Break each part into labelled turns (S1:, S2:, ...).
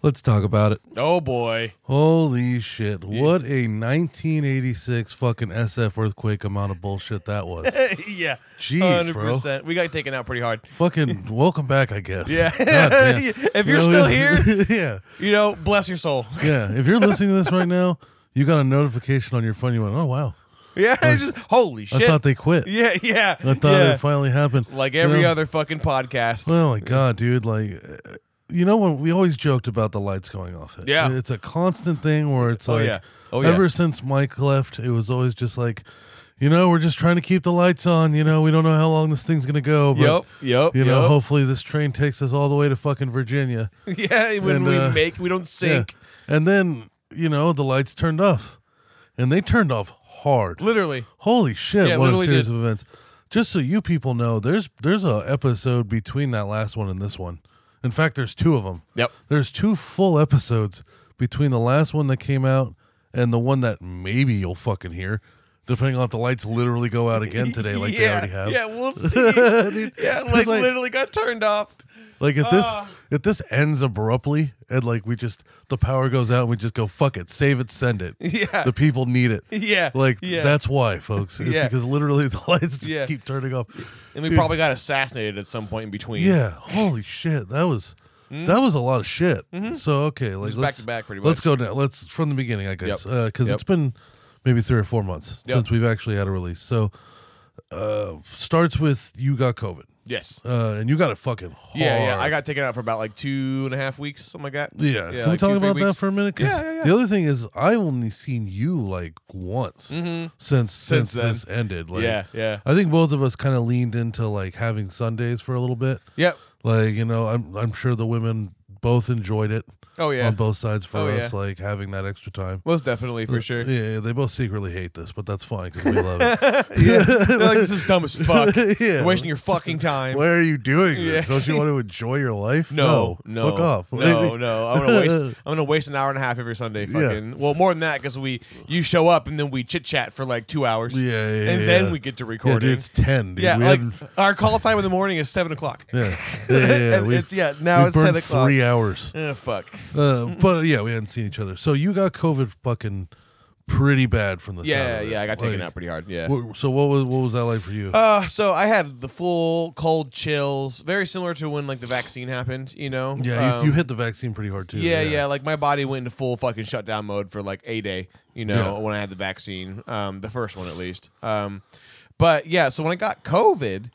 S1: Let's talk about it.
S2: Oh boy.
S1: Holy shit. What a 1986 fucking SF earthquake amount of bullshit that was.
S2: yeah.
S1: Jeez, bro.
S2: We got taken out pretty hard.
S1: fucking welcome back, I guess.
S2: Yeah.
S1: God damn.
S2: If you're still here-
S1: yeah.
S2: You know, bless your soul.
S1: Yeah. If you're listening to this right now, you got a notification on your phone. You went, oh, wow.
S2: Yeah. it's just, holy shit.
S1: I thought they quit.
S2: yeah, yeah.
S1: I thought
S2: yeah.
S1: it finally happened.
S2: like
S1: You
S2: every
S1: know?
S2: other fucking podcast.
S1: Oh my god, dude! Like, uh, you know when we always joked about the lights going off.
S2: Yeah.
S1: it's a constant thing where it's
S2: Oh,
S1: like,
S2: yeah. Oh, yeah.
S1: ever since Mike left, it was always just like, you know, we're just trying to keep the lights on. You know, we don't know how long this thing's gonna go. But,
S2: Yep, yep,
S1: You know,
S2: yep.
S1: hopefully this train takes us all the way to fucking Virginia.
S2: yeah, when
S1: And,
S2: we
S1: uh,
S2: make, we don't sink.
S1: Yeah. And then you know the lights turned off, and they turned off hard.
S2: Literally.
S1: Holy shit!
S2: Yeah, it
S1: what a
S2: literally
S1: series
S2: did.
S1: of events. Just so you people know, there's there's a episode between that last one and this one. In fact, there's two of them.
S2: Yep.
S1: There's two full episodes between the last one that came out and the one that maybe you'll fucking hear, depending on if the lights literally go out again today, like
S2: yeah,
S1: they already have.
S2: Yeah, we'll see.
S1: Dude,
S2: yeah,
S1: it's
S2: like,
S1: like-
S2: literally got turned off.
S1: Like if this
S2: Ah.
S1: if this ends abruptly and like we just the power goes out and we just go fuck it, save it, send it.
S2: Yeah.
S1: The people need it.
S2: Yeah,
S1: Like
S2: yeah.
S1: that's why, folks. It's
S2: Yeah.
S1: because literally the lights
S2: Yeah.
S1: keep turning off.
S2: And we
S1: Dude,
S2: probably got assassinated at some point in between.
S1: Yeah. Holy shit. That was
S2: Mm-hmm.
S1: that was a lot of shit. So okay, like
S2: back
S1: let's,
S2: to back pretty
S1: Let's go now. Let's from the beginning, I guess,
S2: Yep.
S1: because
S2: Yep.
S1: it's been maybe three or four months
S2: Yep.
S1: since we've actually had a release. So uh starts with you got COVID,
S2: Yes.
S1: uh, and you got it fucking hard.
S2: Yeah, yeah. I got taken out for about like two and a half weeks, something like that.
S1: Yeah, can we
S2: like two,
S1: talk
S2: three
S1: about that
S2: weeks.
S1: for a minute? 'Cause
S2: Yeah, yeah, yeah.
S1: The other thing is, I've only seen you like once since since,
S2: Mm-hmm. Since then.
S1: this ended. Like,
S2: Yeah, yeah.
S1: I think both of us kind of leaned into like having Sundays for a little bit.
S2: Yep.
S1: Like you know, I'm I'm sure the women both enjoyed it.
S2: Oh, yeah.
S1: on both sides for
S2: Oh,
S1: us,
S2: yeah.
S1: like having that extra time.
S2: Most definitely, for sure.
S1: Yeah, yeah, they both secretly hate this, but that's fine because we love it.
S2: Yeah. They're like, this is dumb as fuck.
S1: Yeah.
S2: You're wasting your fucking time.
S1: Why are you doing this?
S2: Yeah.
S1: Don't you want to enjoy your life?
S2: No, no,
S1: fuck off.
S2: No, no. I'm gonna waste. I'm gonna waste an hour and a half every Sunday. Fucking. Well, more than that, because we you show up and then we chit chat for like two hours.
S1: Yeah, yeah,
S2: And
S1: yeah.
S2: then we get to
S1: Yeah,
S2: recording.
S1: dude, it's ten. Dude.
S2: Yeah,
S1: we
S2: like
S1: hadn't-
S2: our call time in the morning is seven o'clock.
S1: Yeah, yeah, yeah. yeah.
S2: And
S1: We've-
S2: it's- yeah, now
S1: we've
S2: it's 10
S1: burned
S2: o'clock.
S1: Three hours.
S2: Eh, fuck.
S1: Uh, but yeah, we hadn't seen each other. So you got COVID fucking pretty bad from the
S2: Yeah, yeah. I got taken out pretty hard. Yeah.
S1: so what was what was that like for you?
S2: Uh, so I had the full cold chills, very similar to when like the vaccine happened. You know.
S1: yeah, you, you
S2: Um,
S1: hit the vaccine pretty hard too.
S2: Yeah, yeah, Like my body went into full fucking shutdown mode for like a day. You know,
S1: Yeah.
S2: when I had the vaccine, um, the first one at least. Um, but yeah, so when I got COVID,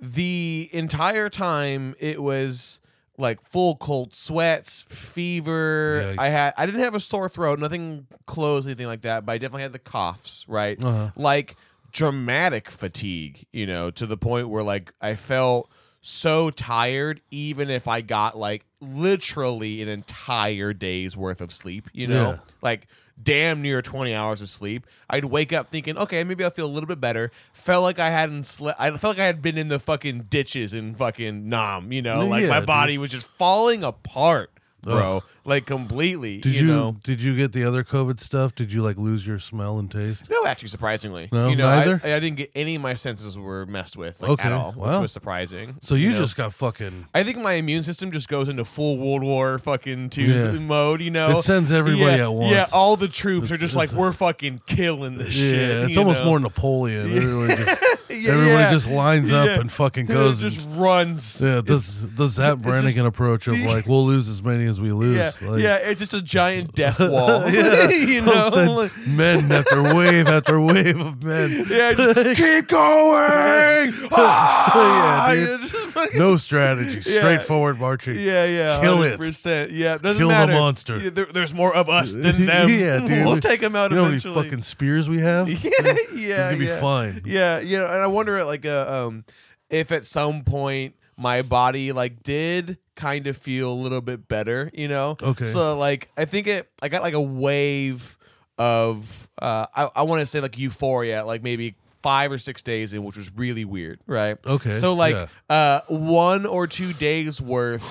S2: the entire time it was like full cold sweats, fever.
S1: Yikes.
S2: I had I didn't have a sore throat, nothing close, anything like that. But I definitely had the coughs. Right,
S1: Uh-huh.
S2: like dramatic fatigue. You know, to the point where like I felt so tired even if i got like literally an entire day's worth of sleep you know
S1: Yeah.
S2: like damn near 20 hours of sleep i'd wake up thinking okay maybe i'll feel a little bit better felt like i hadn't slept i felt like i had been in the fucking ditches in fucking nam you know
S1: Yeah,
S2: like my
S1: dude.
S2: body was just falling apart bro
S1: Ugh.
S2: like completely
S1: Did you,
S2: you, know
S1: did you get the other COVID stuff? Did you like lose your smell and taste?
S2: no, actually, surprisingly,
S1: No,
S2: you know, I-
S1: neither?
S2: I, didn't get any of my senses were messed with like,
S1: Okay,
S2: at all, which
S1: wow.
S2: was surprising.
S1: So you,
S2: know?
S1: just got fucking.
S2: I think my immune system just goes into full World War fucking two
S1: Yeah.
S2: mode. You know,
S1: It sends everybody
S2: yeah,
S1: at once.
S2: Yeah, all the troops
S1: It's-
S2: are just
S1: it's-
S2: like we're fucking killing this
S1: Yeah,
S2: shit.
S1: it's
S2: you
S1: almost
S2: know?
S1: more Napoleon. Everyone just,
S2: Yeah,
S1: everyone
S2: yeah.
S1: just lines up
S2: Yeah.
S1: and fucking
S2: It
S1: goes. and-
S2: just runs.
S1: yeah, this the Zap
S2: just-
S1: Brannigan approach of like we'll lose as many as we lose.
S2: Yeah,
S1: like,
S2: yeah, it's just a giant death wall. you know,
S1: All of a sudden,
S2: Like,
S1: men after wave after wave of men.
S2: yeah, just keep going. Ah!
S1: dude.
S2: It's just fucking-
S1: No strategy,
S2: Yeah.
S1: straightforward marching.
S2: Yeah, yeah,
S1: Kill it.
S2: 100%. Yeah, doesn't
S1: Kill the
S2: matter.
S1: monster.
S2: Yeah, there- there's more of us than them.
S1: yeah, dude.
S2: We'll take them out
S1: You know how many
S2: eventually.
S1: fucking spears we have?
S2: yeah, yeah,
S1: gonna be
S2: yeah.
S1: fine.
S2: Yeah, you know, and I wonder like uh, um if at some point my body like did kind of feel a little bit better, you know?
S1: Okay.
S2: So like I think it I got like a wave of uh I, I want to say like euphoria, like maybe five or six days in, which was really weird, right?
S1: Okay,
S2: So like
S1: yeah.
S2: uh one or two days worth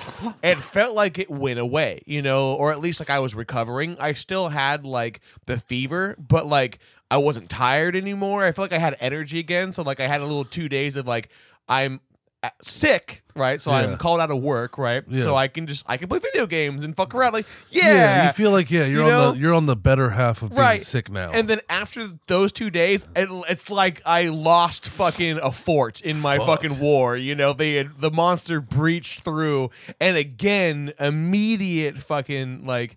S2: it felt like it went away you know or at least like i was recovering i still had like the fever but like i wasn't tired anymore i feel like i had energy again so like i had a little two days of like i'm uh, sick right so
S1: Yeah.
S2: i'm called out of work right
S1: Yeah.
S2: so i can just i can play video games and fuck around like yeah,
S1: Yeah. you feel like yeah, you're on
S2: You know?
S1: the you're on the better half of being
S2: Right.
S1: sick now.
S2: and then after those two days, it, it's like I lost fucking a fort in my
S1: Fuck.
S2: fucking war. You know, they had, the monster breached through, and again, immediate fucking like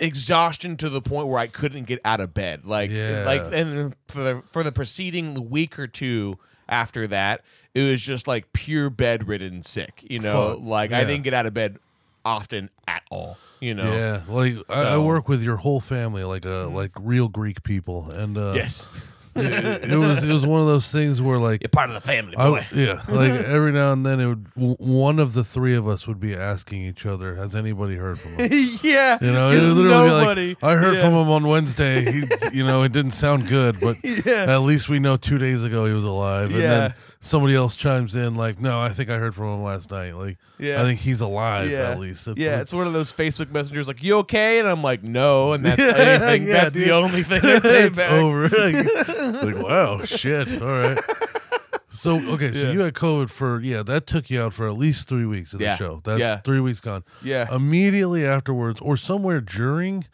S2: exhaustion to the point where I couldn't get out of bed. Like,
S1: Yeah.
S2: like, and then for the for the preceding week or two after that, it was just like pure bedridden sick. You know,
S1: Fuck.
S2: like I
S1: Yeah.
S2: didn't get out of bed often at all. You know,
S1: yeah, like I, I
S2: So- Mm-hmm.
S1: work with your whole family, like uh, like real Greek people, and uh,
S2: yes,
S1: it, it was it was one of those things where like
S2: you're part of the family,
S1: I,
S2: boy.
S1: would- yeah, like every now and then it would w- one of the three of us would be asking each other, "Has anybody heard from him?"
S2: yeah,
S1: You know, it
S2: because
S1: would literally
S2: nobody.
S1: be like, "I heard
S2: yeah.
S1: from him on Wednesday. He, you know, it didn't sound good, but
S2: Yeah.
S1: at least we know two days ago he was alive." And
S2: Yeah.
S1: then somebody else chimes in, like, "No, I think I heard from him last night. Like,
S2: Yeah.
S1: I think he's alive
S2: Yeah.
S1: at least."
S2: yeah, it's one of those Facebook messengers like, "You okay?" And I'm like, "No," and that's anything.
S1: yeah,
S2: that's
S1: dude.
S2: the only thing I say
S1: it's
S2: back.
S1: over. like, like, wow, shit. All right. So okay, so
S2: Yeah.
S1: you had COVID for yeah, that took you out for at least three weeks of
S2: Yeah.
S1: the show. That's
S2: Yeah.
S1: three weeks gone.
S2: Yeah.
S1: Immediately afterwards, or somewhere during,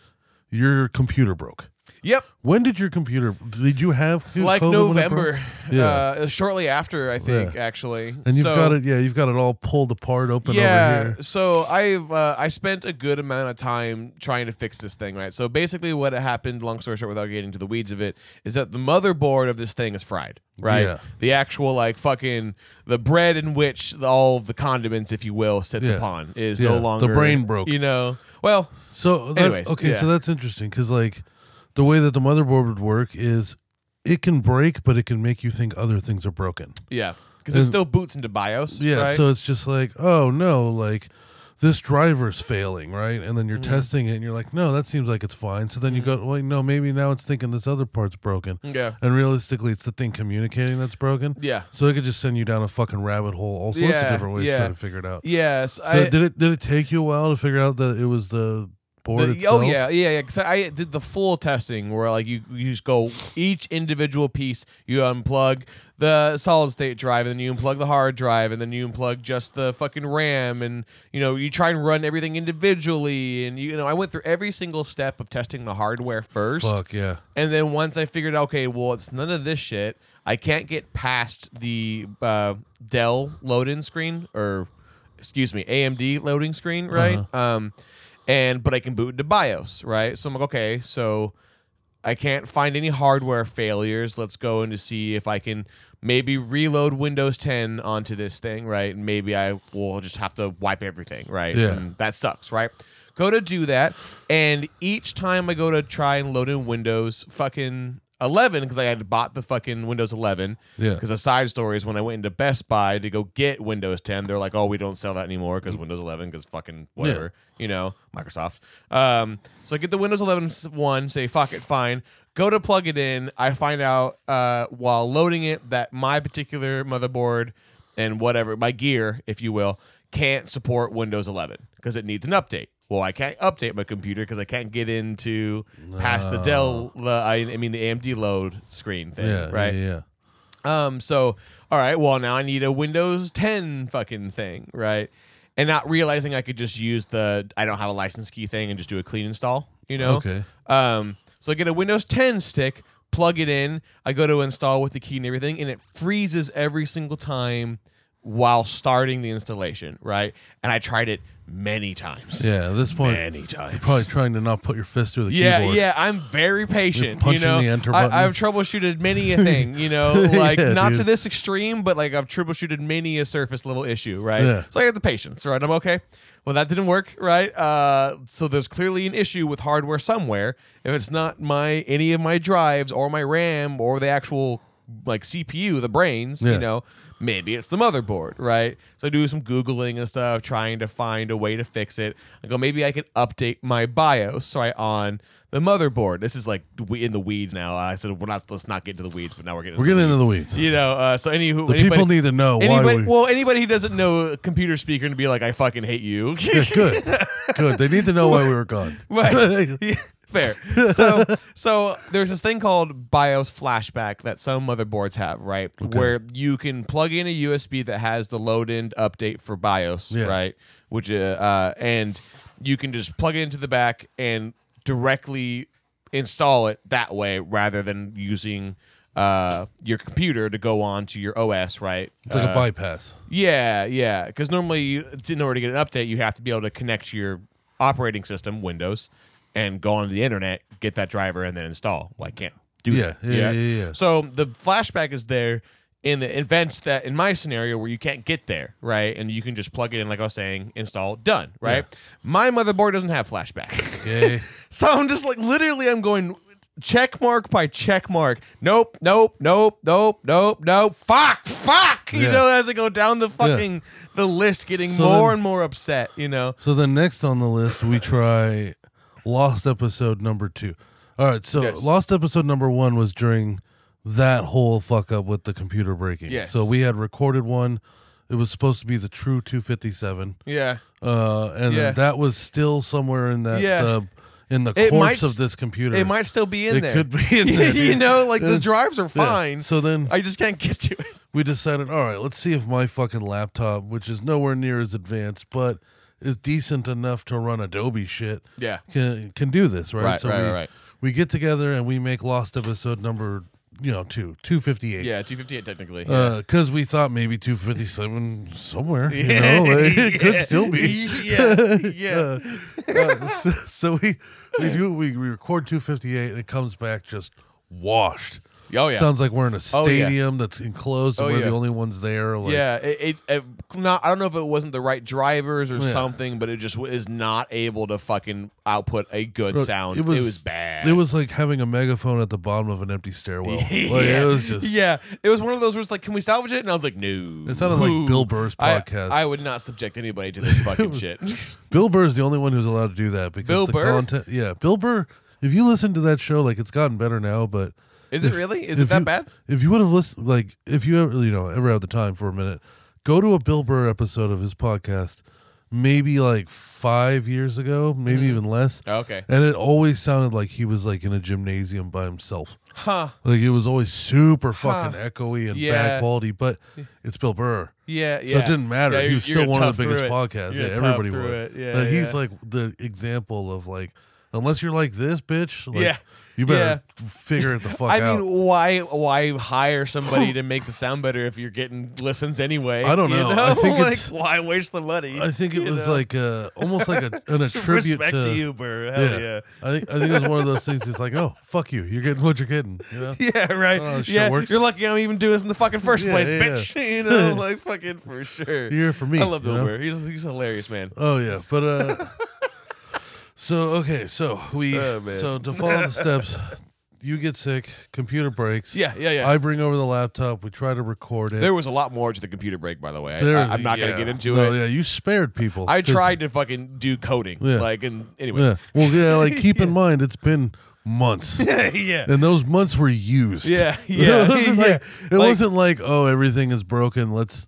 S1: your computer broke.
S2: Yep,
S1: When did your computer? Did you have co-
S2: like
S1: COVID when it broke?
S2: November,
S1: Yeah.
S2: uh, shortly after, I think actually.
S1: And you've
S2: so,
S1: got it. Yeah, you've got it all pulled apart, open
S2: yeah,
S1: over here.
S2: So I've uh, I spent a good amount of time trying to fix this thing, right? So basically, what happened, long story short, without getting into the weeds of it, is that the motherboard of this thing is fried, right?
S1: Yeah.
S2: The actual like fucking the bread in which the- all of the condiments, if you will, sits
S1: Yeah.
S2: upon is
S1: Yeah,
S2: no
S1: the
S2: longer
S1: brain broke.
S2: You know, well,
S1: So, that,
S2: Anyways,
S1: okay, so
S2: yeah.
S1: that's interesting because like the way that the motherboard would work is it can break, but it can make you think other things are broken.
S2: yeah, because it
S1: And-
S2: still boots into BIOS.
S1: Yeah,
S2: right?
S1: so it's just like, oh no, like this driver's failing, right? And then you're
S2: Mm-hmm.
S1: testing it, and you're like, no, that seems like it's fine. So then you go, well, no, maybe now it's thinking this other part's broken.
S2: Yeah.
S1: And realistically, it's the thing communicating that's broken.
S2: Yeah.
S1: So it could just send you down a fucking rabbit hole, all sorts
S2: Yeah,
S1: of different ways
S2: yeah.
S1: to try to figure it out.
S2: yes.
S1: So
S2: I,
S1: did it did it take you a while to figure out that it was the board
S2: The-
S1: itself?
S2: Oh yeah, yeah, yeah. 'cause I did the full testing where like you, you just go each individual piece, you unplug the solid state drive, and then you unplug the hard drive, and then you unplug just the fucking RAM, and you know you try and run everything individually, and you, know I went through every single step of testing the hardware first,
S1: Fuck yeah.
S2: and then once I figured out, okay, well it's none of this shit. I can't get past the uh, Dell load-in screen or excuse me, AMD loading screen, right? Um, and but I can boot into BIOS, right? So I'm like, okay, so I can't find any hardware failures. Let's go in to see if I can maybe reload Windows 10 onto this thing, right? And maybe I will just have to wipe everything, right?
S1: Yeah.
S2: And that sucks, right? Go to do that, and each time I go to try and load in Windows fucking 11 because I had bought the fucking Windows 11.
S1: Yeah.
S2: Because the side story is when I went into Best Buy to go get Windows 10, they're like, "Oh, we don't sell that anymore because Windows 11 because fucking whatever." you know, Microsoft. Um, so I get the Windows 11 s- one, say, fuck it, fine. Go to plug it in. I find out uh, while loading it that my particular motherboard and whatever, my gear, if you will, can't support Windows 11 because it needs an update. Well, I can't update my computer because I can't get into past the Dell, uh, I, I mean, the AMD load screen thing,
S1: Yeah.
S2: right?
S1: Yeah. yeah.
S2: Um, so all right, well now I need a Windows 10 fucking thing, right? And not realizing I could just use the I don't have a license key thing and just do a clean install, you know?
S1: Okay.
S2: Um, so I get a Windows 10 stick, plug it in, I go to install with the key and everything, and it freezes every single time while starting the installation, right? And I tried it many times.
S1: Yeah, at this point,
S2: Many times.
S1: you're probably trying to not put your fist through the
S2: Yeah,
S1: keyboard.
S2: yeah, I'm very patient.
S1: punching
S2: you know,
S1: the enter button.
S2: I, have troubleshooted many a thing. You know, like
S1: Yeah,
S2: not to
S1: dude.
S2: this extreme, but like I've troubleshooted many a surface level issue. Right.
S1: Yeah.
S2: So I have the patience. Right. I'm okay. Well, that didn't work. Right. Uh, so there's clearly an issue with hardware somewhere. If it's not my any of my drives or my RAM or the actual like CPU, the brains,
S1: Yeah.
S2: you know, maybe it's the motherboard, right? So I do some Googling and stuff, trying to find a way to fix it. I go, maybe I can update my BIOS. So I on the motherboard. This is like we in the weeds now. I said, we're not, let's not get into the weeds, but now we're getting,
S1: We're getting into the weeds.
S2: You know, uh, so any who
S1: The people need to know why
S2: anybody,
S1: we-
S2: well, anybody who doesn't know a computer speaker and be like, I fucking hate you.
S1: Yeah, good, good. They need to know why we were gone.
S2: Right. Yeah, Fair. So so there's this thing called BIOS flashback that some motherboards have, right? Where you can plug in a USB that has the load end update for BIOS,
S1: Yeah.
S2: right? Which uh, uh and you can just plug it into the back and directly install it that way rather than using uh your computer to go on to your OS, right?
S1: It's like
S2: Uh,
S1: a bypass.
S2: yeah, yeah. Because normally, you, in order to get an update, you have to be able to connect to your operating system, Windows, and go onto the internet, get that driver, and then install. Well, I can't do
S1: Yeah,
S2: that.
S1: yeah, yeah, yeah, yeah.
S2: So the flashback is there in the events that, in my scenario, where you can't get there, right? And you can just plug it in, like I was saying, install, done, right? My motherboard doesn't have flashback.
S1: Yeah.
S2: So I'm just like literally I'm going check mark by check mark. Nope, nope, nope, nope, nope, nope. Fuck, fuck. You
S1: Yeah.
S2: know, as I go down the fucking the list, getting
S1: So
S2: more
S1: then-
S2: and more upset. You know.
S1: So then next on the list we try lost episode number two. All right, so
S2: Yes.
S1: lost episode number one was during that whole fuck up with the computer breaking.
S2: Yes.
S1: So we had recorded one. It was supposed to be the true 257,
S2: Yeah.
S1: uh, and
S2: Yeah.
S1: then that was still somewhere in that
S2: Yeah.
S1: uh, in the
S2: It might
S1: course
S2: s-
S1: of this computer.
S2: It might still be in
S1: It
S2: there.
S1: could be in there,
S2: you
S1: dude.
S2: know, like the
S1: Yeah.
S2: drives are
S1: Yeah.
S2: fine.
S1: So then
S2: I just can't get to it.
S1: we decided, all right, let's see if my fucking laptop, which is nowhere near as advanced, but is decent enough to run Adobe shit,
S2: Yeah.
S1: can can do this, right?
S2: Right, right,
S1: we,
S2: right, right.
S1: we get together and we make Lost episode number, you know, two, two fifty eight.
S2: Yeah, 258 technically.
S1: Because we thought maybe 257 somewhere, you know, like, it could still be.
S2: Yeah, yeah.
S1: Uh, uh, so, so we we do we, we record 258 and it comes back just washed.
S2: Oh, yeah.
S1: sounds like we're in a
S2: Oh, yeah.
S1: stadium that's enclosed and
S2: Oh,
S1: we're
S2: yeah.
S1: the only ones there. Like,
S2: yeah, it, it, it- not. I don't know if it wasn't the right drivers or
S1: Yeah.
S2: something, but it just w- is not able to fucking output a good
S1: Look,
S2: sound. It was, bad.
S1: It was like having a megaphone at the bottom of an empty stairwell. Like,
S2: yeah.
S1: It was just.
S2: yeah. It was one of those where it's like, can we salvage it? And I was like, no.
S1: It sounded like Bill Burr's
S2: I-
S1: podcast.
S2: I, would not subject anybody to this fucking shit.
S1: Bill Burr's the only one who's allowed to do that because
S2: Bill
S1: the
S2: Burr?
S1: content. Yeah, Bill Burr. If you listen to that show, like it's gotten better now, but
S2: Is it
S1: if-
S2: really? Is
S1: if
S2: it that
S1: you-
S2: bad?
S1: If you would have listened, like if you ever, you know, ever had the time for a minute, go to a Bill Burr episode of his podcast, maybe like five years ago, maybe even less.
S2: Mm-hmm. Okay.
S1: And it always sounded like he was like in a gymnasium by himself.
S2: Huh.
S1: Like it was always super fucking echoey and
S2: Yeah.
S1: bad quality, but it's Bill Burr.
S2: Yeah.
S1: So
S2: Yeah.
S1: it didn't matter.
S2: Yeah,
S1: he
S2: you're-
S1: was
S2: you're
S1: still one of the
S2: tough through
S1: biggest
S2: it.
S1: podcasts.
S2: You're
S1: yeah,
S2: tough
S1: everybody
S2: through it.
S1: would.
S2: Yeah,
S1: And
S2: yeah.
S1: he's like the example of like, unless you're like this bitch, like,
S2: Yeah.
S1: you better figure it the fuck
S2: I
S1: out.
S2: mean, why why hire somebody to make the sound better if you're getting listens anyway?
S1: I don't
S2: you
S1: know. I think
S2: like,
S1: it's-
S2: why waste the money?
S1: I think it
S2: you
S1: was
S2: know?
S1: like a, almost like a, an attribute
S2: respect
S1: to,
S2: to you, Burr. Hell yeah.
S1: I think I think it was one of those things. It's like, oh fuck you, you're getting what you're getting. You know?
S2: Yeah, right.
S1: Oh, shit
S2: yeah,
S1: works.
S2: you're lucky I'm even doing this in the fucking first
S1: Yeah,
S2: place,
S1: yeah,
S2: bitch. You know, like fucking for sure.
S1: You're here for me.
S2: I love
S1: you
S2: Bill
S1: know?
S2: Burr. He's, he's a hilarious, man.
S1: Oh yeah, but uh, so okay, so we
S2: Oh, man.
S1: so to follow the steps, you get sick, computer breaks.
S2: Yeah, yeah, yeah.
S1: I bring over the laptop. We try to record it.
S2: There was a lot more to the computer break, by the way. I,
S1: There-
S2: I, am not
S1: yeah.
S2: gonna get into
S1: No,
S2: it.
S1: Yeah, you spared people.
S2: I
S1: 'cause-
S2: tried to fucking do coding,
S1: Yeah.
S2: like, and anyways,
S1: Yeah. Well, yeah. Like keep in mind, it's been months.
S2: yeah.
S1: And those months were used.
S2: Yeah, yeah,
S1: it wasn't,
S2: yeah.
S1: Like, it
S2: Like-
S1: wasn't like, oh, everything is broken. Let's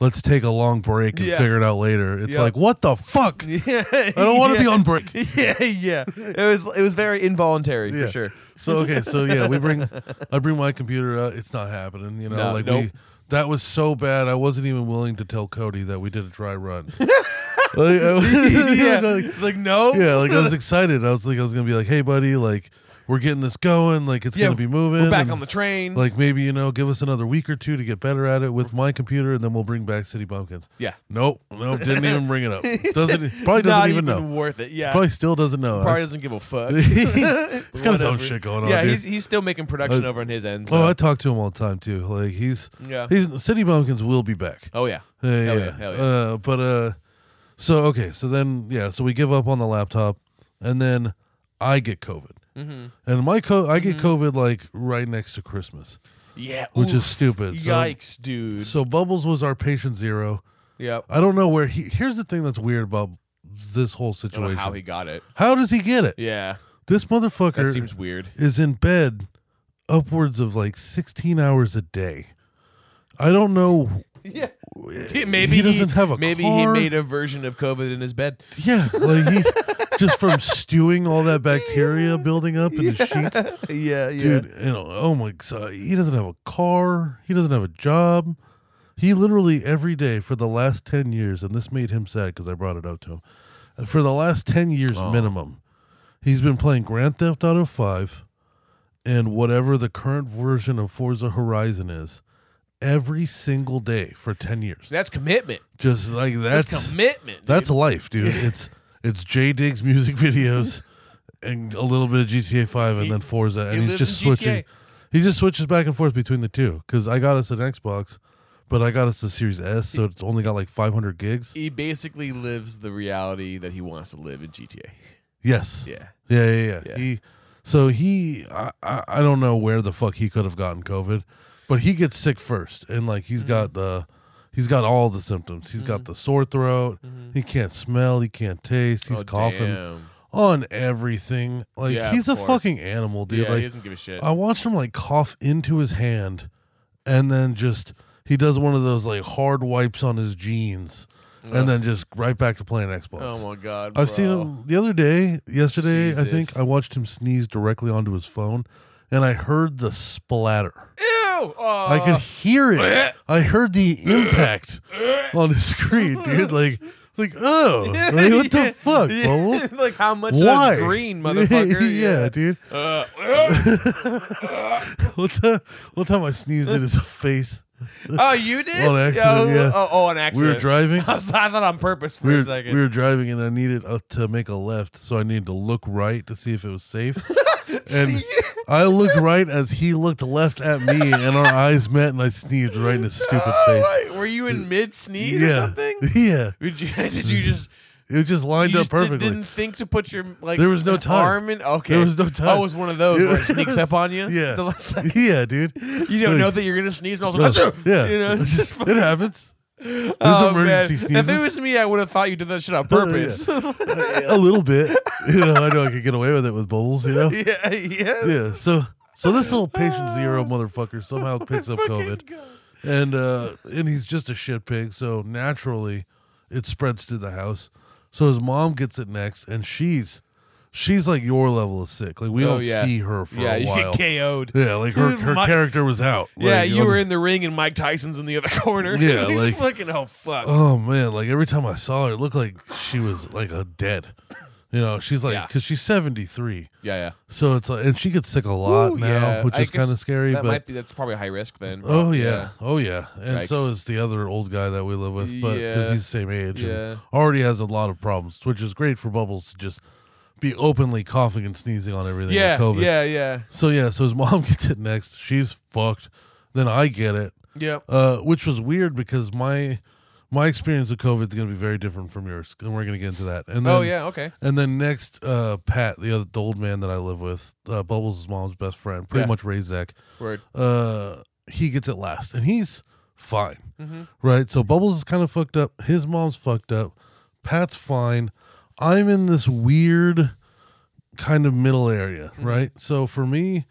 S1: let's take a long break and
S2: Yeah.
S1: figure it out later. It's
S2: Yeah.
S1: like, what the fuck?
S2: I
S1: I don't want to be on break.
S2: Yeah, yeah. It was it was very involuntary
S1: Yeah.
S2: for sure.
S1: So okay, so yeah, we bring I bring my computer out. It's not happening, you know.
S2: No,
S1: like
S2: nope.
S1: we that was so bad. I wasn't even willing to tell Cody that we did a dry run. Like, I was-
S2: yeah,
S1: like,
S2: it's like no.
S1: yeah, like I was excited. I was like, I was gonna be like, hey, buddy, like we're getting this going. Like it's
S2: Yeah,
S1: gonna be moving.
S2: We're back
S1: and,
S2: on the train.
S1: Like maybe you know, give us another week or two to get better at it with my computer, and then we'll bring back City Bumpkins.
S2: yeah.
S1: Nope, nope, didn't even bring it up. Doesn't probably doesn't
S2: Not
S1: even,
S2: even,
S1: know.
S2: worth it. Yeah.
S1: Probably still doesn't know.
S2: Probably doesn't give a fuck.
S1: he's got his own
S2: Whatever.
S1: shit going on.
S2: Yeah,
S1: dude.
S2: he's he's still making production
S1: Uh,
S2: over on his end. So.
S1: Oh, I talk to him all the time too. Like he's
S2: Yeah.
S1: he's City Bumpkins will be back.
S2: oh yeah.
S1: Uh,
S2: hell
S1: yeah.
S2: yeah, hell yeah.
S1: Uh, but uh, so okay, so then yeah, so we give up on the laptop, and then
S2: Mm-hmm.
S1: I get COVID, mm-hmm. and my co- I get COVID like right next to Christmas.
S2: Yeah.
S1: Which is
S2: oof,
S1: stupid. So-
S2: Yikes, dude.
S1: So Bubbles was our patient zero.
S2: yep.
S1: I don't know where he. Here's the thing that's weird about this whole
S2: I don't know
S1: situation.
S2: how he got it.
S1: How does he get it?
S2: Yeah.
S1: This
S2: That
S1: motherfucker
S2: seems weird.
S1: is in bed upwards of like 16 hours a day. I don't know.
S2: Yeah.
S1: He
S2: Maybe
S1: doesn't have a
S2: Maybe he
S1: car.
S2: made a version of COVID in his bed.
S1: Yeah, like he just from stewing all that bacteria building up in the sheets.
S2: yeah, yeah.
S1: Dude, you know, oh my god, he doesn't have a car. He doesn't have a job. He literally every day for the last 10 years, and this made him sad because I brought it up to him. uh, For the last 10 years
S2: Oh.
S1: minimum, he's been playing Grand Theft Auto 5 and whatever the current version of Forza Horizon is every single day for 10 years.
S2: That's commitment.
S1: Just like
S2: That's,
S1: that's
S2: commitment. dude.
S1: that's life, dude. It's it's J Diggs music videos and a little bit of GTA Five, and
S2: He-
S1: then Forza,
S2: he
S1: and he's
S2: lives
S1: just
S2: in GTA.
S1: switching. He just switches back and forth between the two. Because I got us an Xbox, but I got us the Series S, so it's only got like 500 gigs.
S2: he basically lives the reality that he wants to live in GTA.
S1: Yes.
S2: Yeah.
S1: Yeah, yeah, yeah.
S2: Yeah.
S1: He, so he, I, I, I don't know where the fuck he could have gotten COVID, but he gets sick first, and like he's got
S2: Mm-hmm.
S1: the, he's got all the symptoms. He's got the sore throat. He can't smell. He can't taste. He's
S2: Mm-hmm. Oh,
S1: coughing
S2: damn.
S1: on everything. Like
S2: Yeah,
S1: he's a
S2: of course.
S1: fucking animal, dude.
S2: yeah, he
S1: like
S2: doesn't give a shit.
S1: I watched him like cough into his hand, and then just he does one of those like hard wipes on his jeans,
S2: Ugh.
S1: and then just right back to playing Xbox.
S2: oh my god.
S1: I've seen
S2: bro.
S1: him the other day, yesterday, I
S2: Jesus.
S1: think I watched him sneeze directly onto his phone and I heard the splatter.
S2: Ew. Oh.
S1: I could hear it. I heard the impact on his screen, dude. Like like oh like, what the fuck,
S2: Yeah.
S1: Bubbles?
S2: like how much
S1: Why?
S2: Why? green, motherfucker.
S1: yeah, dude.
S2: Uh,
S1: One time, one time I sneezed in his face.
S2: oh, you did?
S1: On accident,
S2: Oh,
S1: yeah.
S2: Oh, oh, on
S1: We
S2: accident.
S1: were driving.
S2: I, was, I thought on purpose for
S1: we
S2: a
S1: were,
S2: second.
S1: we were driving and I needed uh, to make a left, so I needed to look right to see if it was safe. and I looked right as he looked left at me, and our eyes met, and I sneezed right in his stupid face.
S2: Oh, wait, were you in mid sneeze
S1: yeah,
S2: or something?
S1: yeah,
S2: Did you, did you just
S1: it just lined up
S2: you just did-
S1: perfectly.
S2: Didn't think to put your like
S1: There was no time.
S2: arm in. Okay,
S1: There was no time.
S2: Oh, it was one of those where it sneaks up on you.
S1: yeah,
S2: The last second.
S1: yeah, dude.
S2: you don't know that you're gonna sneeze. And I was
S1: No,
S2: like,
S1: yeah,
S2: you know,
S1: It's
S2: just
S1: just- it happens. There's
S2: Oh,
S1: emergency
S2: man.
S1: sneezes.
S2: If it was me, I would have thought you did that shit on
S1: Yeah.
S2: purpose.
S1: a little bit, you know. I know I could get away with it with bubbles, you know.
S2: yeah, yeah.
S1: Yeah. So, so this little patient zero motherfucker somehow picks up
S2: Fucking
S1: COVID.
S2: God.
S1: and uh and he's just a shit pig so naturally it spreads through the house so his mom gets it next and she's she's like your level of sick like we
S2: Oh,
S1: don't
S2: yeah.
S1: see her for
S2: yeah,
S1: a
S2: you
S1: while
S2: get KO'd.
S1: yeah like her, her
S2: My-
S1: character was out
S2: yeah,
S1: Like,
S2: you
S1: um,
S2: were in the ring and Mike Tyson's in the other corner.
S1: Yeah,
S2: You're just
S1: like-
S2: fucking oh fuck.
S1: oh man like every time i saw her it looked like she was like a dead you know she's like
S2: Yeah.
S1: because she's 73
S2: yeah, yeah.
S1: so it's like and she gets sick a lot
S2: Ooh,
S1: now
S2: yeah.
S1: which
S2: I
S1: is kind of
S2: guess
S1: scary
S2: That
S1: but
S2: might be that's probably high risk then.
S1: Oh
S2: but
S1: yeah. oh yeah, and so is the other old guy that we live with, but because
S2: Yeah.
S1: he's the same age, and
S2: Yeah.
S1: already has a lot of problems, which is great for Bubbles to just be openly coughing and sneezing on everything.
S2: Yeah,
S1: with COVID.
S2: yeah, yeah,
S1: So yeah, so his mom gets it next. She's fucked. Then I get it,
S2: yeah.
S1: uh, which was weird because my my experience with COVID is going to be very different from yours, and we're going to get into that. And then,
S2: Oh yeah, okay.
S1: And then next, uh, Pat, the other the old man that I live with, uh, Bubbles' mom's best friend, pretty
S2: Yeah.
S1: much raised Zach
S2: Word.
S1: uh he gets it last and he's fine
S2: Mhm.
S1: right so bubbles is kind of fucked up his mom's fucked up pat's fine i'm in this weird kind of middle area
S2: Mm-hmm.
S1: right so for me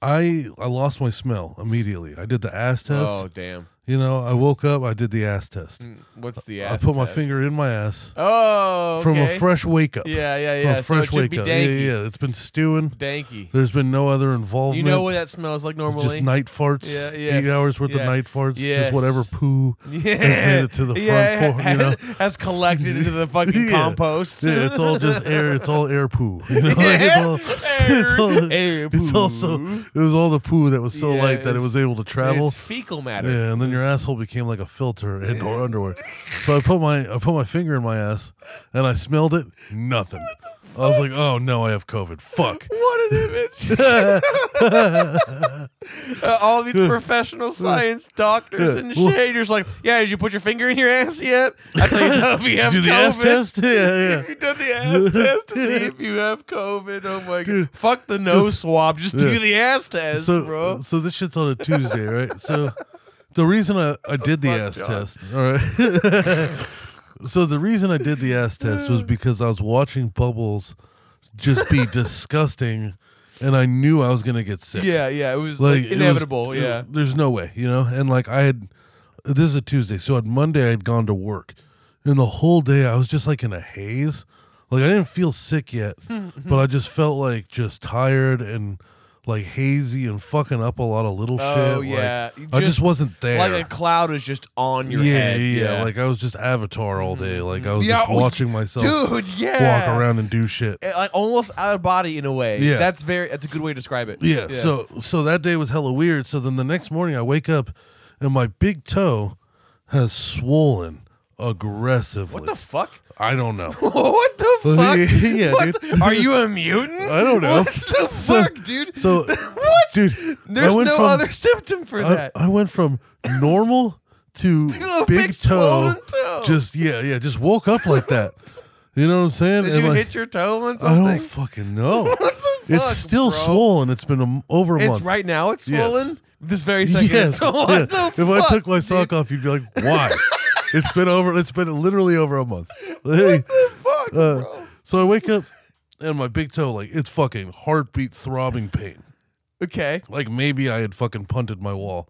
S1: i i lost my smell immediately i did the ass test
S2: Oh damn.
S1: you know i woke up i did the ass test
S2: Mm, What's the
S1: i
S2: ass
S1: put my
S2: test?
S1: finger in my ass
S2: Oh,
S1: from a
S2: okay.
S1: fresh wake up
S2: Yeah, yeah,
S1: From
S2: yeah.
S1: a
S2: so it
S1: Oh, fresh
S2: should
S1: wake
S2: be
S1: up
S2: danky.
S1: yeah yeah it's been stewing
S2: Danky.
S1: there's been no other involvement
S2: You know what that smells like normally?
S1: Just night farts.
S2: Yeah, yes,
S1: Eight hours worth
S2: yeah,
S1: of night farts.
S2: yes.
S1: Just whatever poo.
S2: yeah.
S1: made it to the front for- you know?
S2: has collected into the fucking
S1: Yeah.
S2: compost.
S1: Yeah, it's all just air. It's all air poo. You know, like, it's all. It's, all,
S2: Air
S1: it's
S2: poo.
S1: also it was all the poo that was so
S2: Yeah,
S1: light that it
S2: it's-
S1: was able to travel.
S2: It's fecal matter.
S1: Yeah, and then your asshole became like a filter in or underwear. So I put my I put my finger in my ass and I smelled it. Nothing. I was like, oh no, I have COVID. Fuck.
S2: What an an image. Uh, all these professional science doctors and
S1: Well-
S2: shit. You're just like, yeah, did you put your finger in your ass yet? That's how you know if you
S1: Did
S2: have
S1: you do the ass
S2: COVID.
S1: test? Yeah,
S2: If
S1: yeah.
S2: you done the ass test to see if you have COVID, oh my god! Fuck the nose swab, just
S1: yeah.
S2: do the ass test,
S1: so, uh,
S2: bro.
S1: so this shit's on a Tuesday, right? So the reason I, I did the
S2: fuck,
S1: ass
S2: John.
S1: test, all right. so the reason I did the ass test was because I was watching bubbles just be disgusting, and I knew I was gonna get sick.
S2: Yeah, yeah, it was like,
S1: it was-
S2: inevitable.
S1: it-
S2: yeah,
S1: there's no way, you know. And like I had, this is a Tuesday, so on Monday I'd gone to work, and the whole day I was just like in a haze. Like I didn't feel sick yet,
S2: Mm-hmm.
S1: but I just felt like just tired and like hazy and fucking up a lot of little
S2: Oh,
S1: shit.
S2: yeah.
S1: like, I just
S2: Just
S1: wasn't there.
S2: like a cloud is just on your
S1: yeah,
S2: head.
S1: yeah, like I was just Avatar all day. Like I was
S2: Yeah,
S1: just
S2: oh,
S1: watching myself
S2: dude, yeah,
S1: walk around and do shit.
S2: Eh, like almost out of body in a way.
S1: Yeah.
S2: that's very. That's a good way to describe it.
S1: Yeah, So so that day was hella weird. So then the next morning I wake up and my big toe has swollen aggressively.
S2: what the fuck?
S1: I don't know.
S2: what the fuck?
S1: Yeah,
S2: What
S1: dude.
S2: the- are you a mutant?
S1: I don't know.
S2: What the
S1: So-
S2: fuck, dude?
S1: so,
S2: what?
S1: dude, I
S2: There's
S1: went
S2: no
S1: from-
S2: other symptom for
S1: I,
S2: that.
S1: I went from normal to
S2: a
S1: big,
S2: big
S1: toe,
S2: swollen toe.
S1: Just yeah, yeah, just woke up like that. You know what I'm saying?
S2: Did
S1: And,
S2: you
S1: like,
S2: hit your toe on
S1: I
S2: something?
S1: don't fucking know.
S2: what the fuck?
S1: it's still
S2: bro?
S1: swollen. It's been a m over a
S2: It's
S1: month.
S2: right now. It's
S1: Yes.
S2: swollen. This very second. Yes.
S1: Yes,
S2: What
S1: yeah.
S2: the
S1: if
S2: fuck,
S1: I took my
S2: dude?
S1: sock off, you'd be like, "Why?" it's been over. It's been literally over a month. Like,
S2: Fuck,
S1: uh,
S2: bro.
S1: so I wake up and my big toe, like, it's fucking heartbeat throbbing pain.
S2: Okay.
S1: Like maybe I had fucking punted my wall,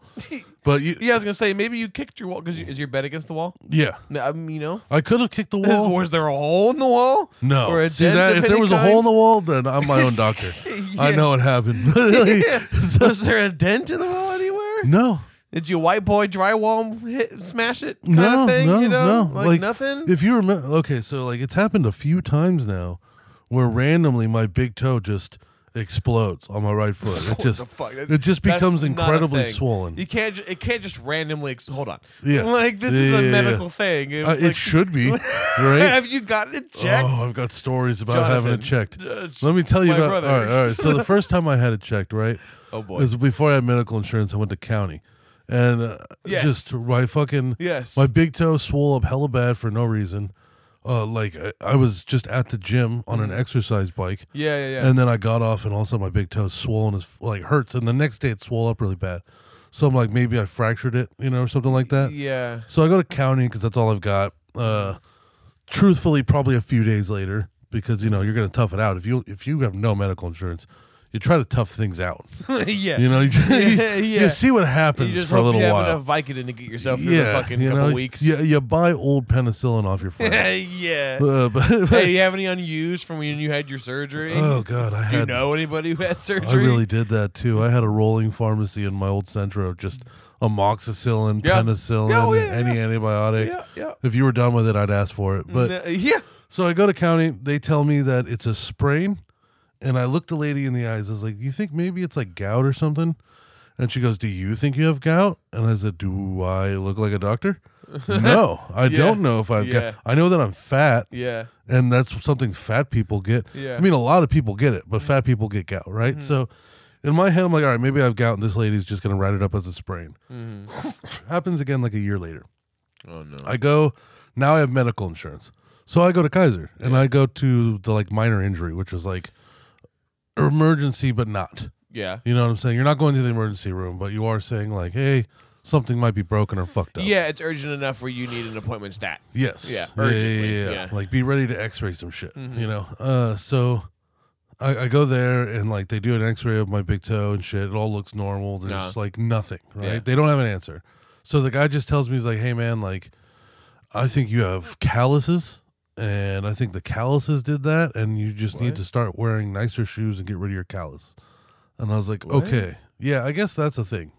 S1: but you,
S2: Yeah, I was gonna say maybe you kicked your wall because you, is your bed against the wall?
S1: yeah,
S2: No, I mean, you know,
S1: I could have kicked the
S2: Is-
S1: wall.
S2: was there a hole in the wall?
S1: No,
S2: or a
S1: see
S2: dent
S1: that
S2: of
S1: if there
S2: any
S1: was a
S2: kind?
S1: hole in the wall, then I'm my own doctor. I
S2: Yeah.
S1: know it happened. Like,
S2: was there a dent in the wall anywhere?
S1: no,
S2: Did you white boy drywall hit, smash it? Kind
S1: no,
S2: of thing,
S1: no,
S2: you know?
S1: no,
S2: Like, nothing?
S1: If you remember, okay, so like it's happened a few times now, where randomly my big toe just explodes on my right foot. It
S2: What
S1: just
S2: the fuck? That-
S1: it just
S2: that's
S1: becomes
S2: not a
S1: incredibly
S2: thing.
S1: swollen.
S2: You can't. Ju- it can't just randomly. Ex- hold on.
S1: Yeah.
S2: Like this is
S1: Yeah,
S2: a
S1: yeah, yeah.
S2: medical thing.
S1: Uh, it
S2: like-
S1: should be, right?
S2: Have you gotten it checked?
S1: Oh, I've got stories about having it
S2: Jonathan,
S1: checked.
S2: uh,
S1: Let me tell you
S2: my
S1: about.
S2: brother.
S1: All right, all right. So the first time I had it checked, right?
S2: Oh, boy.
S1: was before I had medical insurance. I went to county, and uh,
S2: Yes.
S1: just my fucking
S2: Yes.
S1: my big toe swole up hella bad for no reason. Uh, like I, I was just at the gym on an exercise bike,
S2: Mm. yeah, yeah, yeah.
S1: and then I got off, and all of a sudden my big toe swollen as like hurts, and the next day it swole up really bad. So I'm like, maybe I fractured it, you know, or something like that.
S2: yeah.
S1: So I go to county because that's all I've got. Uh, truthfully, probably a few days later because you know you're gonna tough it out if you if you have no medical insurance, you try to tough things out.
S2: yeah.
S1: You know, you,
S2: Yeah,
S1: you
S2: yeah.
S1: see what
S2: you
S1: happens
S2: just
S1: for a
S2: hope
S1: little
S2: you have
S1: while.
S2: enough Vicodin to get yourself through the fucking couple weeks.
S1: Yeah, you buy old penicillin off your friends.
S2: yeah.
S1: Uh, but,
S2: hey, you have any unused from when you had your surgery?
S1: oh god, I
S2: Do you
S1: had.
S2: know anybody who had surgery?
S1: I really did that too. I had a rolling pharmacy in my old centro, just amoxicillin,
S2: Yeah.
S1: penicillin,
S2: Yeah, oh, yeah,
S1: any antibiotic.
S2: Yeah, yeah.
S1: If you were done with it, I'd ask for it. But
S2: N- yeah.
S1: So I go to county. They tell me that it's a sprain, and I look the lady in the eyes. I was like, "You think maybe it's like gout or something?" And she goes, "Do you think you have gout?" And I said, "Do I look like a doctor?" no, I
S2: Yeah.
S1: don't know if I've
S2: Yeah.
S1: got. I know that I'm fat,
S2: Yeah.
S1: and that's something fat people get.
S2: Yeah. Mm-hmm.
S1: I mean, a lot of people get it, but fat people get gout, right? So, in my head, I'm like, "All right, maybe I've gout, and this lady's just gonna write it up as a sprain."
S2: Mm-hmm.
S1: Happens again like a year later.
S2: Oh no.
S1: I go now. I have medical insurance, so I go to Kaiser and I go to the like minor injury, which is like emergency, but not.
S2: Yeah.
S1: You know what I'm saying? You're not going to the emergency room, but you are saying like, hey, something might be broken or fucked up.
S2: Yeah, it's urgent enough where you need an appointment stat.
S1: Yes.
S2: Yeah,
S1: Yeah,
S2: urgently, yeah. Mm-hmm.
S1: Like be ready to X-ray some shit. You know. Uh. So. I, I go there and like they do an X-ray of my big toe and shit. It all looks normal. There's
S2: Nah.
S1: like nothing, right?
S2: Yeah.
S1: They don't have an answer. So the guy just tells me he's like, "Hey man, like, I think you have calluses, and I think the calluses did that, and you just need
S2: What?
S1: to start wearing nicer shoes and get rid of your callus." And I was like,
S2: What?
S1: "Okay, yeah, I guess that's a thing."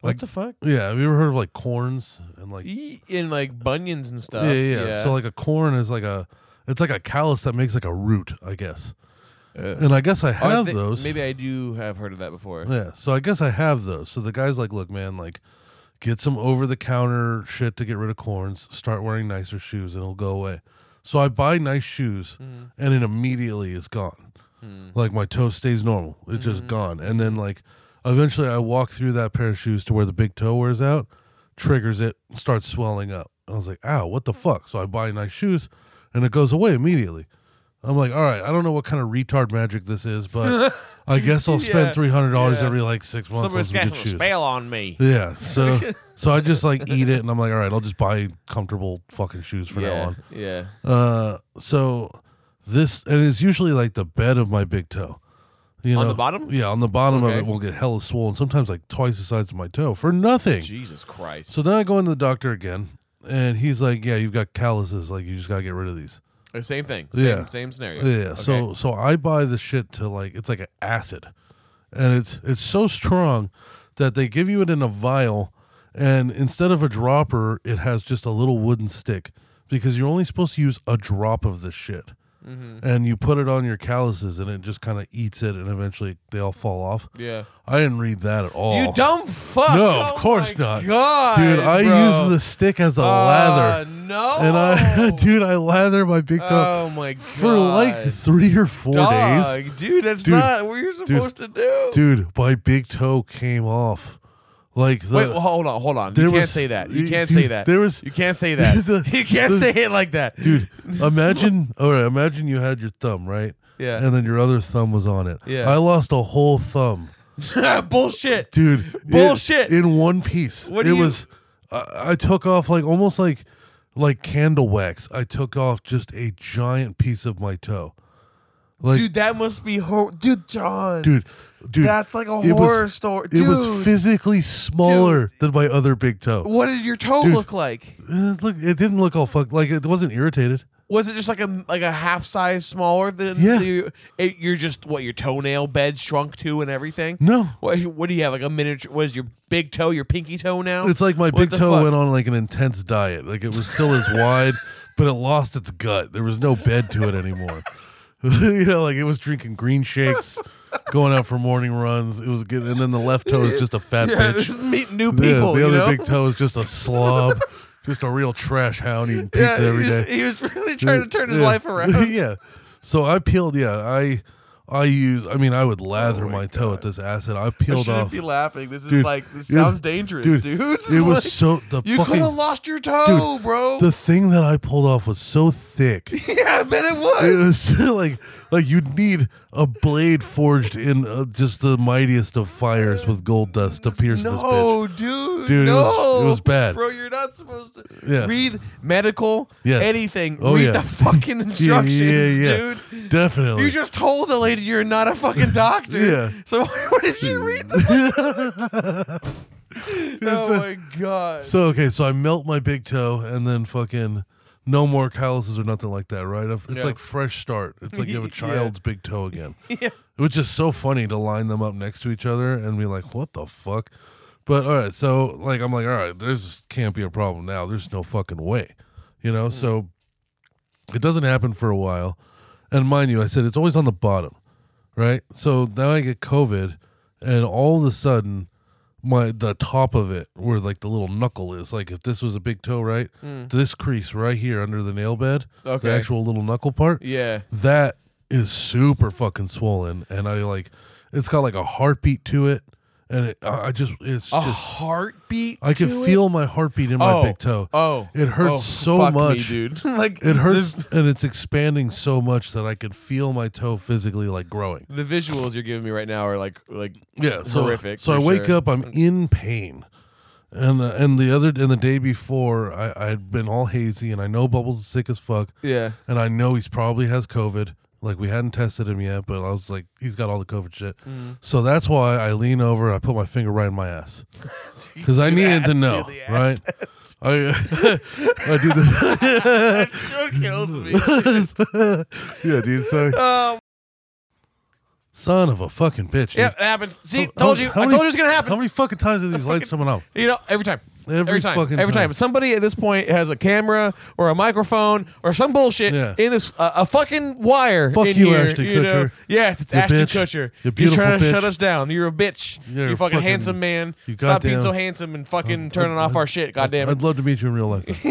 S2: What
S1: Like-
S2: the fuck?
S1: Yeah, have you ever heard of like corns and like
S2: E- In like bunions and stuff.
S1: yeah, yeah, yeah. So like a corn is like a it's like a callus that makes like a root, I guess.
S2: Uh,
S1: And I guess I
S2: oh, I
S1: have
S2: thi-
S1: those.
S2: Maybe I do have heard of that before.
S1: yeah. So I guess I have those. So the guy's like, "Look, man, like get some over the counter shit to get rid of corns, start wearing nicer shoes and it'll go away." So I buy nice shoes and it immediately is gone. Like my toe stays normal. It's just gone. And then like eventually I walk through that pair of shoes to where the big toe wears out, triggers it, starts swelling up. And I was like, ow, what the fuck? So I buy nice shoes and it goes away immediately. I'm like, all right, I don't know what kind of retard magic this is, but I guess I'll spend
S2: Yeah,
S1: three hundred dollars
S2: yeah.
S1: every like six months on
S2: Somebody's
S1: some
S2: got
S1: good
S2: a
S1: shoes.
S2: spell on me.
S1: Yeah. So so I just like eat it and I'm like, all right, I'll just buy comfortable fucking shoes from now
S2: yeah,
S1: on.
S2: yeah.
S1: Uh, so this and it's usually like the bed of my big toe. You
S2: On
S1: know?
S2: the bottom?
S1: Yeah, on the bottom of
S2: Okay.
S1: it will get hella swollen, sometimes like twice the size of my toe for nothing.
S2: Jesus Christ.
S1: So then I go into the doctor again and he's like, Yeah, you've got calluses, like you just gotta get rid of these.
S2: Uh, Same thing. Same,
S1: Yeah.
S2: same scenario.
S1: Yeah. So so I buy the shit to like it's like an acid, and it's it's so strong that they give you it in a vial, and instead of a dropper, it has just a little wooden stick because you're only supposed to use a drop of this shit,
S2: Mm-hmm.
S1: and you put it on your calluses, and it just kind of eats it, and eventually they all fall off.
S2: Yeah.
S1: I didn't read that at all.
S2: You dumb fuck.
S1: No,
S2: Oh
S1: of course
S2: my
S1: not,
S2: God,
S1: dude. I
S2: bro.
S1: use the stick as a
S2: Uh,
S1: lather.
S2: No.
S1: And I, dude, I lather my big toe
S2: Oh my god.
S1: for like three or four days.
S2: Dog, dude, that's
S1: Dude,
S2: not what you're supposed to do.
S1: dude my big toe came off like the
S2: Wait, well, hold on, hold on.
S1: there
S2: You can't
S1: was-
S2: say that. You
S1: y-
S2: can't
S1: dude,
S2: say that.
S1: there was-
S2: You can't say that.
S1: the-
S2: you can't
S1: the-
S2: say it like that,
S1: dude imagine all right imagine you had your thumb right
S2: Yeah.
S1: and then your other thumb was on it
S2: Yeah.
S1: i lost a whole thumb
S2: Bullshit,
S1: dude it-
S2: Bullshit.
S1: in one piece
S2: What
S1: it
S2: do you-
S1: was I, I took off like almost like like candle wax i took off just a giant piece of my toe like
S2: dude. That must be hor- dude, John.
S1: dude dude
S2: that's like a
S1: it was-
S2: horror story. Dude,
S1: it was physically smaller than my other big toe
S2: what did your toe
S1: Dude.
S2: look like?
S1: Uh, look it didn't look all fucked like it wasn't irritated
S2: Was it just like a like a half size smaller than
S1: Yeah.
S2: the, it, you're just what your toenail bed shrunk to and everything?
S1: no
S2: What, what do you have like a miniature? What is your big toe? Your pinky toe now?
S1: It's like my
S2: What
S1: big
S2: the
S1: toe
S2: fuck?
S1: went on like an intense diet. Like it was still as wide, but it lost its gut. There was no bed to it anymore. you know, like it was drinking green shakes, going out for morning runs. It was getting, and then the left toe is just a fat
S2: Yeah,
S1: bitch.
S2: just meet
S1: Yeah,
S2: new people.
S1: the
S2: you
S1: other
S2: know?
S1: big toe is just a slob, just a real trash hound eating pizza
S2: yeah,
S1: every
S2: he
S1: day.
S2: was, He was really trying to turn his
S1: Yeah.
S2: life around.
S1: yeah. So I peeled. Yeah, I I use. I mean, I would lather
S2: Oh my
S1: my, toe with this acid. I
S2: I
S1: peeled
S2: shouldn't
S1: off.
S2: be laughing. This is
S1: Dude,
S2: like this
S1: it-
S2: sounds dangerous, dude.
S1: dude, It
S2: Like,
S1: was so the
S2: you could
S1: fucking
S2: have lost your toe, bro.
S1: the thing that I pulled off was so thick.
S2: yeah, I bet it
S1: It
S2: was.
S1: was like like you'd need a blade forged in uh, just the mightiest of fires with gold dust to pierce this bitch.
S2: no, dude,
S1: Dude, it
S2: no.
S1: was- it was bad.
S2: bro. You're not supposed to
S1: Yeah.
S2: read medical,
S1: Yes.
S2: anything.
S1: Oh,
S2: read
S1: yeah.
S2: the fucking instructions, dude.
S1: Definitely.
S2: You just told the lady you're not a fucking doctor.
S1: Yeah.
S2: So why did she read the? oh my god.
S1: so okay, so I melt my big toe and then fucking no more calluses or nothing like that, right? It's
S2: Yeah.
S1: like fresh start. It's like you have a
S2: Yeah.
S1: child's big toe again.
S2: yeah.
S1: which is so funny to line them up next to each other and be like, what the fuck? But all right, so like I'm like, all right, there's can't be a problem now. There's no fucking way, you
S2: Hmm.
S1: know. So it doesn't happen for a while, and mind you, I said it's always on the bottom, right? So now I get COVID, and all of a sudden, my the top of it where like the little knuckle is, like if this was a big toe, right? This crease right here under the nail bed,
S2: Hmm. Okay.
S1: the actual little knuckle part,
S2: Yeah.
S1: that is super fucking swollen and i like it's got like a heartbeat to it and it, i I just it's
S2: A
S1: just
S2: heartbeat.
S1: i can
S2: to it?
S1: feel my heartbeat in my
S2: oh,
S1: big toe
S2: Oh,
S1: It hurts
S2: oh,
S1: so
S2: fuck me,
S1: much.
S2: dude. like
S1: it hurts
S2: The,
S1: and it's expanding so much that i could feel my toe physically like growing
S2: the visuals you're giving me right now are like like
S1: yeah so
S2: horrific.
S1: so i
S2: for
S1: wake
S2: sure.
S1: up i'm in pain and uh, and the other and the day before i i had been all hazy and i know bubbles is sick as fuck
S2: Yeah.
S1: and I know he's probably has COVID. Like we hadn't tested him yet, but I was like, he's got all the COVID shit.
S2: Mm.
S1: So that's why I lean over. I put my finger right in my ass because I
S2: Do
S1: needed
S2: that,
S1: to
S2: do
S1: know,
S2: the ass
S1: right? I, I do
S2: That
S1: the
S2: still kills me.
S1: yeah, dude. So,
S2: Um,
S1: son of a fucking bitch.
S2: yeah,
S1: dude.
S2: it happened. See,
S1: How-
S2: told
S1: how-
S2: you.
S1: how
S2: I
S1: many-
S2: told you it was gonna happen.
S1: How many fucking times are these lights coming out?
S2: You know, every time.
S1: Every
S2: time.
S1: fucking
S2: every time.
S1: time.
S2: Somebody at this point has a camera or a microphone or some bullshit
S1: Yeah.
S2: in this uh, a fucking wire.
S1: Fuck
S2: in
S1: you,
S2: here,
S1: Ashton
S2: you know?
S1: Kutcher.
S2: Yes, it's
S1: You
S2: Ashton
S1: bitch.
S2: Kutcher.
S1: You beautiful
S2: are trying to
S1: bitch.
S2: shut us down. You're a bitch.
S1: You're
S2: You're, a fucking,
S1: fucking-
S2: handsome man.
S1: you
S2: Stop being
S1: goddamn-
S2: so handsome and fucking turning off our shit.
S1: I'd
S2: Goddamn it.
S1: love to meet you in real life. though.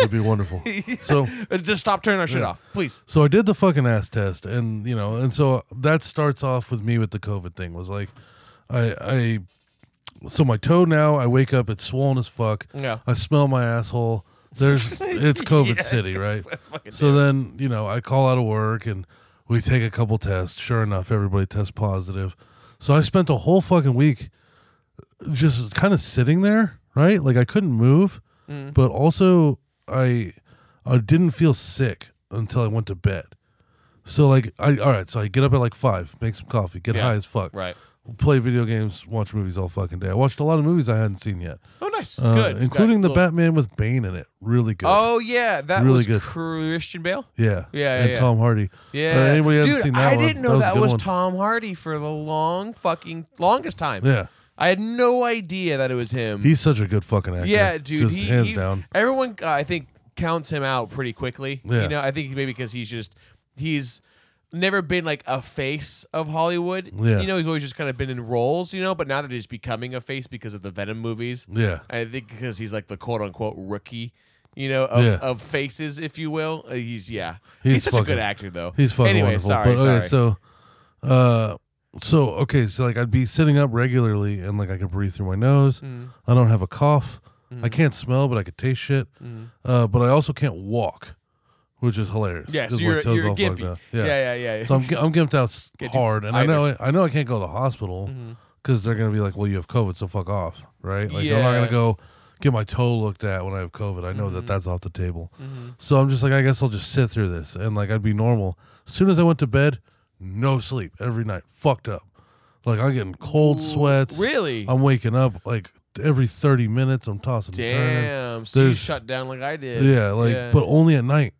S1: It'd be wonderful. So
S2: Uh, Just stop turning our shit
S1: Yeah.
S2: off, please.
S1: so I did the fucking ass test, and you know, and so that starts off with me with the COVID thing. Was like, I I so my toe now. I wake up, it's swollen as fuck.
S2: Yeah.
S1: I smell my asshole. There's it's COVID city, right? So then you know, I call out of work, and we take a couple tests. Sure enough, everybody tests positive. So I spent the whole fucking week just kind of sitting there, right? Like I couldn't move,
S2: Mm.
S1: but also I I didn't feel sick until I went to bed. So like I all right, so I get up at like five, make some coffee, get
S2: Yeah,
S1: high as fuck,
S2: Right.
S1: Play video games, watch movies all fucking day. I watched a lot of movies I hadn't seen yet,
S2: Oh, nice.
S1: Uh,
S2: good.
S1: including
S2: Got
S1: the
S2: a little-
S1: Batman with Bane in it. Really good.
S2: Oh yeah, that
S1: Really
S2: was
S1: good.
S2: Christian Bale.
S1: yeah,
S2: yeah,
S1: and
S2: yeah.
S1: Tom Hardy.
S2: Yeah.
S1: Uh, anybody
S2: Dude,
S1: hasn't seen that
S2: I
S1: one,
S2: didn't know
S1: that
S2: that was,
S1: a good one.
S2: Tom Hardy for the long fucking longest time.
S1: Yeah,
S2: I had no idea that it was him.
S1: he's such a good fucking actor.
S2: yeah, dude.
S1: just
S2: he,
S1: hands
S2: he-
S1: down.
S2: Everyone, uh, I think, counts him out pretty quickly.
S1: Yeah.
S2: You know, I think maybe because he's just he's never been like a face of Hollywood.
S1: Yeah.
S2: You know, he's always just kind of been in roles. You know, but now that he's becoming a face because of the Venom movies.
S1: Yeah,
S2: I think because he's like the quote unquote rookie, you know, of,
S1: Yeah.
S2: of faces, if you will. Uh, he's yeah, he's,
S1: He's
S2: such a
S1: fucking-
S2: good actor though.
S1: He's fucking
S2: anyway,
S1: wonderful.
S2: Sorry,
S1: but
S2: sorry.
S1: okay, so uh so okay, so like I'd be sitting up regularly and like I could breathe through my nose.
S2: Mm.
S1: I don't have a cough. I can't smell, but I could taste shit.
S2: Mm.
S1: Uh, but I also can't walk, which is hilarious.
S2: yeah, so
S1: 'cause my
S2: you're,
S1: toes
S2: you're
S1: all fucked
S2: gimpy. Yeah.
S1: up.
S2: yeah, yeah, yeah.
S1: So I'm I'm gimped out s-
S2: Can't do
S1: hard, and I know I know I can't go to the hospital
S2: Mm-hmm.
S1: because they're gonna be like, "Well, you have COVID, so fuck off," right? Like I'm not
S2: Yeah. Mm-hmm.
S1: gonna go get my toe looked at when I have COVID. I know that that's off the table. So I'm just like, I guess I'll just sit through this, and like I'd be normal. As soon as I went to bed, no sleep every night, fucked up. Like I'm getting cold sweats.
S2: really?
S1: I'm waking up like every 30 minutes. I'm tossing and turning.
S2: Damn, so you
S1: There's-
S2: shut down like I did.
S1: Yeah, like but only at night.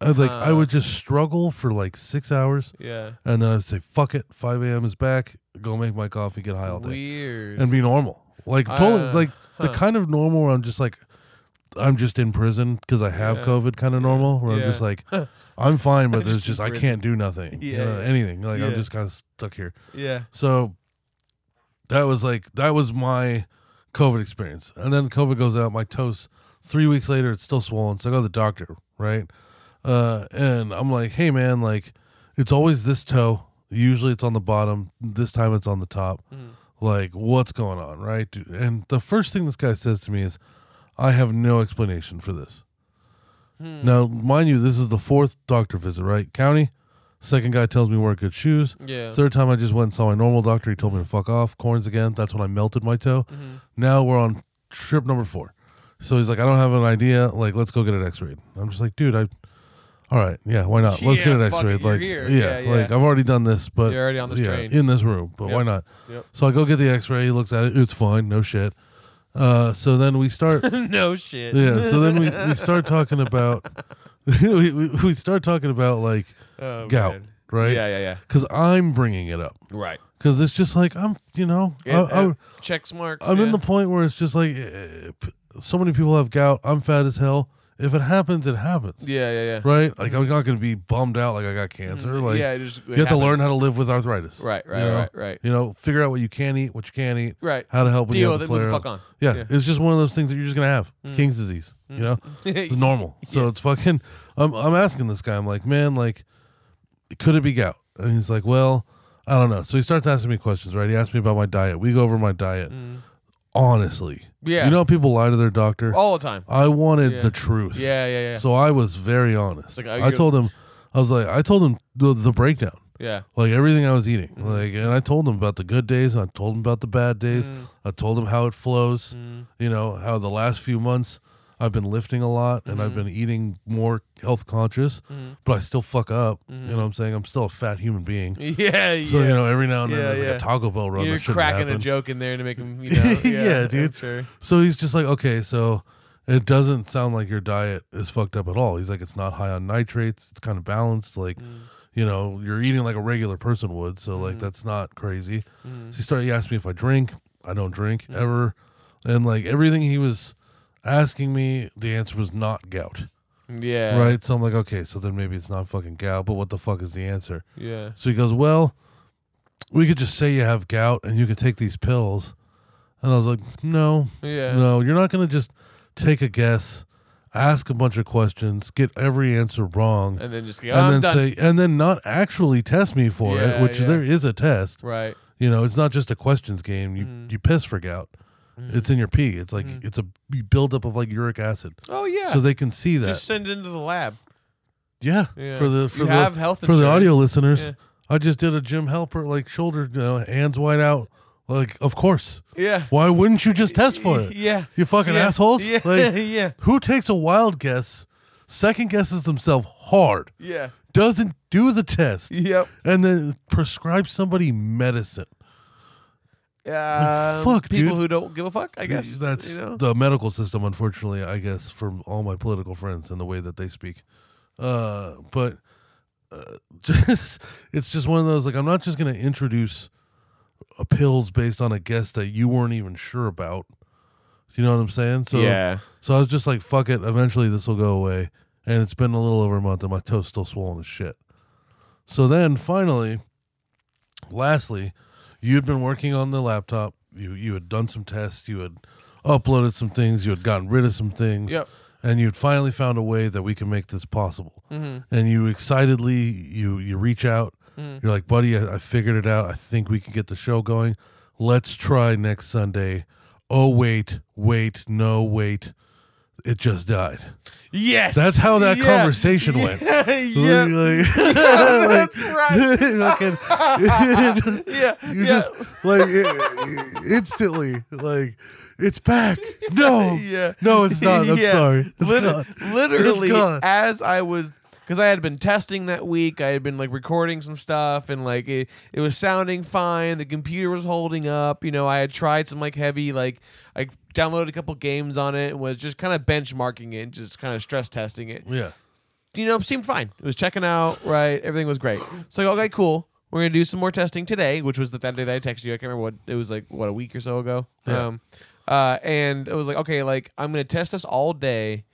S1: I, like I
S2: Huh.
S1: would just struggle for like six hours.
S2: yeah,
S1: And then I'd say, fuck it, 5 a.m. is back. Go make my coffee, get high all day,
S2: weird.
S1: and be normal. Like, totally,
S2: Uh,
S1: like the
S2: huh.
S1: kind of normal where I'm just like, I'm just in prison because I have
S2: Yeah.
S1: COVID kind of normal, where
S2: Yeah.
S1: I'm just like, I'm fine, but there's
S2: just in
S1: just, I
S2: prison.
S1: can't do nothing, you
S2: Yeah,
S1: know,
S2: yeah.
S1: anything. Like, I'm
S2: Yeah.
S1: just kind of stuck here.
S2: yeah,
S1: So that was like, that was my COVID experience. And then COVID goes out, my toes, three weeks later, it's still swollen. So I go to the doctor, right? uh, and I'm like, hey man, like it's always this toe. Usually it's on the bottom. This time it's on the top. Like what's going on, right? Dude, And the first thing this guy says to me is, I have no explanation for this. Now, mind you, this is the fourth doctor visit, right? County. Second guy tells me wear good shoes.
S2: Yeah.
S1: Third time I just went and saw my normal doctor. He told me to fuck off. Corns again. That's when I melted my toe.
S2: Mm-hmm.
S1: Now we're on trip number four. So he's like, I don't have an idea. Like, let's go get an X-ray. I'm just like, dude, I all right, yeah, why not? Let's
S2: Yeah,
S1: get an
S2: fuck
S1: X-ray.
S2: it, you're
S1: Like,
S2: here.
S1: Yeah,
S2: Yeah,
S1: like
S2: yeah.
S1: I've already done this, but
S2: You're already on this
S1: yeah,
S2: train.
S1: in this room. But why
S2: Yep.
S1: not?
S2: Yep.
S1: So I go get the X-ray. He looks at it. It's fine. No shit. Uh, so then we start.
S2: no shit.
S1: yeah. So then we, we start talking about we, we we start talking about like
S2: Oh,
S1: gout,
S2: man.
S1: right?
S2: Yeah, yeah, yeah.
S1: Because I'm bringing it up.
S2: Right.
S1: Because it's just like I'm, you know,
S2: Yeah,
S1: I, I,
S2: uh, checks marks.
S1: I'm
S2: yeah.
S1: in the point where it's just like eh, p- so many people have gout. I'm fat as hell. If it happens, it happens.
S2: Yeah, yeah, yeah.
S1: Right? Like I'm not gonna be bummed out like I got cancer. Like
S2: Mm-hmm. yeah, it just, it
S1: you have to learn
S2: happens.
S1: how to live with arthritis.
S2: Right, right,
S1: you know?
S2: right, right.
S1: You know, figure out what you can eat, what you can't eat,
S2: Right.
S1: how to help when you
S2: Deal
S1: have
S2: with it,
S1: the
S2: move
S1: flare.
S2: the fuck on.
S1: Yeah,
S2: Yeah. Mm.
S1: it's just one of those things that you're just gonna have. It's King's disease. You know, it's normal. So it's fucking. I'm I'm asking this guy. I'm like, man, like, could it be gout? And he's like, well, I don't know. So he starts asking me questions. Right? He asked me about my diet. We go over my diet. Honestly,
S2: Mm. Yeah.
S1: You know, how people lie to their doctor.
S2: all the time.
S1: I wanted
S2: Yeah.
S1: the truth.
S2: Yeah, yeah, yeah.
S1: So I was very honest.
S2: like, are
S1: I
S2: you-
S1: told him, I was like, I told him the, the breakdown
S2: yeah.
S1: like everything I was eating.
S2: Mm-hmm.
S1: Like, and I told him about the good days. I told him about the bad days.
S2: Mm.
S1: I told him how it flows. You know how the last few months I've been lifting a lot and
S2: Mm.
S1: I've been eating more health conscious, but I still fuck up. You know what I'm saying? I'm still a fat human being.
S2: Yeah, Mm. yeah.
S1: So you know every now and then
S2: Yeah,
S1: there's
S2: yeah.
S1: like a Taco Bell run.
S2: You're
S1: that shouldn't
S2: cracking a
S1: happen.
S2: joke in there to make him, you know. Yeah,
S1: Yeah,
S2: I'm
S1: dude.
S2: Sure.
S1: So he's just like, okay, so it doesn't sound like your diet is fucked up at all. He's like, it's not high on nitrates. It's kind of balanced. Like, you know, you're eating like a regular person would. So like, that's not crazy. So he started. He asked me if I drink. I don't drink ever. And like everything he was asking me, the answer was not gout.
S2: Yeah.
S1: Right. So I'm like, okay, so then maybe it's not fucking gout. But what the fuck is the answer?
S2: Yeah.
S1: So he goes, Well, we could just say you have gout and you could take these pills. And I was like, No,
S2: Yeah.
S1: no, you're not going to just take a guess ask a bunch of questions, get every answer wrong,
S2: and then just go.
S1: and
S2: I'm
S1: then
S2: done.
S1: say, and then not actually test me for
S2: Yeah,
S1: it, which
S2: yeah.
S1: there is a test.
S2: right. Mm.
S1: You know, it's not just a questions game. You you piss frig out. It's in your pee. It's like it's a buildup of like uric acid,
S2: Oh Mm. yeah.
S1: so they can see that.
S2: just send it into the lab.
S1: yeah,
S2: Yeah.
S1: for the
S2: You
S1: for the
S2: have health
S1: for the audio
S2: insurance.
S1: listeners,
S2: Yeah.
S1: I just did a Jim Helper like shoulder, you know, hands wide out. Like, of course.
S2: Yeah.
S1: Why wouldn't you just test for it?
S2: Yeah.
S1: You fucking
S2: Yeah.
S1: assholes.
S2: Yeah.
S1: Like,
S2: yeah.
S1: Who takes a wild guess, second guesses themselves hard,
S2: Yeah.
S1: doesn't do the test,
S2: Yep.
S1: and then prescribes somebody medicine?
S2: Um,
S1: fuck,
S2: people
S1: dude.
S2: who don't give a fuck. I guess
S1: that's
S2: you know?
S1: the medical system, unfortunately. I guess from all my political friends and the way that they speak, uh, but uh, just it's just one of those. Like, I'm not just gonna introduce uh pills based on a guess that you weren't even sure about. You know what I'm saying? So
S2: yeah.
S1: So I was just like, fuck it. Eventually this will go away. And it's been a little over a month and my toe's still swollen as shit. So then finally, lastly, you had been working on the laptop. You you had done some tests. You had uploaded some things. You had gotten rid of some things.
S2: Yep.
S1: And you'd finally found a way that we can make this possible. And you excitedly you you reach out. You're like, buddy, I, I figured it out. I think we can get the show going. Let's try next Sunday. Oh wait, wait, no wait. It just died.
S2: Yes.
S1: That's how that
S2: Yeah.
S1: conversation went.
S2: yeah.
S1: Like-
S2: That's right.
S1: fucking-
S2: Yeah.
S1: you
S2: yeah.
S1: just like it, it- instantly like it's back. No,
S2: yeah.
S1: Oh. no, it's not. I'm
S2: Yeah.
S1: sorry. It's
S2: Lit-
S1: gone.
S2: Literally,
S1: It's gone.
S2: as I was, because I had been testing that week, I had been like recording some stuff, and like it, it was sounding fine. The computer was holding up. You know, I had tried some like heavy, like I downloaded a couple games on it, and was just kind of benchmarking it, and just kind of stress testing it.
S1: Yeah,
S2: you know, it seemed fine. It was checking out, right? Everything was great. So like, okay, cool. We're gonna do some more testing today, which was the that day that I texted you. I can't remember what it was like what a week or so ago.
S1: Yeah.
S2: Um uh and it was like, okay, like I'm gonna test this all day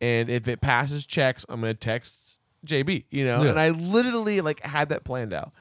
S2: and if it passes checks, I'm gonna text JB, you know?
S1: Yeah.
S2: And I literally like had that planned out.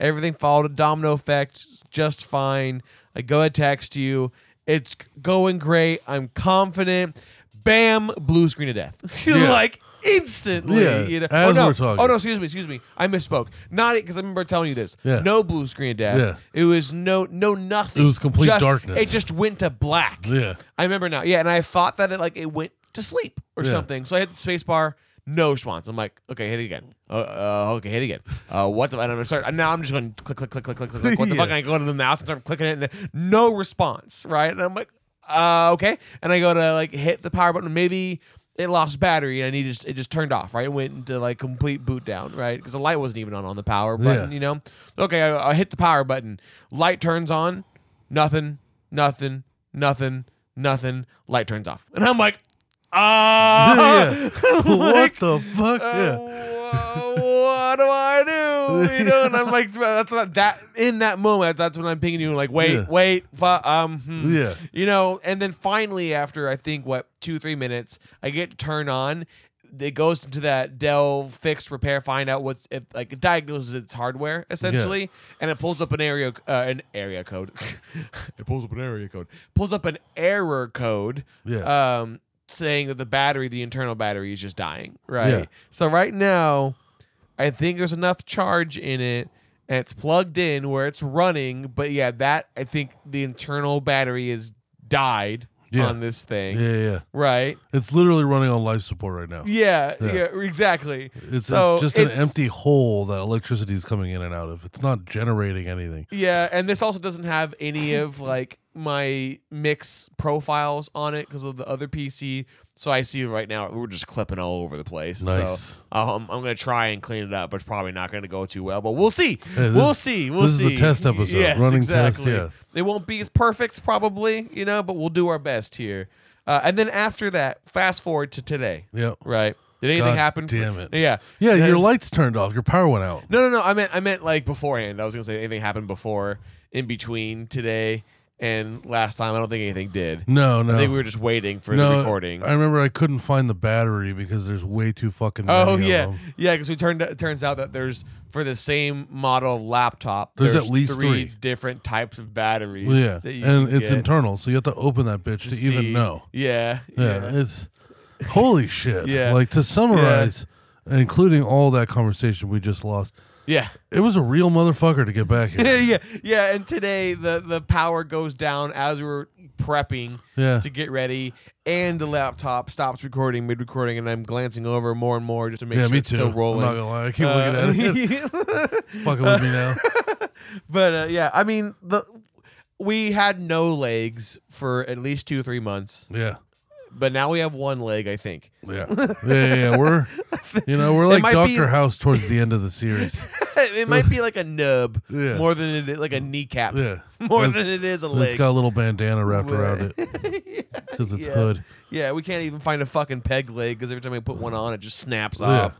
S2: Everything followed a domino effect just fine. I go and text you. It's going great. I'm confident. Bam, blue screen of death.
S1: Yeah.
S2: like instantly.
S1: Yeah,
S2: you know-
S1: as
S2: oh, no.
S1: we're talking.
S2: Oh no, excuse me, excuse me. I misspoke. Not because I remember telling you this.
S1: Yeah.
S2: No blue screen of death.
S1: Yeah.
S2: It was no no nothing.
S1: It was complete
S2: Just-
S1: darkness.
S2: It just went to black.
S1: Yeah.
S2: I remember now. Yeah, and I thought that it like it went to sleep or
S1: Yeah.
S2: something. So I hit the space bar. No response. I'm like, okay, hit it again. Uh, uh, okay, hit it again. Uh, what the? And I'm gonna start. Now I'm just going click, click, click, click, click, click. What the
S1: Yeah.
S2: fuck? And I go to the mouse and start clicking it, and no response. Right? And I'm like, uh, okay. And I go to like hit the power button. Maybe it lost battery and I needed it just turned off. Right? It went into like complete boot down. Right? Because the light wasn't even on on the power button.
S1: Yeah.
S2: You know? Okay, I, I hit the power button. Light turns on. Nothing. Nothing. Nothing. Nothing. Light turns off. And I'm like, ah.
S1: yeah. what the fuck?
S2: Uh,
S1: yeah,
S2: wha- what do I do? You know, and I'm like, that's not that in that moment. That's when I'm pinging you, like, wait,
S1: Yeah.
S2: wait, fu- um, hmm.
S1: Yeah.
S2: you know. And then finally, after I think what two, three minutes, I get turned on. It goes into that delve, fix, repair, find out what's if like it diagnoses its hardware essentially, and it pulls up an area, uh, an area code. it pulls up an area code. Pulls up an error code.
S1: Yeah.
S2: Um, saying that the battery, the internal battery, is just dying. Right.
S1: Yeah.
S2: So right now, I think there's enough charge in it and it's plugged in where it's running. But yeah, that I think the internal battery is died
S1: Yeah.
S2: on this thing.
S1: yeah, yeah.
S2: Right.
S1: It's literally running on life support right now.
S2: Yeah, yeah.
S1: Yeah.
S2: Exactly.
S1: It's,
S2: So
S1: it's just an
S2: it's-
S1: empty hole that electricity is coming in and out of. It's not generating anything.
S2: Yeah, and this also doesn't have any of like my mix profiles on it because of the other PC. So I see right now we're just clipping all over the place.
S1: Nice.
S2: So um, I'm gonna try and clean it up, but it's probably not gonna go too well. But we'll see.
S1: Hey, this
S2: we'll
S1: is-
S2: see. We'll
S1: this is
S2: see.
S1: the test episode,
S2: Yes,
S1: running test,
S2: exactly.
S1: yeah.
S2: It won't be as perfect, probably, you know, but we'll do our best here. Uh, and then after that, fast forward to today.
S1: Yep.
S2: Right. Did anything
S1: God
S2: happen?
S1: damn it.
S2: Yeah.
S1: Yeah,
S2: Uh,
S1: your lights turned off. Your power went out.
S2: no, no, no. I meant I meant like beforehand. I was gonna say anything happened before, in between today and last time. I don't think anything did.
S1: No, no.
S2: I think we were just waiting for the recording.
S1: I remember I couldn't find the battery because there's way too fucking. Many
S2: oh
S1: of
S2: yeah,
S1: them.
S2: yeah. Because we turned it turns out that there's for the same model of laptop.
S1: There's at least three.
S2: different types of batteries.
S1: Well, yeah,
S2: that you
S1: and
S2: can
S1: it's
S2: get
S1: internal, so you have to open that bitch to
S2: see.
S1: even know.
S2: Yeah,
S1: Yeah, it's Holy shit.
S2: Yeah.
S1: Like to summarize, including all that conversation we just lost,
S2: Yeah.
S1: it was a real motherfucker to get back
S2: yeah,
S1: here.
S2: yeah, yeah. And today the the power goes down as we were prepping
S1: Yeah.
S2: to get ready, and the laptop stops recording mid recording, and I'm glancing over more and more just to make
S1: yeah,
S2: sure
S1: me
S2: it's
S1: too.
S2: still
S1: I'm
S2: rolling.
S1: not
S2: Uh,
S1: gonna lie. I keep looking at it.
S2: looking at it.
S1: Fucking with me now.
S2: but uh, yeah, I mean the. We had no legs for at least two, three months,
S1: Yeah.
S2: but now we have one leg, I think.
S1: Yeah. Yeah, yeah, yeah. We're you know, we're like
S2: might be-
S1: Doctor House towards the end of the series.
S2: it might be like a nub
S1: Yeah.
S2: more than it is like a kneecap,
S1: Yeah.
S2: more
S1: It's-
S2: than it is a
S1: And
S2: leg.
S1: it's got a little bandana wrapped around it because it's
S2: Yeah.
S1: hood.
S2: Yeah, we can't even find a fucking peg leg because every time we put one on, it just snaps
S1: Yeah.
S2: off.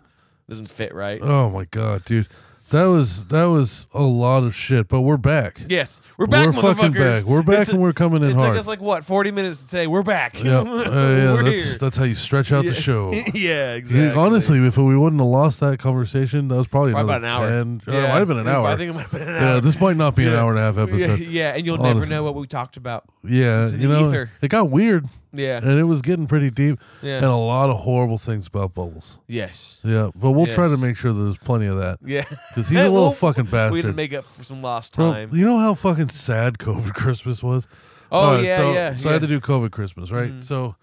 S2: Doesn't fit right.
S1: Oh my god, dude. That was that was a lot of shit, but we're back.
S2: yes, we're back,
S1: we're fucking
S2: motherfuckers.
S1: back. We're
S2: It
S1: back
S2: took-
S1: and we're coming in
S2: It
S1: hard.
S2: took us like what, forty minutes to say we're back.
S1: Yep. Uh, yeah,
S2: we're
S1: that's
S2: here.
S1: that's how you stretch out
S2: yeah.
S1: the show.
S2: yeah, exactly.
S1: Yeah, Honestly, if we wouldn't have lost that converside, that was probably,
S2: Probably about
S1: another
S2: an hour.
S1: 10 uh, it might have been an hour.
S2: I think it might have been an hour.
S1: yeah, this might not be an
S2: Yeah.
S1: hour and a half
S2: yeah,
S1: episode. Yeah,
S2: yeah, and you'll never
S1: Honestly.
S2: know what we talked about. in
S1: you
S2: the
S1: know,
S2: ether.
S1: it got weird
S2: Yeah.
S1: and it was getting pretty deep
S2: Yeah.
S1: and a lot of horrible things about Bubbles.
S2: yes.
S1: Yeah, but we'll try to
S2: Yes.
S1: make sure there's plenty of that
S2: Yeah.
S1: because he's a little
S2: Well,
S1: fucking
S2: We didn't
S1: bastard.
S2: make up for some lost
S1: Bro,
S2: time.
S1: you know how fucking sad COVID Christmas was?
S2: Oh,
S1: Alright,
S2: yeah,
S1: so,
S2: yeah,
S1: So I had
S2: yeah. Mm.
S1: to do COVID Christmas, right? So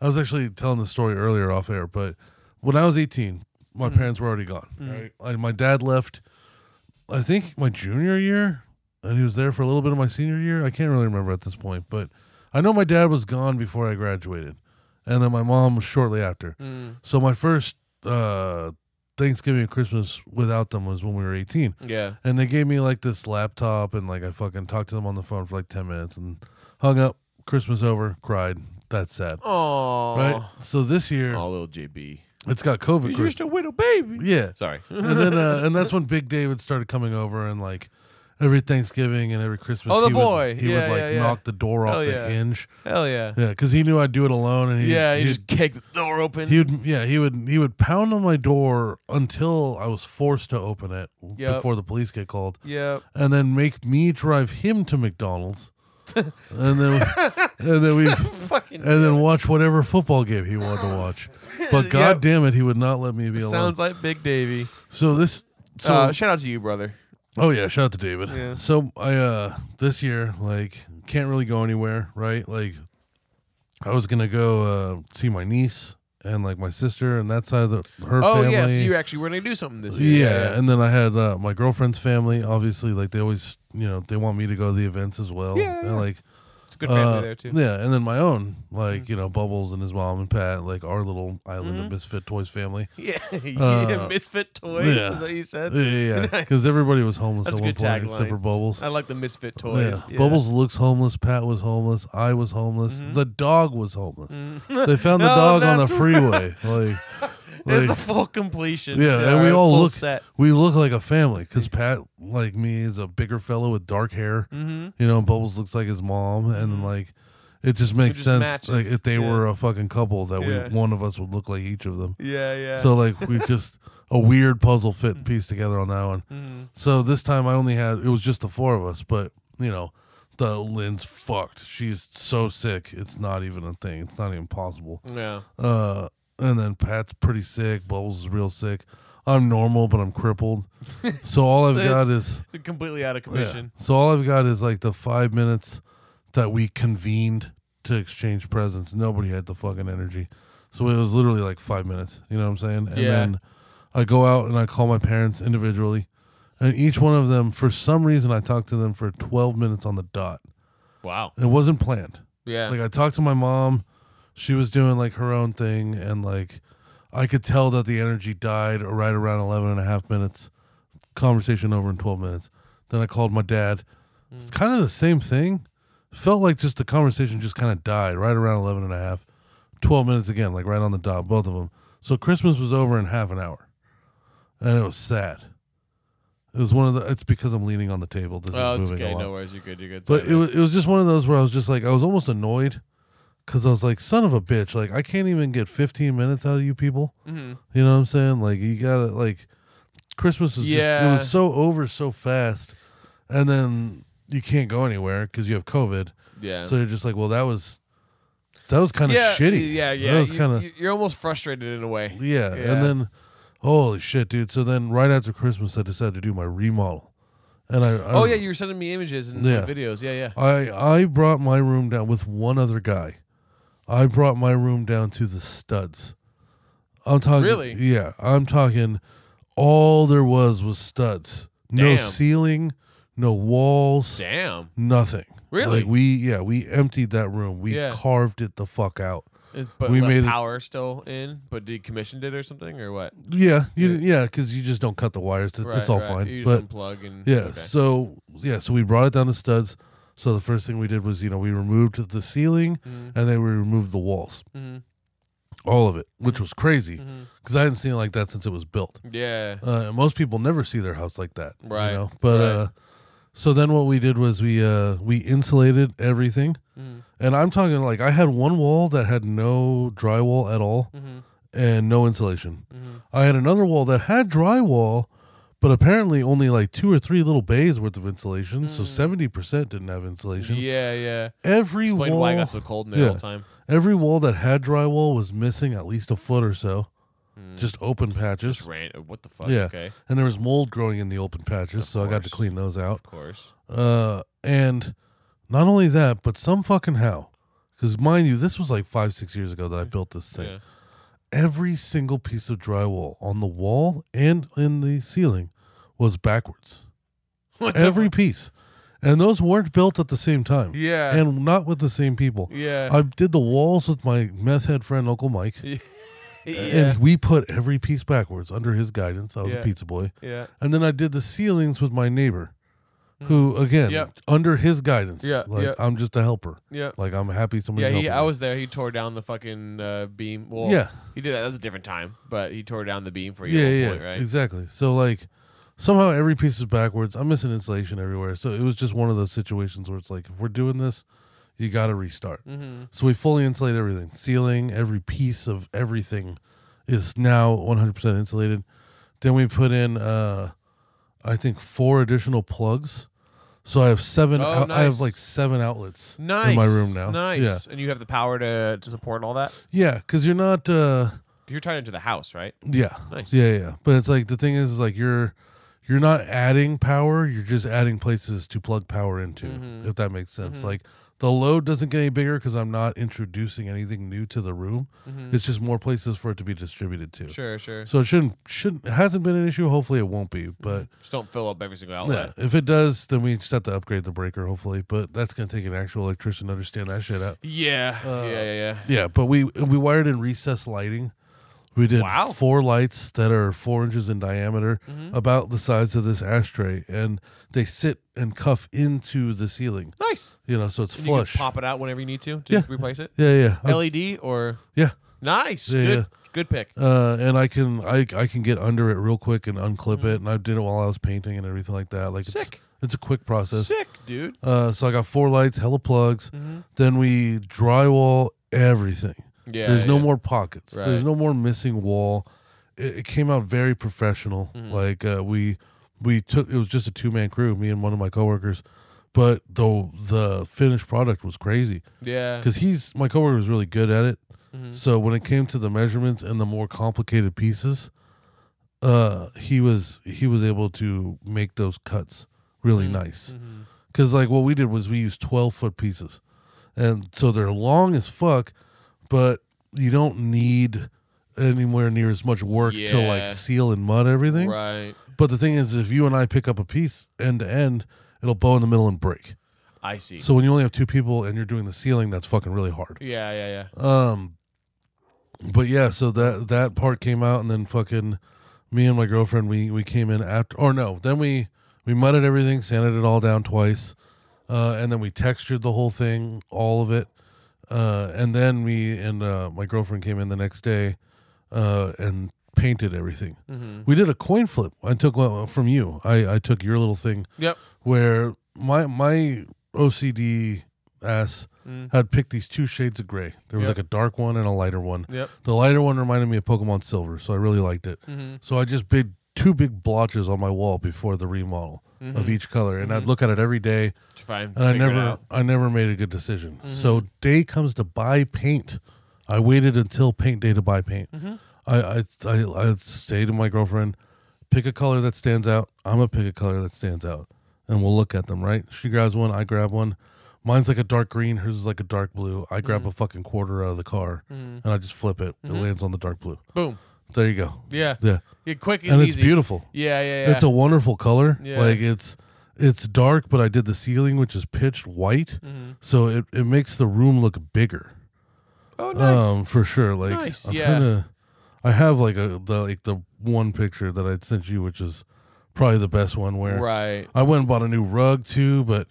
S1: I was actually telling the story earlier off air, but when I was 18, my
S2: Mm.
S1: parents were already gone. Right? Like, my dad left, I think my junior year, and he was there for a little bit of my senior year. I can't really remember at this point, but I know my dad was gone before I graduated, and then my mom was shortly after.
S2: Mm,
S1: So my first uh, Thanksgiving and Christmas without them was when we were 18
S2: yeah.
S1: and they gave me like this laptop and like I fucking talked to them on the phone for like 10 minutes and hung up Christmas over cried that's sad
S2: Oh.
S1: right so this year
S2: Oh, little JB.
S1: it's got covid
S2: You're just
S1: Christmas.
S2: a little baby.
S1: yeah
S2: Sorry.
S1: and then uh, and that's when Big David started coming over and like every Thanksgiving and every Christmas
S2: Oh, the
S1: he
S2: boy.
S1: would, he
S2: Yeah,
S1: would like
S2: yeah, yeah.
S1: knock the door off
S2: Hell
S1: the
S2: yeah.
S1: hinge
S2: Hell yeah.
S1: yeah cuz he knew I'd do it alone and he
S2: Yeah, you
S1: he'd-
S2: just kick the door open.
S1: he would yeah he would he would pound on my door until I was forced to open it
S2: Yep.
S1: before the police get called
S2: yep.
S1: and then make me drive him to McDonald's, and then and then we
S2: Fucking
S1: and then watch whatever football game he wanted to watch. But god damn it, he would not let me be alone.
S2: sounds like Big Davy.
S1: so this so
S2: uh, shout out to you, brother.
S1: oh yeah, shout out to David.
S2: Yeah.
S1: So I uh this year like can't really go anywhere, right? Like I was gonna go uh see my niece and like my sister and that side of the her
S2: Oh
S1: family.
S2: yeah, so you actually were gonna do something this year.
S1: Yeah, and then I had uh, my girlfriend's family. Obviously, like they always, you know, they want me to go to the events as well.
S2: Yeah,
S1: and,
S2: yeah.
S1: like
S2: it's a good family
S1: uh,
S2: there too. Mm.
S1: Yeah, and then my own, like you know, Bubbles and his mom and Pat, like our little island
S2: Mm-hmm.
S1: of misfit toys family.
S2: Yeah,
S1: Uh,
S2: misfit toys.
S1: yeah.
S2: Is that you said?
S1: Yeah, yeah,
S2: Nice.
S1: because everybody was homeless
S2: That's
S1: at
S2: a
S1: one
S2: good
S1: point except
S2: tagline.
S1: for Bubbles.
S2: I like the misfit toys.
S1: Yeah.
S2: Oh, Yeah. Mm-hmm.
S1: Bubbles looks homeless. Pat was homeless. I was homeless. The dog was homeless. They found the
S2: Mm. No,
S1: dog on the
S2: that's right.
S1: freeway. Like,
S2: It's
S1: like-
S2: a full completion.
S1: Yeah, and
S2: or
S1: we
S2: a
S1: all
S2: full
S1: look
S2: set.
S1: we look like a family because Pat, like me, is a bigger fellow with dark hair.
S2: Mm-hmm.
S1: You know, and Bubbles looks like his mom, and like it just makes
S2: just
S1: sense.
S2: matches,
S1: Like if they
S2: yeah.
S1: were a fucking couple, that
S2: Yeah.
S1: we one of us would look like each of them.
S2: Yeah, yeah.
S1: So like we just a weird puzzle fit and piece together on that one. So this time I only had it was just the four of us, but you know. The Lynn's fucked. She's so sick. It's not even a thing. It's not even possible.
S2: yeah.
S1: Uh, and then Pat's pretty sick. Bubbles is real sick. I'm normal, but I'm crippled. So all I've
S2: So
S1: got is
S2: Completely out of
S1: yeah.
S2: commission.
S1: So all I've got is like the five minutes that we convened to exchange presents. Nobody had the fucking energy. So it was literally like five minutes. You know what I'm saying? And
S2: Yeah.
S1: then I go out and I call my parents individually. And each one of them, for some reason, I talked to them for 12 minutes on the dot.
S2: Wow.
S1: It wasn't planned.
S2: Yeah.
S1: Like I talked to my mom, she was doing like her own thing and like I could tell that the energy died right around 11 and a half minutes. Conversation over in 12 minutes. Then I called my dad. It's
S2: Hmm.
S1: kind of the same thing. Felt like just the conversation just kind of died right around 11 and a half. 12 minutes again, like right on the dot, both of them. So Christmas was over in half an hour. And it was sad. It was one of the, it's because I'm leaning on the table. This
S2: well,
S1: is
S2: it's
S1: moving
S2: okay.
S1: a lot.
S2: No worries. You're good. You're good.
S1: But
S2: Sorry.
S1: it was, it was just one of those where I was just like, I was almost annoyed because I was like, son of a bitch. Like, I can't even get 15 minutes out of you people.
S2: Mhm.
S1: You know what I'm saying? Like, you gotta, like, Christmas is just,
S2: Yeah.
S1: it was so over so fast. And then you can't go anywhere because you have COVID.
S2: yeah.
S1: So you're just like, well, that was that was kind of
S2: yeah,
S1: shitty.
S2: Yeah, yeah.
S1: That was
S2: You-
S1: kind of
S2: you- You're almost frustrated in a way.
S1: yeah. And then holy shit, dude. So then right after Christmas, I decided to do my remodel, and I, I
S2: Oh yeah, you were sending me images and
S1: Yeah.
S2: videos. Yeah, yeah.
S1: I I brought my room down with one other guy. I brought my room down to the studs. I'm talking
S2: Really?
S1: Yeah, I'm talking all there was was studs. No
S2: Damn.
S1: ceiling, no walls,
S2: Damn.
S1: nothing.
S2: Really?
S1: Like we yeah, we emptied that room. We
S2: Yeah.
S1: carved it the fuck out.
S2: It- Uh, But
S1: We
S2: left
S1: made it-
S2: power still in, but decommissioned it or something or what?
S1: Yeah, you, yeah, because you just don't cut the wires. That-
S2: Right,
S1: That's all
S2: right.
S1: fine.
S2: You
S1: but
S2: just unplug and
S1: Yeah.
S2: okay.
S1: So yeah, so we brought it down to studs. So the first thing we did was, you know, we removed the ceiling
S2: Mm.
S1: and then we removed the walls.
S2: Mhm.
S1: All of it,
S2: Mm-hmm.
S1: which was crazy because I hadn't seen it like that since it was built.
S2: yeah.
S1: Uh, and most people never see their house like that, you
S2: Right,
S1: know? But
S2: right.
S1: uh, so then what we did was we uh, we insulated everything,
S2: Mm.
S1: and I'm talking like I had one wall that had no drywall at all
S2: Mm-hmm.
S1: and no insulation. I had another wall that had drywall, but apparently only like two or three little bays worth of insulation. So seventy percent didn't have insulation.
S2: Mm. Yeah, yeah.
S1: Every
S2: Explain
S1: wall,
S2: why I got so cold in there all
S1: yeah.
S2: the time.
S1: every wall that had drywall was missing at least a foot or so, just open patches.
S2: Hmm. Just ran. uh, What the fuck?
S1: Yeah,
S2: Okay.
S1: and there was mold growing in the open patches, so I got to
S2: course.
S1: clean those out.
S2: Of course.
S1: Uh, and not only that, but some fucking how, because mind you, this was like five six years ago that I built this thing.
S2: Hmm. Yeah.
S1: Every single piece of drywall on the wall and in the ceiling was backwards.
S2: What the
S1: Every
S2: fuck?
S1: piece, and those weren't built at the same time.
S2: Yeah.
S1: and not with the same people.
S2: Yeah.
S1: I did the walls with my meth head friend Uncle Mike,
S2: yeah.
S1: and we put every piece backwards under his guidance. I was
S2: Yeah.
S1: a pizza boy.
S2: Yeah.
S1: And then I did the ceilings with my neighbor, who again
S2: Mm-hmm. Yep.
S1: under his guidance.
S2: Yeah,
S1: like
S2: yeah.
S1: I'm just a helper.
S2: Yeah.
S1: Like I'm happy somebody.
S2: Yeah, he,
S1: helping
S2: I
S1: me.
S2: was there. He tore down the fucking uh, beam. Well,
S1: Yeah.
S2: he did that. That was a different time, but he tore down the beam for you.
S1: Yeah,
S2: at one
S1: yeah,
S2: point, right?
S1: exactly. So like somehow every piece is backwards. I'm missing insulation everywhere. So it was just one of those situations where it's like if we're doing this, you got to restart.
S2: Mm-hmm.
S1: So we fully insulate everything, ceiling, every piece of everything is now 100% insulated. Then we put in uh I think four additional plugs. So I have seven.
S2: Oh,
S1: out- I have
S2: nice.
S1: like seven outlets
S2: Nice.
S1: in my room now.
S2: Nice.
S1: Yeah,
S2: And you have the power to, to support all that.
S1: yeah. Because you're not. uh
S2: You're tied into the house, right?
S1: Yeah.
S2: Nice.
S1: Yeah, yeah. But it's like the thing is, is like you're you're not adding power, you're just adding places to plug power into,
S2: Mm-hmm.
S1: if that makes sense. Like the load doesn't get any bigger because I'm not introducing anything new to the room. It's just more places for it to be distributed to.
S2: Mm-hmm. Sure, sure.
S1: So it shouldn't shouldn't it hasn't been an issue. Hopefully it won't
S2: Mm-hmm.
S1: be. But
S2: Just don't fill up every single
S1: yeah,
S2: outlet.
S1: if it does, then we just have to upgrade the breaker. Hopefully, but that's gonna take an actual electrician to understand that shit out.
S2: Yeah.
S1: Uh,
S2: Yeah, yeah, yeah.
S1: Yeah, but we we wired in recessed lighting. We did
S2: Wow. Mm-hmm.
S1: four lights that are four inches in diameter, about the size of this ashtray, and they sit and cuff into the ceiling.
S2: Nice.
S1: You know, so it's
S2: And
S1: flush.
S2: You can pop it out whenever you need to to
S1: Yeah.
S2: replace it.
S1: yeah, yeah, I-
S2: LED or
S1: yeah.
S2: nice.
S1: Yeah,
S2: good.
S1: yeah.
S2: Good pick.
S1: Uh, and I can I I can get under it real quick and unclip it, and I did it while I was painting and everything like that. Like
S2: Mm-hmm. Sick.
S1: it's it's a quick process.
S2: Sick, Mm-hmm. dude.
S1: Uh, so I got four lights, hella plugs. Then we drywall everything.
S2: Yeah,
S1: There's no
S2: yeah.
S1: more pockets. There's
S2: Right.
S1: no more missing wall. It, it came out very professional.
S2: Mm.
S1: Like uh, we we took it was just a two man crew, me and one of my coworkers. But though the finished product was crazy
S2: Yeah.
S1: because he's my coworker was really good at it.
S2: Mm-hmm.
S1: So when it came to the measurements and the more complicated pieces, uh, he was he was able to make those cuts really
S2: Mm-hmm.
S1: nice. Because like what we did was we used twelve foot pieces, and so they're long as fuck, but you don't need anywhere near as much work to
S2: Yeah.
S1: like seal and mud everything.
S2: Right.
S1: But the thing is, if you and I pick up a piece end to end, it'll bow in the middle and break.
S2: I see.
S1: So when you only have two people and you're doing the ceiling, that's fucking really hard.
S2: yeah, yeah, yeah.
S1: Um, but yeah, so that that part came out, and then fucking me and my girlfriend, we we came in after, or no, then we we mudded everything, sanded it all down twice, uh, and then we textured the whole thing, all of it, uh, and then me and uh, my girlfriend came in the next day, uh, and painted everything. We did a coin flip. I took one from you. I I took your little thing
S2: Yep.
S1: where my my OCD ass had picked these two shades of gray. There was
S2: Yep.
S1: like a dark one and a lighter one.
S2: Yep.
S1: The lighter one reminded me of Pokemon Silver, so I really liked it. So I just big two big blotches on my wall before the remodel. of each color, and I'd look at it every day,
S2: It's fine.
S1: and I
S2: Figure it
S1: never
S2: out. Mm-hmm.
S1: I never made a good decision. So day comes to buy paint. I waited until paint day to buy paint.
S2: Mm-hmm.
S1: I, I I I say to my girlfriend, pick a color that stands out. I'm gonna pick a color that stands out, and we'll look at them. Right? She grabs one. I grab one. Mine's like a dark green. Hers is like a dark blue. I
S2: Mm-hmm.
S1: grab a fucking quarter out of the car, and I just flip it. It lands on the dark blue.
S2: Boom.
S1: There you go.
S2: Mm-hmm. Yeah.
S1: Yeah,
S2: Yeah, quick and,
S1: and
S2: easy.
S1: it's beautiful.
S2: Yeah, yeah, yeah.
S1: It's a wonderful color.
S2: Yeah.
S1: Like it's it's dark, but I did the ceiling, which is pitched white,
S2: Mm-hmm.
S1: so it, it makes the room look bigger.
S2: oh, nice.
S1: Um, for sure. Like
S2: Nice,
S1: I'm
S2: yeah.
S1: trying to. I have like a the like the one picture that I sent you, which is probably the best one. Where
S2: right.
S1: I went and bought a new rug too, but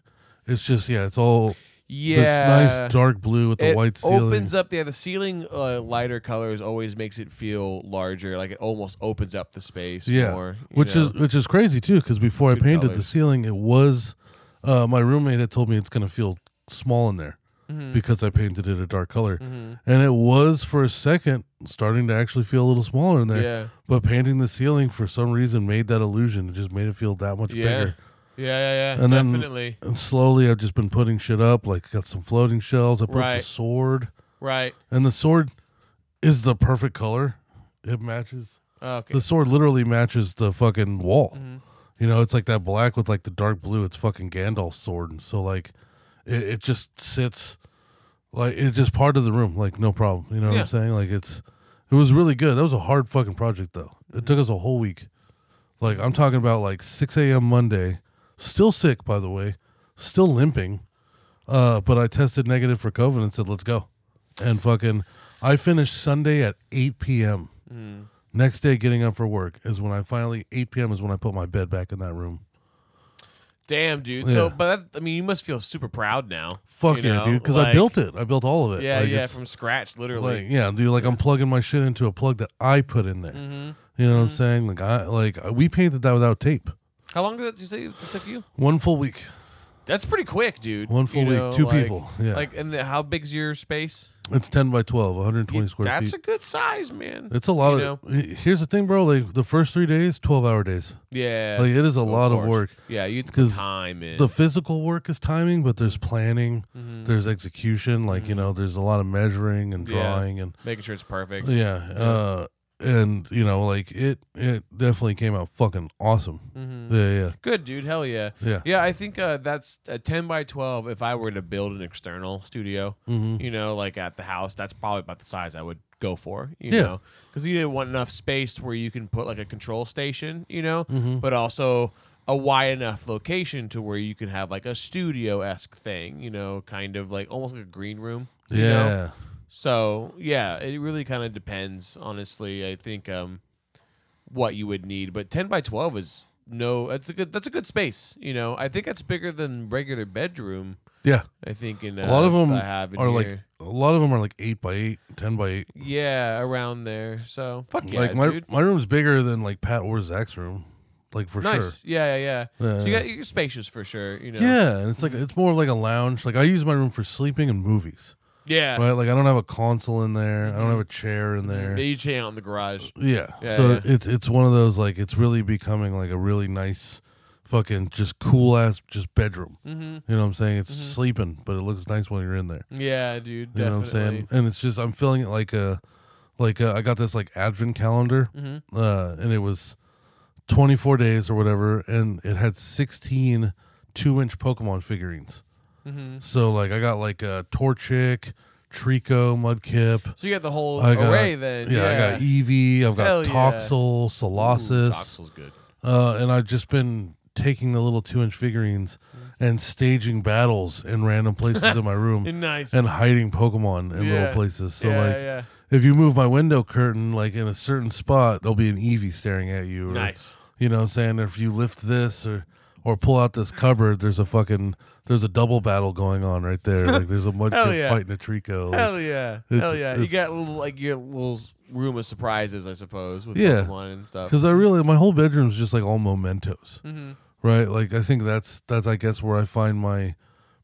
S1: it's just yeah, it's all
S2: Yeah.
S1: this nice dark blue with the
S2: it
S1: white ceiling.
S2: opens up. Yeah, the ceiling uh, lighter colors always makes it feel larger. Like it almost opens up the space.
S1: yeah,
S2: more, you
S1: which
S2: know.
S1: is which is crazy too, because before I
S2: Good
S1: painted the
S2: colours.
S1: ceiling, it was uh, my roommate had told me it's gonna feel small in there
S2: Mm-hmm.
S1: because I painted it a dark color, and it was for a second starting to actually feel a little smaller in there.
S2: Yeah.
S1: But painting the ceiling for some reason made that illusion. It just made it feel that much
S2: yeah.
S1: bigger.
S2: Yeah, yeah, yeah.
S1: And then-
S2: Definitely.
S1: And slowly, I've just been putting shit up. Like got some floating shells. I put the
S2: Right.
S1: sword,
S2: right.
S1: and the sword is the perfect color. It matches.
S2: Okay.
S1: The sword literally matches the fucking wall. You know, it's like that black with like the dark blue. It's fucking Gandalf's sword. And so like, it, it just sits, like it's just part of the room. Like no problem. You know what
S2: Yeah.
S1: I'm saying? Like it's, it was really good. That was a hard fucking project though. It took us a whole week. Like I'm talking about like 6 a.m. Monday. Still sick by the way. Still limping. Uh, but I tested negative for COVID and said let's go. And fucking, I finished Sunday at 8 p.m. Next day, getting up for work is when I finally 8 p.m. is when I put my bed back in that room.
S2: Damn, dude. So,
S1: Yeah.
S2: but that, I mean, you must feel super proud now.
S1: Fuck
S2: you
S1: yeah,
S2: know?
S1: dude! Because I
S2: Like,
S1: built it. I built all of it.
S2: Yeah,
S1: Like,
S2: yeah,
S1: it's-
S2: from scratch, literally.
S1: like yeah, dude. Like I'm plugging my shit into a plug that I put in there.
S2: Mm-hmm.
S1: You know what I'm saying? Like I like uh, we painted that without tape.
S2: How long did that you say it took you?
S1: One full week.
S2: That's pretty quick, dude.
S1: One full
S2: you
S1: week,
S2: know,
S1: two
S2: like-
S1: people, yeah.
S2: Like, and the, how big's your space?
S1: It's 10 by 12, 120
S2: Yeah,
S1: square
S2: That's
S1: feet.
S2: a good size, man.
S1: it's a lot
S2: you
S1: of. Here's the thing, bro. Like the first three days, 12 hour days.
S2: yeah.
S1: Like it is a lot of
S2: course.
S1: work.
S2: Yeah, you put
S1: 'Cause
S2: time in.
S1: the physical work is timing, but there's planning, there's execution. Like you know, there's a lot of measuring and
S2: Mm-hmm. Yeah.
S1: drawing and
S2: making sure it's perfect.
S1: yeah, uh, and you know, like it, it definitely came out fucking awesome.
S2: Mm-hmm.
S1: Yeah, yeah,
S2: Good, dude. Hell yeah.
S1: Yeah.
S2: Yeah, I think uh, that's a 10 by 12. If I were to build an external studio,
S1: Mm-hmm.
S2: you know, like at the house, that's probably about the size I would go for, you
S1: Yeah.
S2: know, because you want enough space where you can put like a control station, you know,
S1: Mm-hmm.
S2: but also a wide enough location to where you can have like a studio esque thing, you know, kind of like almost like a green room.
S1: yeah.
S2: you know? So yeah, it really kind of depends. Honestly, I think um, what you would need, but ten by twelve is no. That's a good. That's a good space. You know, I think that's bigger than regular bedroom.
S1: Yeah.
S2: I think in uh,
S1: A lot of them
S2: I have in
S1: are like
S2: here.
S1: a lot of them are like eight by eight, 10 by eight.
S2: yeah, around there. So fuck yeah,
S1: like my
S2: dude.
S1: my room's bigger than like Pat or Zach's room, like for sure.
S2: nice. Yeah, yeah, yeah.
S1: Yeah,
S2: so you
S1: yeah.
S2: got you're spacious for sure. You know.
S1: Yeah, and it's
S2: Mm-hmm.
S1: like it's more like a lounge. Like I use my room for sleeping and movies,
S2: Yeah.
S1: right? Like I don't have a console in there. I don't have a chair in there.
S2: They each hang out in the garage.
S1: Yeah.
S2: Yeah,
S1: so
S2: yeah.
S1: it's it's one of those like it's really becoming like a really nice fucking just cool ass just bedroom.
S2: Mhm.
S1: You know what I'm saying? It's sleeping, but it looks nice when you're in there.
S2: Yeah, dude.
S1: You
S2: Definitely.
S1: know what I'm saying? And it's just I'm feeling it like a like a, I got this like advent calendar
S2: Mm-hmm.
S1: uh and it was 24 days or whatever and it had 16 2-inch Pokemon figurines.
S2: Mm-hmm.
S1: So like I got like a Torchic, Trico, Mudkip,
S2: So you got the whole
S1: I got,
S2: array then.
S1: Yeah, I got Eevee, I've
S2: Hell
S1: got
S2: yeah.
S1: Toxel,
S2: Ooh,
S1: Colossus,
S2: Toxel's good.
S1: uh, and I've just been taking the little two inch figurines
S2: Mm.
S1: and staging battles in random places in my room
S2: Nice.
S1: and hiding Pokemon in
S2: Yeah.
S1: little places. So,
S2: Yeah,
S1: like,
S2: yeah.
S1: if you move my window curtain, like in a certain spot, there'll be an Eevee staring at you. Or,
S2: Nice.
S1: You know what I'm saying? Or if you lift this or. Or pull out this cupboard. There's a fucking there's a double battle going on right there. Like there's a
S2: Hell
S1: mudkip
S2: yeah.
S1: fighting a trico. Like,
S2: Hell yeah!
S1: It's-
S2: Hell yeah! You
S1: it's-
S2: got little, like your little s- room of surprises, I suppose, with
S1: Yeah.
S2: Pokemon and stuff.
S1: because I really my whole bedroom's just like all mementos,
S2: Mhm.
S1: right? Like I think that's that's I guess where I find my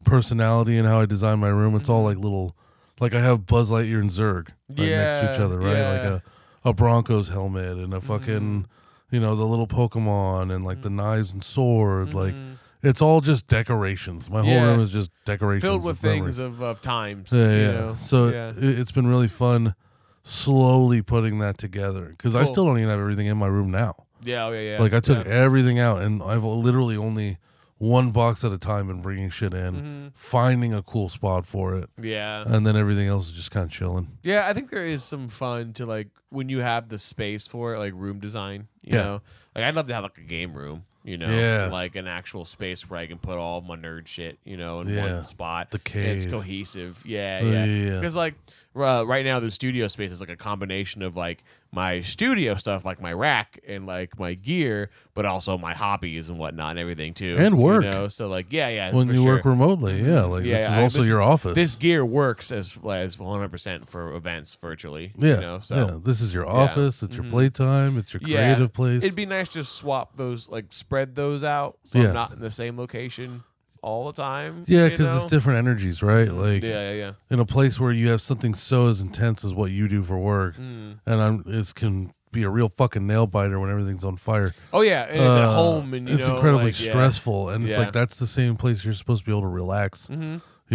S1: personality and how I design my room. It's
S2: Mm-hmm.
S1: all like little, like I have Buzz Lightyear and Zerg right next to each
S2: Yeah, Mm-hmm.
S1: other, right? Like
S2: yeah.
S1: a a Broncos helmet and a fucking you know the little Pokemon and like
S2: Mm.
S1: the knives and sword. Like it's all just decorations. My whole
S2: Mm-hmm. Yeah.
S1: room is just decorations
S2: filled with
S1: of memories.
S2: things of, of times.
S1: Yeah,
S2: you
S1: yeah.
S2: know?
S1: So
S2: yeah.
S1: It, it's been really fun slowly putting that together because I
S2: Cool.
S1: still don't even have everything in my room now.
S2: yeah, oh, yeah, yeah.
S1: like I took
S2: yeah.
S1: everything out and I've literally only one box at a time been bringing shit in, finding a cool spot for it,
S2: Mm-hmm. Yeah.
S1: and then everything else is just kind of chilling.
S2: Yeah, I think there is some fun to like when you have the space for it, like room design. You
S1: Yeah.
S2: know, like I'd love to have like a game room. You know,
S1: Yeah.
S2: like an actual space where I can put all my nerd shit. You know, in
S1: Yeah.
S2: one spot.
S1: The
S2: And It's
S1: cave.
S2: cohesive. Yeah,
S1: Oh, yeah,
S2: yeah.
S1: yeah.
S2: Because like r- uh, right now, the studio space is like a combination of like my studio stuff, like my rack and like my gear, but also my hobbies and whatnot and everything too.
S1: And work.
S2: You know? So like, yeah, yeah.
S1: When
S2: for
S1: you
S2: sure Mm-hmm.
S1: work remotely, yeah, like this is
S2: I-
S1: also your office.
S2: This gear works as as 100 percent for events virtually.
S1: yeah,
S2: you know, so Mm-hmm.
S1: yeah, this is your office. It's your playtime. It's your
S2: Yeah.
S1: creative place.
S2: It'd be nice to swap those, like spread those out, so
S1: Yeah.
S2: I'm not in the same location all the time.
S1: yeah,
S2: you
S1: because it's
S2: know?
S1: different energies, right? Like
S2: Mm-hmm. Yeah, yeah, yeah.
S1: in a place where you have something so as intense as what you do for work,
S2: Mm.
S1: and I'm it can be a real fucking nail biter when everything's on fire.
S2: Oh yeah, and it's
S1: Uh,
S2: at home, and you
S1: it's
S2: know,
S1: incredibly
S2: like, yeah.
S1: stressful, and it's like
S2: Yeah. Mm-hmm.
S1: that's the same place you're supposed to be able to relax. You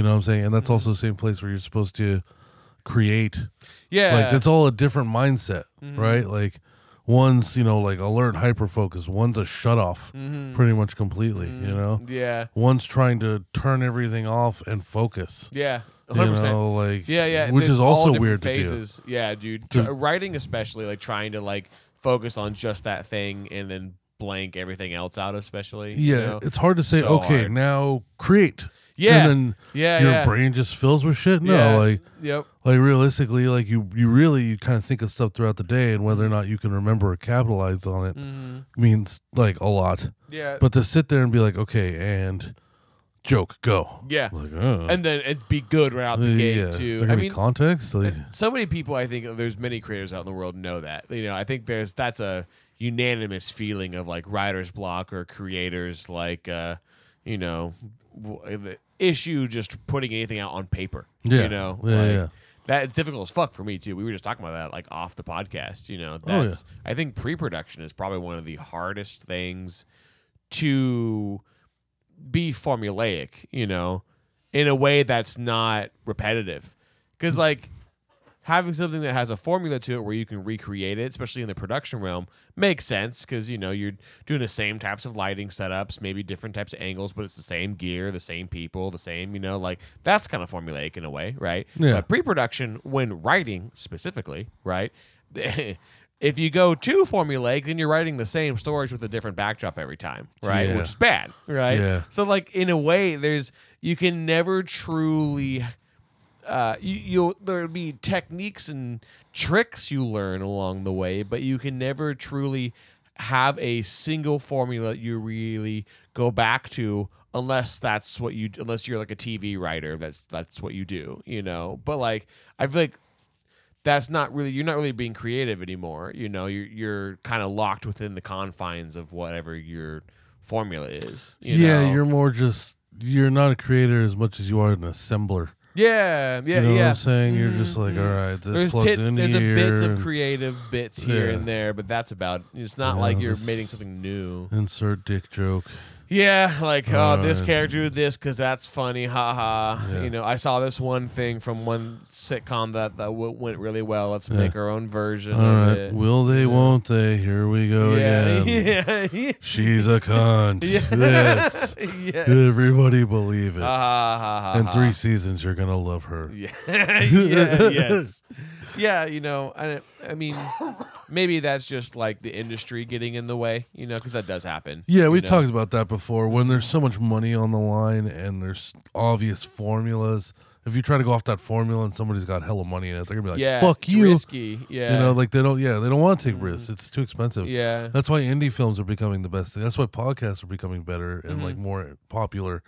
S1: know what I'm saying? And that's also the same place where you're supposed to create.
S2: Yeah, Mm-hmm.
S1: Like that's all a different mindset, right? Like one's you know like alert, hyper focus. One's a shut off,
S2: Mm-hmm.
S1: pretty much completely. You know,
S2: yeah,
S1: one's trying to turn everything off and focus.
S2: yeah, 100.
S1: You
S2: percent
S1: know, like
S2: Yeah, yeah.
S1: which
S2: there's
S1: is
S2: all
S1: also
S2: different
S1: weird to do.
S2: phases. Yeah, dude. Tr- writing especially, like trying to like focus on just that thing and then blank everything else out, especially. you
S1: Yeah,
S2: know?
S1: it's hard to say.
S2: So
S1: okay,
S2: hard.
S1: now create.
S2: Yeah.
S1: and then
S2: Yeah,
S1: your
S2: yeah.
S1: brain just fills with shit. No,
S2: Yeah.
S1: like
S2: Yep.
S1: like realistically like you you really you kind of think of stuff throughout the day and whether or
S2: Mm-hmm.
S1: not you can remember or capitalize on it means like a lot
S2: Yeah.
S1: but to sit there and be like okay and joke go
S2: yeah.
S1: like oh.
S2: and then it'd be good right out the gate
S1: yeah is
S2: too.
S1: there gonna
S2: I
S1: be
S2: mean,
S1: context like,
S2: so many people. I think there's many creators out in the world know that. You know, I think there's that's a unanimous feeling of like writer's block or creators like, uh, you know, w- uh, the issue just putting anything out on paper.
S1: Yeah.
S2: You know,
S1: Yeah,
S2: like,
S1: yeah.
S2: That it's difficult as fuck for me too. We were just talking about that like off the podcast. You know,
S1: Oh, yeah.
S2: that's I think pre-production is probably one of the hardest things to be formulaic, you know, in a way that's not repetitive. Because, like, having something that has a formula to it where you can recreate it, especially in the production realm, makes sense because, you know, you're doing the same types of lighting setups, maybe different types of angles, but it's the same gear, the same people, the same, you know, like that's kind of formulaic in a way, right?
S1: Yeah.
S2: But pre production, when writing specifically, right? If you go too formulaic, then you're writing the same stories with a different backdrop every time, right?
S1: Yeah.
S2: Which is bad, right?
S1: Yeah.
S2: So like in a way, there's you can never truly. Uh, you, you'll there'll be techniques and tricks you learn along the way, but you can never truly have a single formula you really go back to unless that's what you unless you're like a TV writer that's that's what you do you know but like I feel like that's not really you're not really being creative anymore. You know, you're you're kind of locked within the confines of whatever your formula is. you
S1: yeah
S2: know?
S1: you're more just you're not a creator as much as you are an assembler
S2: yeah,
S1: you
S2: yeah,
S1: know
S2: yeah. Mm-hmm,
S1: what i'm saying you're just like all right this
S2: There's
S1: plugs
S2: tit-
S1: in
S2: there's
S1: here
S2: a bits of
S1: and
S2: creative bits here
S1: Yeah.
S2: and there, but that's about. It's not
S1: Yeah,
S2: like you're
S1: this-
S2: making something new.
S1: insert dick joke
S2: Yeah, like oh, this
S1: Alright.
S2: character did this because that's funny, haha.
S1: Yeah.
S2: You know, I saw this one thing from one sitcom that that w- went really well. Let's make our own version
S1: all
S2: of
S1: right
S2: it.
S1: will they won't they here we go
S2: yeah,
S1: again
S2: yeah, yeah,
S1: She's a cunt. Yes.
S2: yeah.
S1: Everybody believe it.
S2: Ah, ha, ha,
S1: In
S2: ha.
S1: three seasons, you're going to love her.
S2: Yeah. yeah. Yes. Yeah. You know, I, I mean, maybe that's just like the industry getting in the way, you know, because that does happen.
S1: Yeah,
S2: you
S1: we
S2: know?
S1: talked about that before. When there's so much money on the line and there's obvious formulas, if you try to go off that formula and somebody's got hella money in it, they're going to be like,
S2: yeah.
S1: fuck
S2: it's
S1: you.
S2: Risky. Yeah. Mm.
S1: You know, like they don't, yeah, they don't want to take risks. It's too expensive.
S2: yeah.
S1: That's why indie films are becoming the best thing. That's why podcasts are becoming better and
S2: Mm-hmm.
S1: like more popular.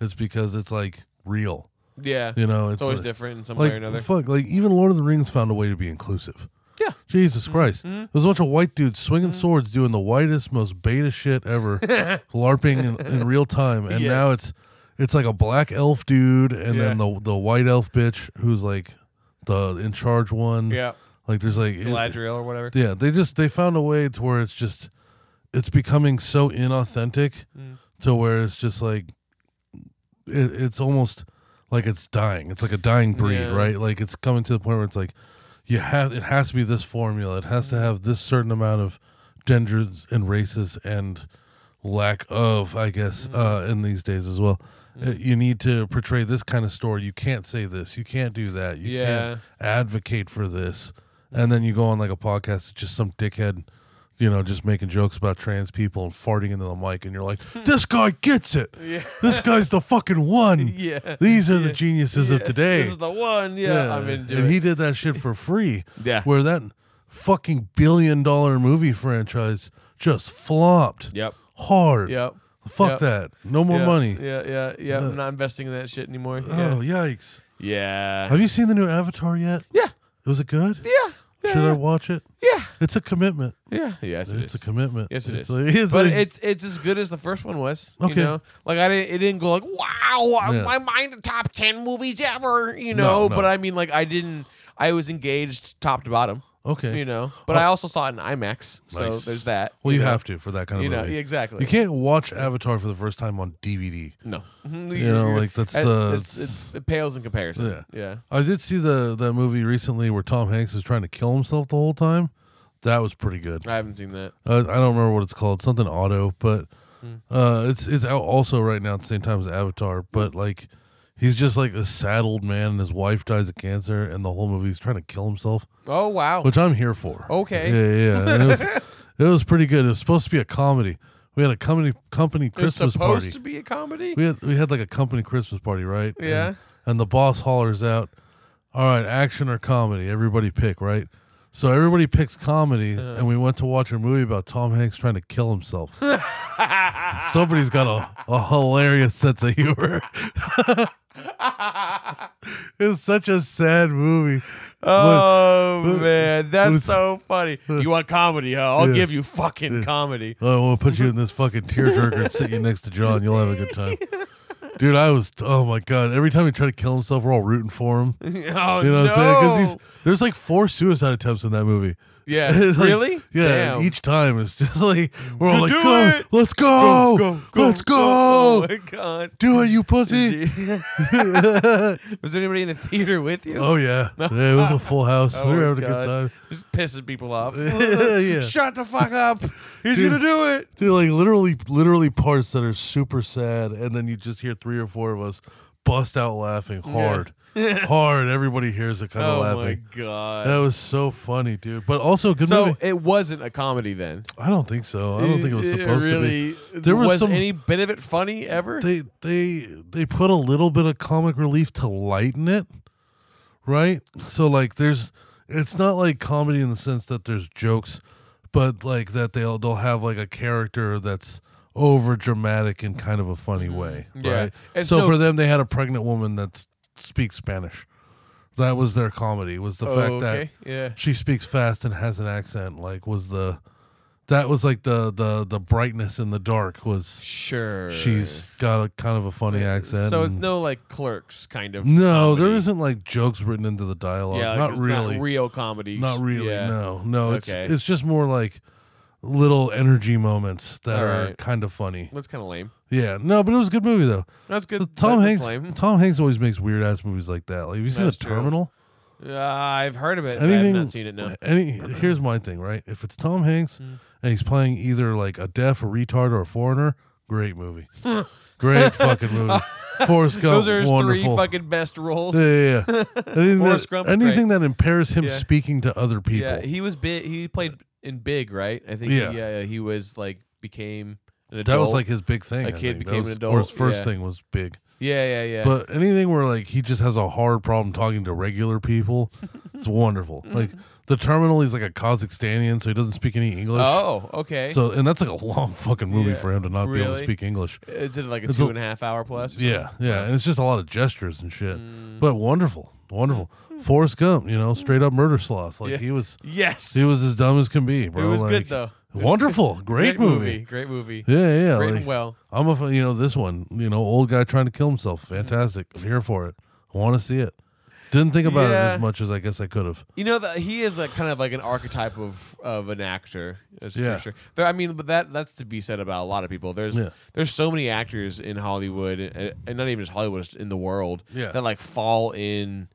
S1: It's because it's like real.
S2: Yeah.
S1: You know, it's,
S2: it's always
S1: like-
S2: different in some
S1: like,
S2: way or another.
S1: Fuck, like even Lord of the Rings found a way to be inclusive.
S2: Yeah. Mm-hmm.
S1: Jesus Christ. There's a bunch of white dudes swinging swords, doing the whitest, most beta shit ever, LARPing in, in real time. And now
S2: Yes.
S1: it's it's like a black elf dude and
S2: Yeah.
S1: then the the white elf bitch who's like the in charge one.
S2: Yeah.
S1: Like there's like it-
S2: Galadriel or whatever.
S1: yeah, they just they found a way to where it's just it's becoming so inauthentic
S2: Mm.
S1: to where it's just like it, it's almost like it's dying. It's like a dying breed,
S2: Yeah.
S1: right? Like it's coming to the point where it's like you have it has to be this formula. It has to
S2: Mm.
S1: have this certain amount of genders and races and lack of, I guess,
S2: Mm.
S1: uh, in these days as well. Uh, You need to portray this kind of story. You can't say this. You can't do that. You
S2: Yeah.
S1: can't advocate for this. And then you go on like a podcast, it's just some dickhead, you know, just making jokes about trans people and farting into the mic. And you're like, this guy gets it.
S2: Hmm. Yeah.
S1: This guy's the fucking one.
S2: Yeah.
S1: These are the geniuses of
S2: Yeah,
S1: today.
S2: This is the one. Yeah, I'm into
S1: and
S2: it.
S1: he did that shit for free.
S2: Yeah.
S1: Where that fucking billion dollar movie franchise just flopped
S2: yep.
S1: hard.
S2: Yep.
S1: Fuck
S2: Yep.
S1: that. No more
S2: yeah,
S1: money.
S2: Yeah, yeah, yeah. I'm not investing in that shit anymore.
S1: Oh,
S2: Yeah.
S1: yikes.
S2: Yeah.
S1: Have you seen the new Avatar yet?
S2: yeah.
S1: Was it good?
S2: Yeah. Yeah.
S1: Should I watch it?
S2: yeah.
S1: It's a commitment.
S2: Yeah. Yes, it
S1: It's
S2: is.
S1: a commitment.
S2: Yes, it
S1: it's
S2: is.
S1: like- it's
S2: but
S1: like-
S2: it's it's as good as the first one was. You
S1: Okay.
S2: know, like I didn't it didn't go like wow, I-
S1: Yeah.
S2: my mind the top ten movies ever. You
S1: No,
S2: know,
S1: no.
S2: but I mean like I didn't. I was engaged top to bottom.
S1: okay.
S2: You know, but I also saw it in IMAX, so
S1: Nice.
S2: there's that.
S1: Well, you
S2: know?
S1: have to for that kind of
S2: You know,
S1: movie.
S2: exactly.
S1: You can't watch Avatar for the first time on DVD.
S2: No, you
S1: know, like, that's the-
S2: it's, it's, it pales in comparison.
S1: Yeah.
S2: Yeah, yeah.
S1: I did see the that movie recently where Tom Hanks is trying to kill himself the whole time. That was pretty good.
S2: I haven't seen that.
S1: Uh, I don't remember what it's called, something auto, but
S2: Hmm.
S1: uh, it's it's out also right now at the same time as Avatar. But like, he's just like a sad old man, and his wife dies of cancer, and the whole movie he's trying to kill himself,
S2: Oh wow.
S1: which I'm here for.
S2: Okay.
S1: Yeah, yeah. yeah. And it was it was pretty good. It was supposed to be a comedy. We had a company company
S2: it's
S1: Christmas
S2: supposed
S1: party.
S2: to be a comedy.
S1: we had we had like a company Christmas party, right?
S2: Yeah.
S1: And, and the boss hollers out, "All right, action or comedy? Everybody pick, right?" So everybody picks comedy,
S2: Uh-huh.
S1: and we went to watch a movie about Tom Hanks trying to kill himself. Somebody's got a, a hilarious sense of humor. it's such a sad movie.
S2: Oh
S1: What-
S2: man,
S1: what
S2: that's
S1: is-
S2: so funny. You want comedy, huh? I'll
S1: Yeah.
S2: give you fucking comedy.
S1: Oh, we'll put you in this fucking tearjerker and sit you next to John. You'll have a good time. Dude, I was, oh my God. Every time he tried to kill himself, we're all rooting for him.
S2: Oh
S1: You know what
S2: no.
S1: I'm saying? 'Cause these- there's like four suicide attempts in that movie.
S2: yeah.
S1: Like,
S2: really?
S1: Yeah.
S2: Damn.
S1: and Each time it's just like we're all like,
S2: Do
S1: go,
S2: it!
S1: let's go, let's go,
S2: Oh my god.
S1: do it, you pussy.
S2: Was there anybody in the theater with you?
S1: Oh yeah, yeah, it was a full house.
S2: Oh
S1: we
S2: my
S1: were having
S2: God.
S1: a good time.
S2: Just pissing people off.
S1: Yeah.
S2: Shut the fuck up. He's
S1: Dude.
S2: gonna do it.
S1: They're like literally, literally parts that are super sad, and then you just hear three or four of us bust out laughing hard, hard. Everybody hears it kind of
S2: Oh
S1: laughing.
S2: my god.
S1: That was so funny, dude. But also a good
S2: so
S1: movie.
S2: it wasn't a comedy then.
S1: I don't think so. I don't think it was supposed to be.
S2: really,
S1: There was
S2: was
S1: some-
S2: any bit of it funny ever.
S1: they they they put a little bit of comic relief to lighten it, right? So like there's it's not like comedy in the sense that there's jokes, but like that they'll they'll have like a character that's over dramatic in kind of a funny way,
S2: Mm-hmm. Yeah.
S1: right?
S2: It's
S1: so
S2: no-
S1: for them they had a pregnant woman that speaks Spanish. That was their comedy was the fact that
S2: okay. yeah.
S1: she speaks fast and has an accent like was the that was like the the the brightness in the dark was
S2: Sure.
S1: She's got a kind of a funny accent.
S2: So it's
S1: and-
S2: no like clerks kind of.
S1: no,
S2: comedy.
S1: there isn't like jokes written into the dialogue.
S2: Yeah, like,
S1: not,
S2: it's
S1: really,
S2: Not
S1: not really.
S2: real comedy. Yeah.
S1: No, no. It's
S2: Okay.
S1: it's just more like little energy moments that
S2: All
S1: are
S2: right.
S1: kind of funny.
S2: That's kind of lame.
S1: Yeah, no, but it was a good movie though.
S2: That's good. that-
S1: Tom
S2: that's
S1: Hanks.
S2: Lame.
S1: Tom Hanks always makes weird ass movies like that. Like, have you seen
S2: That's
S1: the
S2: true.
S1: Terminal?
S2: Uh, I've heard of it. but
S1: Anything.
S2: I have not seen it. No. Mm.
S1: Any. Here's my thing. Right. If it's Tom Hanks and he's playing either like a deaf, a retard, or a foreigner, great movie. great fucking movie. Forrest Gump.
S2: Those are his
S1: wonderful.
S2: three fucking best roles.
S1: Yeah, yeah, yeah. Anything,
S2: Forrest
S1: that,
S2: Gump's
S1: anything that impairs him
S2: Yeah.
S1: speaking to other people.
S2: Yeah, he was big. He played in Big, right? I think.
S1: Yeah.
S2: Yeah. He, uh, he was like became an adult.
S1: that was like his big thing.
S2: A
S1: I
S2: kid
S1: think. That
S2: became
S1: was-
S2: an
S1: Or his
S2: adult,
S1: first
S2: yeah.
S1: thing was big.
S2: Yeah, yeah, yeah.
S1: But anything where like he just has a hard problem talking to regular people, it's wonderful. Like the terminal, he's like a Kazakhstanian, so he doesn't speak any English.
S2: oh, okay.
S1: So and that's like a long fucking movie
S2: Yeah.
S1: for him to not be able to
S2: Really?
S1: speak English.
S2: is it like a
S1: it's a-
S2: two and a half hour plus? or
S1: Yeah, yeah, and it's just a lot of gestures and shit.
S2: Mm.
S1: But wonderful, wonderful. Forrest Gump, you know, straight up murder sloth. Like
S2: Hmm. Yeah.
S1: he was,
S2: something? Yes.
S1: he was as dumb as can be, bro.
S2: It was good,
S1: Like,
S2: though.
S1: Wonderful, great, movie.
S2: Great movie.
S1: Yeah, yeah.
S2: Written
S1: like,
S2: well.
S1: I'm a,
S2: Mm.
S1: f- you know, this one, you know, old guy trying to kill himself. Fantastic. I'm here for it. I want to see it. Didn't think about it
S2: Yeah.
S1: as much as I guess I could have.
S2: You know that he is like kind of like an archetype of of an actor. That's
S1: Yeah.
S2: for sure. There, I mean, but that that's to be said about a lot of people. There's
S1: Yeah.
S2: there's so many actors in Hollywood, and, and not even just Hollywood, just in the world,
S1: Yeah.
S2: that like fall in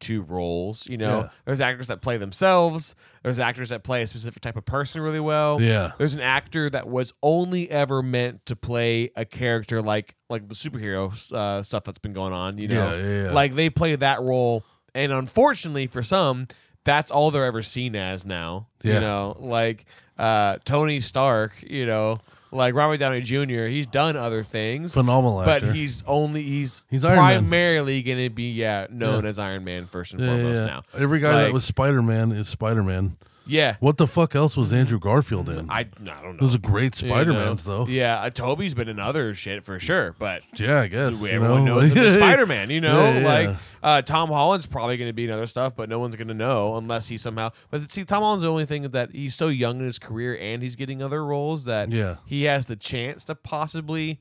S2: to roles. You know,
S1: Yeah.
S2: there's actors that play themselves. There's actors that play a specific type of person really well.
S1: Yeah.
S2: There's an actor that was only ever meant to play a character like like the superhero uh, stuff that's been going on. You know,
S1: Yeah, yeah, yeah.
S2: like they play that role, and unfortunately for some, that's all they're ever seen as now. You
S1: Yeah.
S2: know, like uh, Tony Stark. You know, like Robert Downey Jr. He's done other things,
S1: Phenomenal actor.
S2: but he's only he's
S1: He's Iron Man.
S2: primarily going to be yeah known as Iron Man first and
S1: Yeah, yeah,
S2: foremost
S1: yeah.
S2: now.
S1: Every guy that
S2: Like,
S1: was Spider Man is Spider Man.
S2: yeah.
S1: What the fuck else was Andrew Garfield in?
S2: Mm-hmm. I, I don't know.
S1: Those are great
S2: you know.
S1: Spider Mans, though. Yeah.
S2: Yeah, uh, Toby's been in other shit for sure, but
S1: I guess. you
S2: everyone
S1: know?
S2: knows him as Spider Man. You know,
S1: Yeah, yeah.
S2: like uh, Tom Holland's probably going to be in other stuff, but no one's going to know unless he somehow. But see, Tom Holland's the only thing that he's so young in his career, and he's getting other roles that
S1: Yeah.
S2: he has the chance to possibly.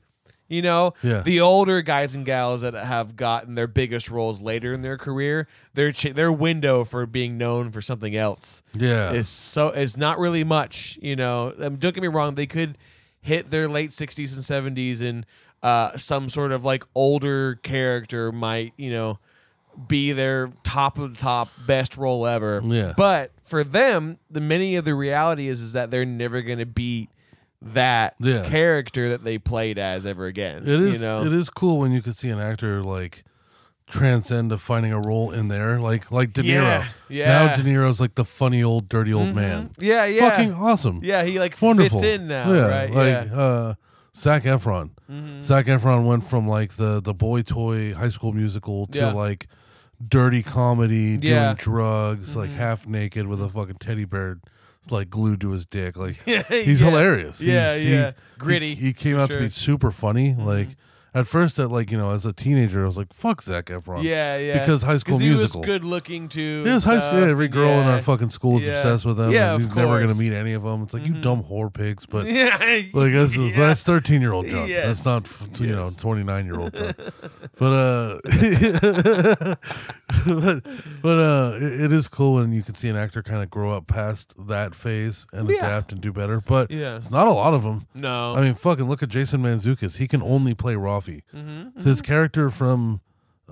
S2: You know,
S1: Yeah.
S2: the older guys and gals that have gotten their biggest roles later in their career, their ch- their window for being known for something else
S1: Yeah.
S2: is so is not really much. You know, um, don't get me wrong; they could hit their late sixties and seventies, and uh, some sort of like older character might, you know, be their top of the top best role ever.
S1: Yeah.
S2: But for them, the many of the reality is is that they're never going to beat that
S1: Yeah.
S2: character that they played as ever again.
S1: It is.
S2: You know?
S1: It is cool when you can see an actor like transcend to finding a role in there, like like De Niro.
S2: Yeah,
S1: Now
S2: yeah.
S1: De Niro's like the funny old dirty old man.
S2: Yeah. Yeah.
S1: Fucking awesome.
S2: yeah. He like
S1: Wonderful.
S2: fits in now.
S1: Yeah.
S2: Right.
S1: Like
S2: yeah. Mm-hmm.
S1: uh Zach Efron. Zac Zach Efron went from like the the boy toy high school musical to
S2: Yeah.
S1: like dirty comedy,
S2: Yeah. Mm-hmm.
S1: doing drugs, like half naked with a fucking teddy bear like glued to his dick. Like he's
S2: Yeah.
S1: hilarious.
S2: Yeah,
S1: He's- he-
S2: yeah.
S1: he-
S2: Gritty,
S1: He, came
S2: for
S1: out to
S2: sure. Mm-hmm.
S1: be super funny. Like at first, at like you know, as a teenager, I was like, "Fuck Zach Efron."
S2: Yeah, yeah.
S1: Because High School
S2: 'Cause he
S1: Musical.
S2: was good looking too.
S1: Yes, high school.
S2: stuff,
S1: Yeah, every girl in
S2: yeah.
S1: our fucking school is
S2: Yeah.
S1: obsessed with him.
S2: Yeah,
S1: and
S2: of
S1: he's never gonna
S2: course.
S1: meet any of them. It's like you dumb whore pigs, but
S2: Yeah.
S1: like that's
S2: yeah.
S1: that's thirteen year old John.
S2: Yes.
S1: That's not f- you know
S2: Yes.
S1: twenty nine year old John. but uh, but, but uh, it, it is cool when you can see an actor kind of grow up past that phase and
S2: Yeah.
S1: adapt and do better. But
S2: Yeah.
S1: it's not a lot of them.
S2: No.
S1: I mean, fucking look at Jason Manzukis. He can only play Rafi.
S2: Mm-hmm,
S1: His character from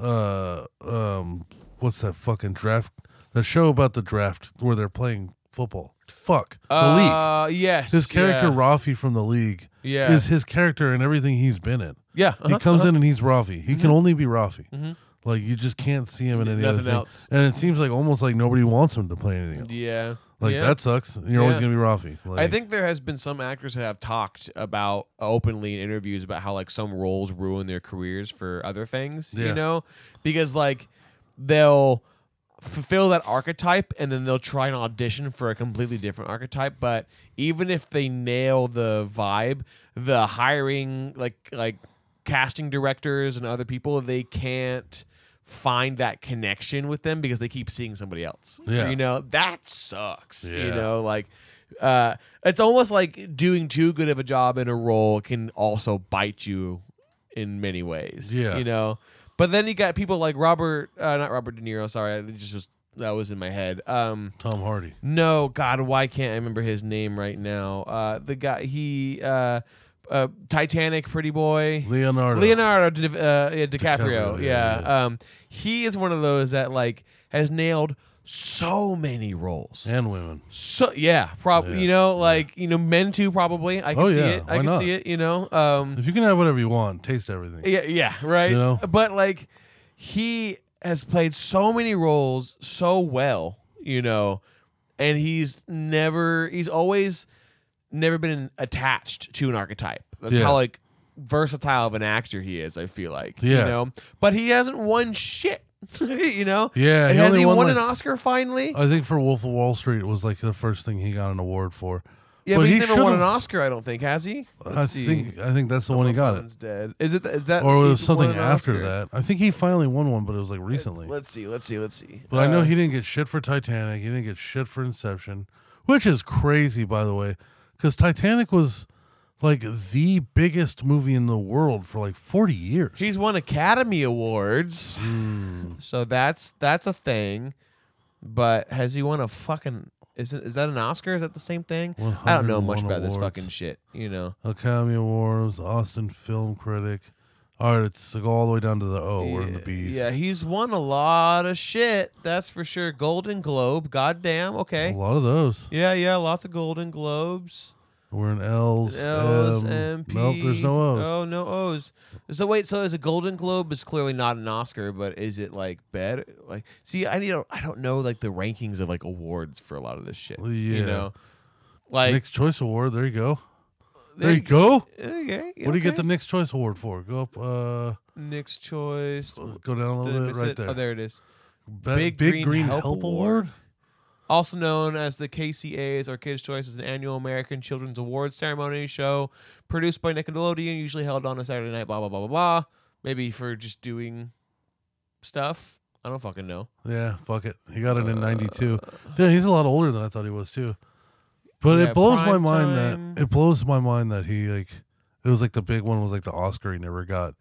S1: uh um what's that fucking draft? The show about the draft where they're playing football. Fuck the league.
S2: uh, Yes.
S1: His character
S2: Yeah.
S1: Rafi from the league
S2: Yeah.
S1: is his character and everything he's been in.
S2: yeah
S1: He
S2: uh-huh,
S1: comes
S2: uh-huh. Mm-hmm.
S1: in and he's Rafi. He can only be Rafi. Like you just can't see him in any other
S2: Nothing
S1: thing.
S2: else.
S1: And it seems like almost like nobody wants him to play anything else.
S2: Yeah.
S1: Like
S2: yeah.
S1: that sucks. You're always
S2: Yeah.
S1: gonna be Rafi.
S2: I
S1: Like,
S2: think there has been some actors that have talked about openly in interviews about how like some roles ruin their careers for other things, you
S1: Yeah.
S2: know? Because like they'll fulfill that archetype and then they'll try and audition for a completely different archetype, but even if they nail the vibe, the hiring like like casting directors and other people, they can't find that connection with them because they keep seeing somebody else.
S1: Yeah.
S2: You know, that sucks. You
S1: Yeah.
S2: know, know, like uh it's almost like doing too good of a job in a role can also bite you in many ways
S1: Yeah.
S2: you know but then you got people like robert uh, not robert de niro sorry I just was that was in my head um
S1: Tom Hardy.
S2: no god why can't i remember his name right now uh the guy he uh, uh titanic pretty boy
S1: Leonardo.
S2: Leonardo Di, uh, yeah, DiCaprio,
S1: DiCaprio,
S2: yeah,
S1: yeah,
S2: Um, he is one of those that like has nailed so many roles.
S1: and women.
S2: So yeah, probably
S1: Yeah,
S2: you know, like you know, men too probably. I can
S1: Oh,
S2: see
S1: yeah,
S2: it. I
S1: why
S2: can
S1: not?
S2: see it. You know, um,
S1: If you can have whatever you want, taste everything.
S2: yeah, yeah, right.
S1: You know?
S2: But like, he has played so many roles so well, you know, and he's never, he's always never been attached to an archetype. That's
S1: Yeah.
S2: how like versatile of an actor he is. I feel like, you
S1: Yeah.
S2: know, but he hasn't won shit. you know,
S1: Yeah,
S2: And
S1: he
S2: has
S1: only
S2: he won,
S1: won,
S2: an
S1: like-
S2: Oscar finally?
S1: I think for Wolf of Wall Street was like the first thing he got an award for.
S2: yeah, but, he's never won an
S1: should've-
S2: Oscar. I don't think has he.
S1: I
S2: Let's see.
S1: think I think that's the one he got it.
S2: One's dead. Is it? Is that?
S1: Or
S2: he
S1: was it
S2: won
S1: something
S2: an
S1: after
S2: Oscar?
S1: that. I think he finally won one, but it was like recently.
S2: Let's see. Let's see. Let's see.
S1: But I know
S2: Uh,
S1: he didn't get shit for Titanic. He didn't get shit for Inception, which is crazy, by the way, because Titanic was like the biggest movie in the world for like 40 years.
S2: He's won Academy Awards.
S1: Hmm.
S2: So that's that's a thing. But has he won a fucking is it, is that an Oscar? Is that the same thing? I don't know much
S1: 101
S2: about this
S1: awards.
S2: fucking shit, you know.
S1: Academy Awards, Austin Film Critic. All right, it's like all the way down to the O. We're in the
S2: Yeah,
S1: B's.
S2: Yeah, he's won a lot of shit. That's for sure. Golden Globe, goddamn.
S1: a
S2: Okay.
S1: lot of those.
S2: Yeah, yeah, lots of Golden Globes.
S1: We're in L's.
S2: L's,
S1: M.
S2: MP.
S1: Nope, there's no O's.
S2: Oh, no O's. So wait, so is a Golden Globe is clearly not an Oscar, but is it like better? Like, see, I need, I don't know like the rankings of like awards for a lot of this shit.
S1: Yeah.
S2: You know, like
S1: Nick's Choice Award. There you go.
S2: there
S1: There, you go.
S2: Okay.
S1: What do you get the Nick's Choice Award for? Go up. Uh,
S2: Nick's Choice?
S1: go down a little bit.
S2: Is
S1: Right
S2: it-
S1: there.
S2: Oh, there it is.
S1: Be-
S2: Big Green Help Award.
S1: Award?
S2: Also known as the KCA's or Kids' Choice is an annual American Children's Awards ceremony show produced by Nickelodeon, usually held on a Saturday night, blah, blah, blah, blah, blah. Maybe for just doing stuff. I don't fucking know.
S1: Yeah, fuck it. He got it
S2: Uh,
S1: in '92. Dude, he's a lot older than I thought he was too. But
S2: Yeah,
S1: it blows my
S2: prime
S1: mind
S2: time.
S1: that it blows my mind that he like it was like the big one was like the Oscar he never got,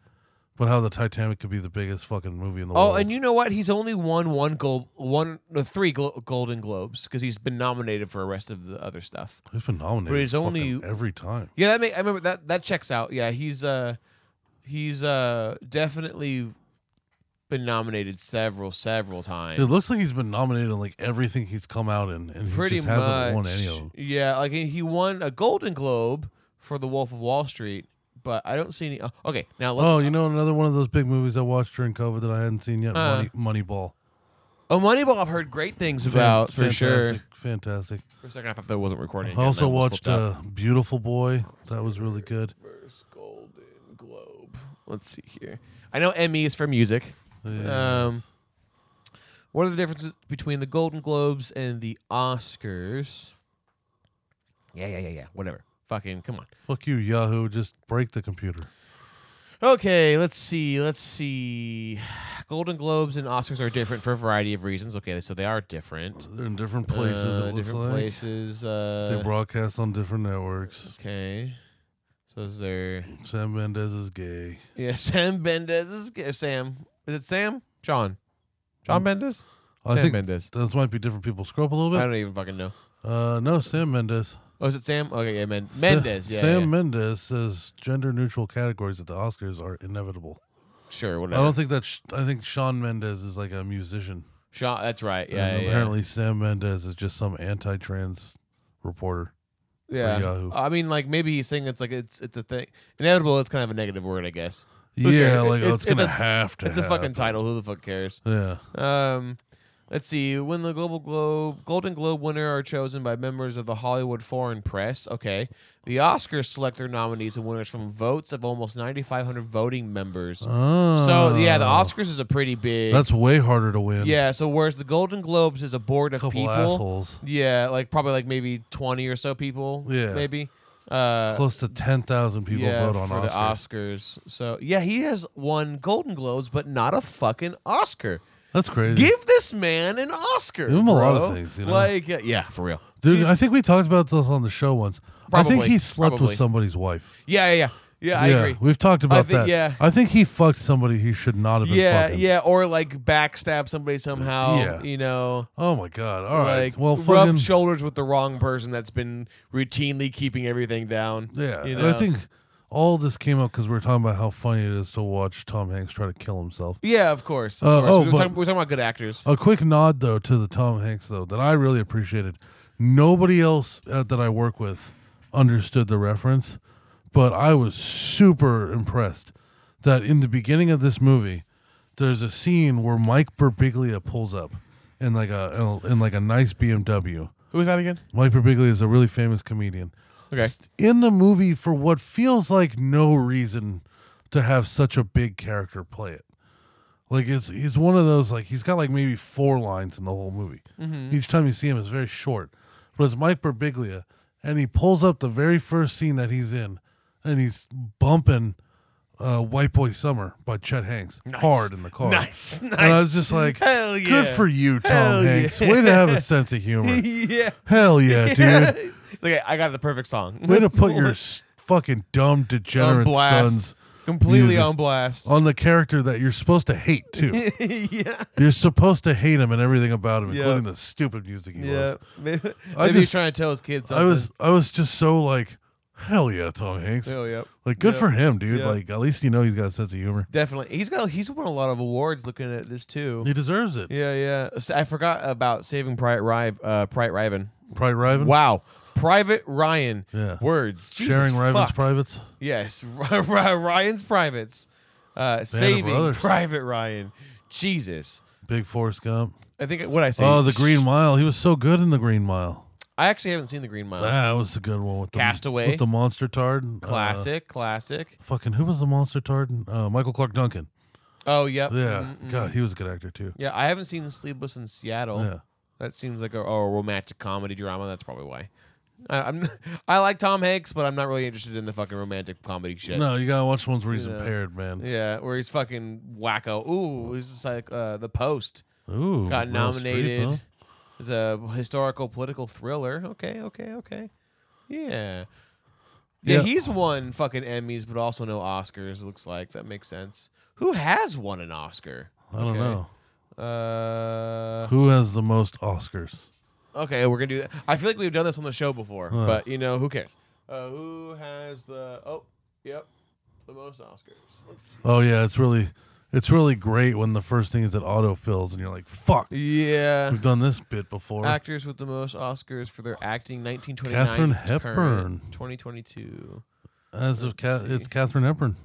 S1: but how the Titanic could be the biggest fucking movie in the
S2: Oh,
S1: world.
S2: and you know what? He's only won one gold, one, no, three glo- Golden Globes because he's been nominated for the rest of the other stuff.
S1: he's been nominated.
S2: but he's
S1: fucking
S2: only-
S1: every time.
S2: Yeah, that may, I remember that that checks out. Yeah, he's uh he's uh definitely been nominated several several times.
S1: It looks like he's been nominated in like everything he's come out in, and he
S2: Pretty
S1: just
S2: much.
S1: hasn't won any of them.
S2: Yeah, like he- he won a Golden Globe for The Wolf of Wall Street, but I don't see any. oh, okay, now let's.
S1: Oh, you know another one of those big movies I watched during COVID that I hadn't seen yet,
S2: Uh,
S1: Money Moneyball.
S2: Oh, Moneyball, I've heard great things
S1: Fan-
S2: about for sure.
S1: fantastic, Fantastic.
S2: For a second, I thought that wasn't recording.
S1: I
S2: again,
S1: also
S2: that was
S1: watched
S2: flipped up.
S1: uh, Beautiful Boy. That was really good.
S2: First Golden Globe. Let's see here. I know Emmy is for music. Um, what are the differences between the Golden Globes and the Oscars? Yeah, yeah, yeah, yeah. Whatever. Fucking come on.
S1: Fuck you, Yahoo. Just break the computer.
S2: Okay, let's see. Let's see. Golden Globes and Oscars are different for a variety of reasons. Okay, so they are different.
S1: They're in different places.
S2: Uh,
S1: it looks
S2: different
S1: like
S2: places. Uh,
S1: they broadcast on different networks.
S2: okay. So is there?
S1: Sam Mendes is gay.
S2: Yeah, Sam Bendez is g- Sam. Is it Sam? John. John Bendez.
S1: I
S2: Sam
S1: think
S2: Mendes.
S1: those might be different people. Scroll up a
S2: Hmm? I
S1: little bit.
S2: don't even fucking know.
S1: Uh, no, Sam Mendes.
S2: Oh, is it Sam? Okay, yeah, Men-
S1: Sa-
S2: Mendes. Yeah,
S1: Sam
S2: yeah.
S1: Mendes says gender neutral categories at the Oscars are inevitable.
S2: sure,
S1: I
S2: whatever.
S1: don't think that's. Sh- I think Sean Mendes is like a musician.
S2: Sean, that's right. Yeah,
S1: and
S2: yeah,
S1: apparently Sam Mendes is just some anti-trans reporter.
S2: yeah. yeah.
S1: Yahoo.
S2: I mean, like maybe he's saying it's like it's it's a thing. Inevitable is kind of a negative word, I guess. Who
S1: Yeah,
S2: cares?
S1: like
S2: It's-
S1: oh, it's,
S2: it's
S1: gonna
S2: a-
S1: have to.
S2: It's a fucking
S1: happen.
S2: title. Who the fuck cares?
S1: Yeah.
S2: Um, let's see. When the Global Globe Golden Globe winner are chosen by members of the Hollywood Foreign Press. Okay, the Oscars select their nominees and winners from votes of almost 9,500 voting members.
S1: Oh.
S2: So yeah, the Oscars is a pretty big.
S1: That's way harder to win.
S2: yeah. So whereas the Golden Globes is a board of
S1: couple
S2: people.
S1: assholes.
S2: Yeah, like probably like maybe twenty or so people.
S1: Yeah.
S2: maybe. Uh,
S1: Close to ten thousand people
S2: yeah,
S1: vote on
S2: for
S1: Oscars.
S2: the Oscars. So yeah, he has won Golden Globes, but not a fucking Oscar.
S1: That's crazy,
S2: Give this man an Oscar.
S1: Give him a lot of
S2: bro.
S1: things, you know?
S2: Like uh, yeah, for real.
S1: dude. I think we talked about this on the show once. I think
S2: Probably,
S1: he slept
S2: probably.
S1: with somebody's wife.
S2: Yeah, yeah, yeah. Yeah, I
S1: yeah,
S2: agree.
S1: We've talked about
S2: think-
S1: that.
S2: yeah.
S1: I think he fucked somebody he should not have been
S2: yeah,
S1: fucking.
S2: yeah, or like backstab somebody somehow.
S1: Yeah.
S2: you know.
S1: Oh my god. All right.
S2: Like
S1: well,
S2: rub
S1: fucking
S2: shoulders with the wrong person that's been routinely keeping everything down.
S1: yeah.
S2: you
S1: And I
S2: know?
S1: think all this came up because we were talking about how funny it is to watch Tom Hanks try to kill himself.
S2: Yeah, of course. Of
S1: Uh,
S2: course.
S1: oh,
S2: we're,
S1: but- Oh.
S2: talking, we're talking about good actors.
S1: A quick nod though to the Tom Hanks though that I really appreciated. Nobody else uh, that I work with understood the reference, but I was super impressed that in the beginning of this movie, there's a scene where Mike Birbiglia pulls up in like a in like a nice BMW.
S2: Who is that again?
S1: Mike Birbiglia is a really famous comedian.
S2: Okay.
S1: S- In the movie, for what feels like no reason to have such a big character play it. Like it's he's one of those like he's got like maybe four lines in the whole movie.
S2: Mm-hmm.
S1: Each time you see him, it's very short. But it's Mike Birbiglia, and he pulls up the very first scene that he's in, and he's bumping uh, "White Boy Summer" by Chet Hanks hard in the car.
S2: Nice, nice.
S1: And I was just like,
S2: Hell
S1: "Good
S2: yeah.
S1: for you, Tom
S2: Hell
S1: Hanks.
S2: yeah."
S1: Way to have a sense of humor."
S2: yeah.
S1: Hell yeah, dude.
S2: It's like, I got the perfect song.
S1: Way to put your s- fucking dumb
S2: on
S1: degenerate
S2: blast.
S1: sons
S2: Completely
S1: music. Oh.
S2: on blast.
S1: on the character that you're supposed to hate too.
S2: yeah.
S1: you're supposed to hate him and everything about him,
S2: Yeah.
S1: including the stupid music he
S2: Yeah.
S1: loves.
S2: Maybe, maybe
S1: I
S2: he's
S1: just-
S2: trying to tell his kids something.
S1: I was I was just so like, hell yeah, Tom Hanks.
S2: Oh, yep.
S1: Like good
S2: Yeah.
S1: for him, dude.
S2: Yeah.
S1: Like at least you know he's got a sense of humor.
S2: Definitely. He's got he's won a lot of awards looking at this too.
S1: He deserves it.
S2: Yeah, yeah. So I forgot about Saving Private Ryan. Uh, Private Ryan.
S1: Private Riven.
S2: Wow. Private Ryan.
S1: Yeah.
S2: Words. Jesus
S1: Sharing Riven's
S2: fuck.
S1: privates.
S2: Yes, Ryan's privates. Uh, saving
S1: Brothers.
S2: Private Ryan. Jesus.
S1: Big Forrest Gump.
S2: I think what I say.
S1: Oh, the Green
S2: Sh-
S1: Mile. He was so good in the Green Mile. Ah,
S2: I actually haven't seen the Green Mile.
S1: That uh, was a good one with the
S2: Castaway.
S1: with the monster tard. Uh,
S2: classic, classic.
S1: fucking who was the monster tard? Uh, Michael Clark Duncan.
S2: Oh, yep.
S1: Yeah,
S2: Mm, mm.
S1: God, he was a good actor too.
S2: Yeah, I haven't seen Sleepless in Seattle.
S1: Yeah.
S2: That seems like a, a romantic comedy drama. That's probably why. I, I'm I like Tom Hanks, but I'm not really interested in the fucking romantic comedy shit.
S1: No, you gotta watch ones where he's
S2: Yeah.
S1: impaired, man.
S2: Yeah, where he's fucking wacko. Ooh, this is like uh, the Post
S1: Ooh,
S2: got
S1: Meryl Streep,
S2: nominated
S1: huh?
S2: as a historical political thriller. Okay, okay, okay. Yeah. Yeah,
S1: Yeah.
S2: he's won fucking Emmys, but also no Oscars. It looks like that makes sense. Who has won an Oscar?
S1: I don't know
S2: know. Uh,
S1: who has the most Oscars.
S2: Okay, we're gonna do that. I feel like we've done this on the show before,
S1: Huh.
S2: but you know who cares? Uh, who has the oh, yep, the most Oscars? Let's see.
S1: Oh yeah, it's really, it's really great when the first thing is that autofills, and you're like, fuck,
S2: Yeah,
S1: we've done this bit before.
S2: actors with the most Oscars for their acting: nineteen twenty-nine,
S1: Katharine Hepburn.
S2: twenty twenty-two.
S1: As of Ca-
S2: let's see.
S1: it's Catherine Hepburn.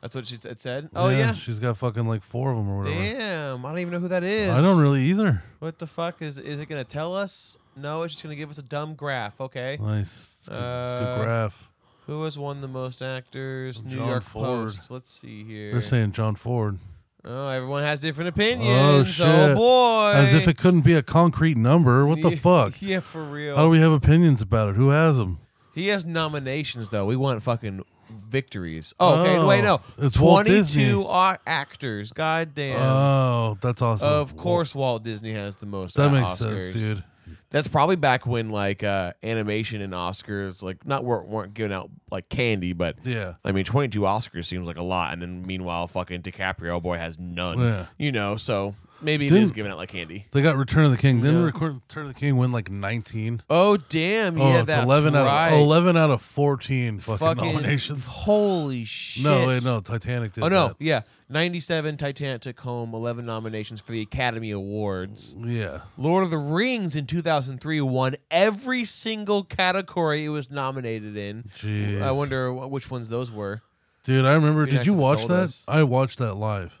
S2: That's what she s- it said. Oh yeah,
S1: she's got fucking like four of them or whatever.
S2: damn, I don't even know who that is.
S1: I don't really either.
S2: What the fuck is is it gonna tell us? No, it's just gonna give us a dumb graph. Okay,
S1: Nice, it's good, it's good
S2: Uh,
S1: graph.
S2: who has won the most actors? New
S1: John
S2: York
S1: Ford.
S2: Post. Let's see here.
S1: They're saying John Ford,
S2: Oh, everyone has different opinions.
S1: Oh,
S2: Oh,
S1: shit.
S2: boy.
S1: as if it couldn't be a concrete number. What the
S2: Yeah,
S1: fuck?
S2: Yeah, for real.
S1: How do we have opinions about it? Who has them?
S2: he has nominations though. We want fucking victories. Oh, okay. Wait, no.
S1: Oh, it's Walt Disney.
S2: Twenty-two au- actors. God damn.
S1: Oh, that's awesome.
S2: of course, Walt Disney has the most.
S1: that
S2: uh,
S1: makes
S2: Oscars.
S1: sense, dude.
S2: That's probably back when like uh, animation and Oscars like not weren't, weren't giving out like candy, but
S1: Yeah.
S2: I mean, 22 Oscars seems like a lot, and then meanwhile, fucking DiCaprio boy has none.
S1: Yeah.
S2: You know, so maybe it
S1: Didn't-
S2: is giving out like candy.
S1: They got Return of the King. Didn't
S2: Yeah.
S1: record Return of the King win like 19?
S2: Oh damn!
S1: Oh,
S2: yeah,
S1: it's
S2: that's
S1: 11
S2: right.
S1: out of 11 out of 14 fucking,
S2: Fucking-
S1: nominations.
S2: Holy shit!
S1: No, wait, no, Titanic did
S2: Oh no,
S1: that.
S2: yeah, ninety-seven Titanic took home eleven nominations for the Academy Awards.
S1: Yeah.
S2: Lord of the Rings in two thousand three won every single category it was nominated in.
S1: Jeez.
S2: I wonder wh- which ones those were.
S1: Dude, I remember.
S2: Be
S1: Did
S2: nice
S1: you
S2: if it
S1: watch
S2: told
S1: that?
S2: us.
S1: I watched that live.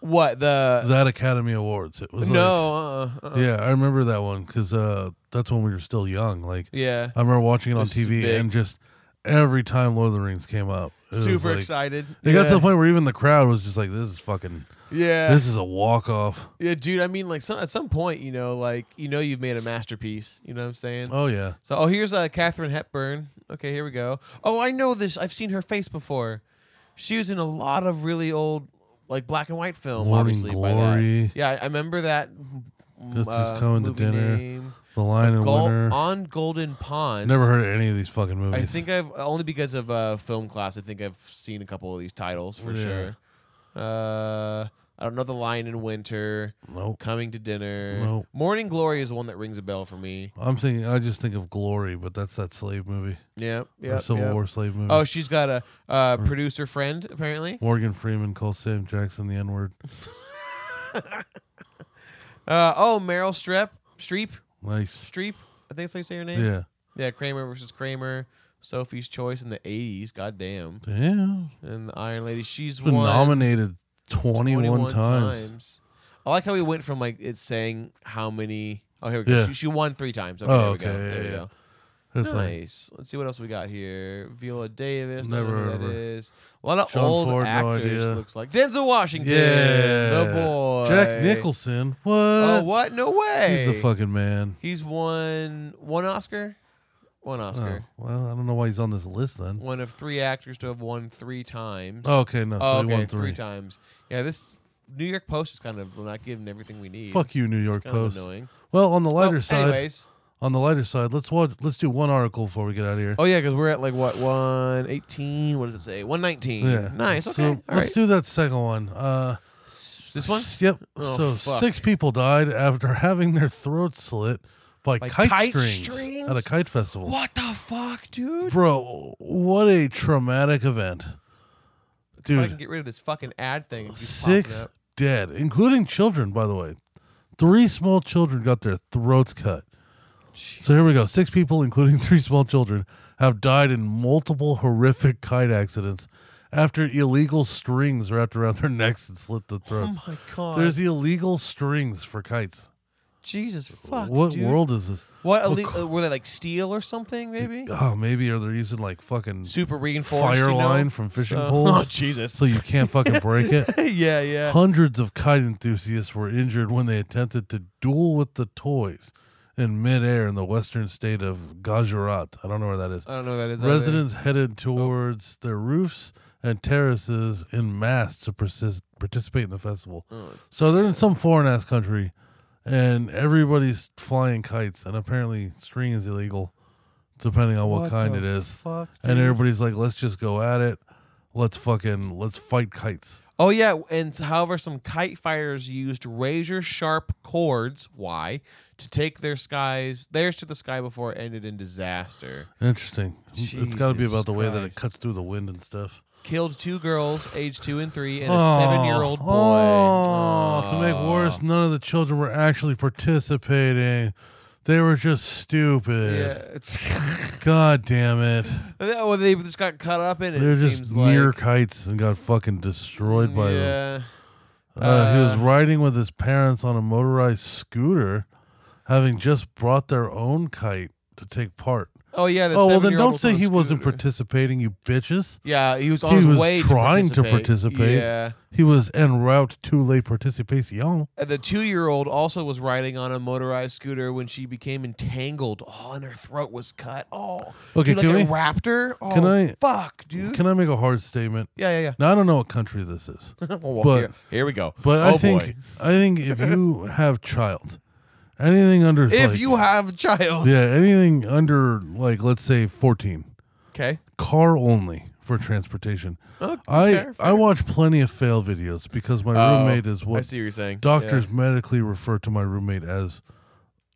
S2: What the?
S1: That Academy Awards. It was like-
S2: no. Uh, uh,
S1: yeah, I remember that one because uh, that's when we were still young. Like,
S2: yeah.
S1: I remember watching it on
S2: This is
S1: TV
S2: big.
S1: and just every time Lord of the Rings came up, it was
S2: Super
S1: like-
S2: excited.
S1: It
S2: yeah.
S1: got to the point where even the crowd was just like, "This is fucking.
S2: Yeah.
S1: This is a walk off."
S2: yeah, dude. I mean, like, some, at some point, you know, like, you know, you've made a masterpiece. You know what I'm saying?
S1: Oh yeah.
S2: So, oh, here's uh, Catherine Hepburn. Okay, here we go. Oh, I know this. I've seen her face before. She was in a lot of really old, like black and white film.
S1: Morning
S2: obviously, by
S1: Glory.
S2: that. Yeah, I- I remember that.
S1: This is
S2: uh,
S1: coming to
S2: movie
S1: dinner.
S2: name.
S1: The Lion and
S2: Gol-
S1: Winter.
S2: on Golden Pond.
S1: Never heard of any of these fucking movies.
S2: I think I've only because of uh, film class. I think I've seen a couple of these titles for
S1: Yeah.
S2: sure. Uh, I don't know the Lion in Winter.
S1: Nope.
S2: Coming to dinner.
S1: Nope.
S2: Morning Glory is one that rings a bell for me.
S1: I'm thinking. I just think of Glory, but that's that slave movie
S2: Yeah,
S1: or
S2: yeah,
S1: Civil War slave movie.
S2: Oh, she's got a uh, producer friend apparently.
S1: Morgan Freeman calls Sam Jackson the N word.
S2: Uh, oh, Meryl Streep, Streep,
S1: Nice.
S2: Streep. I think that's how you say her name.
S1: Yeah.
S2: Yeah, Kramer versus Kramer. Sophie's Choice in the '80s. Goddamn.
S1: Yeah.
S2: And the Iron Lady. She's
S1: Been
S2: won
S1: nominated 21,
S2: 21
S1: times.
S2: I like how we went from like it's saying how many. Oh, here we go.
S1: Yeah.
S2: She, she won three times. Okay,
S1: Oh,
S2: there we go.
S1: okay, yeah,
S2: there we
S1: yeah.
S2: go.
S1: That's like
S2: Nice. Let's see what else we got here. Viola Davis. Never
S1: Never
S2: know who
S1: heard
S2: that
S1: of her.
S2: is. A lot of
S1: John
S2: old
S1: Ford, no
S2: actors.
S1: idea.
S2: looks like Denzel Washington.
S1: yeah.
S2: the boy.
S1: Jack Nicholson. What?
S2: Oh, what? No way.
S1: Uh, He's the fucking man.
S2: He's won one Oscar. One Oscar.
S1: Oh, well, I don't know why he's on this list then.
S2: One of three actors to have won three times.
S1: Oh, okay, no. So
S2: Oh,
S1: he
S2: okay,
S1: won
S2: three.
S1: three.
S2: times. Yeah, this New York Post is kind of not giving everything we need.
S1: Fuck you, New York
S2: It's kind
S1: Post.
S2: Of annoying.
S1: Well, on the lighter
S2: Well,
S1: side,
S2: Anyways,
S1: on the lighter side, let's watch. Let's do one article before we get out of here.
S2: Oh yeah, because we're at like what one eighteen? What does it say? One nineteen.
S1: yeah,
S2: Nice. Okay.
S1: So
S2: All
S1: let's
S2: right.
S1: do that second one. Uh,
S2: this one.
S1: s- Yep.
S2: Oh,
S1: so
S2: fuck.
S1: six people died after having their throats slit by,
S2: By
S1: kite,
S2: kite
S1: strings, at a
S2: strings?
S1: kite festival.
S2: What the fuck, dude?
S1: Bro, what a traumatic event,
S2: I can
S1: dude.
S2: get rid of this fucking ad thing. that keeps popping
S1: Six
S2: up.
S1: dead, including children. By the way, three small children got their throats cut.
S2: Jeez.
S1: So here we go. Six people, including three small children, have died in multiple horrific kite accidents after illegal strings wrapped around their necks and slit the throats.
S2: Oh my god.
S1: There's illegal strings for kites.
S2: Jesus fuck.
S1: what
S2: dude.
S1: world is this?
S2: What
S1: Well,
S2: alle-
S1: cr-
S2: uh, were they like steel or something? Maybe
S1: Oh, maybe or they're using like fucking
S2: super reinforced
S1: fire
S2: you know?
S1: line from fishing
S2: So-
S1: poles.
S2: Oh Jesus.
S1: so you can't fucking break it.
S2: yeah, yeah.
S1: Hundreds of kite enthusiasts were injured when they attempted to duel with the toys in midair in the western state of Gujarat. I don't know where that is.
S2: I don't know what that Oh. is. either.
S1: Residents headed towards their roofs and terraces in mass to persist, participate in the festival.
S2: Oh,
S1: So they're in some foreign ass country, and everybody's flying kites, and apparently string is illegal, depending on what, kind
S2: the
S1: it is.
S2: Fuck,
S1: and
S2: dude?
S1: everybody's like, "Let's just go at it. Let's fucking let's fight kites."
S2: Oh yeah, and so however, some kite fighters used razor sharp cords. Why to take their skies theirs to the sky before it ended in disaster.
S1: Interesting. it's got to be
S2: Jesus
S1: about the way that it
S2: Christ.
S1: cuts through the wind and stuff.
S2: Killed two girls, aged two and three, and a
S1: Oh,
S2: seven-year-old boy.
S1: oh, to make
S2: Aw.
S1: worse, none of the children were actually participating. They were just
S2: yeah,
S1: stupid.
S2: it's
S1: God damn it.
S2: well, they just got cut up in it.
S1: They're
S2: it
S1: just
S2: seems
S1: near
S2: like.
S1: kites and got fucking destroyed by them.
S2: yeah.
S1: Uh, he was riding with his parents on a motorized scooter, having just brought their own kite to take part.
S2: Oh yeah. The
S1: Oh well, then
S2: seven-year-old
S1: don't
S2: was
S1: say
S2: on a
S1: he wasn't
S2: scooter.
S1: participating, you bitches.
S2: Yeah, he was on
S1: He
S2: his
S1: was
S2: way
S1: trying to
S2: to
S1: participate.
S2: Yeah.
S1: He was en route to late participation.
S2: And the two-year-old also was riding on a motorized scooter when she became entangled. Oh, and her throat was cut. Oh,
S1: Okay,
S2: dude, like
S1: can
S2: a
S1: we-
S2: raptor. Oh,
S1: can I-
S2: Fuck, dude.
S1: Can I make a hard statement?
S2: yeah, yeah,
S1: Now I don't know what country this is,
S2: yeah. well,
S1: But-
S2: here, here we go.
S1: but
S2: oh,
S1: I think
S2: boy.
S1: I think if you have child, anything under
S2: if
S1: like-
S2: you have a child,
S1: yeah anything under like let's say fourteen,
S2: okay,
S1: car only for transportation.
S2: Okay,
S1: I
S2: fair,
S1: I
S2: fair.
S1: watch plenty of fail videos because my
S2: Oh,
S1: roommate is
S2: I
S1: what
S2: see what you're saying.
S1: doctors medically refer to my roommate as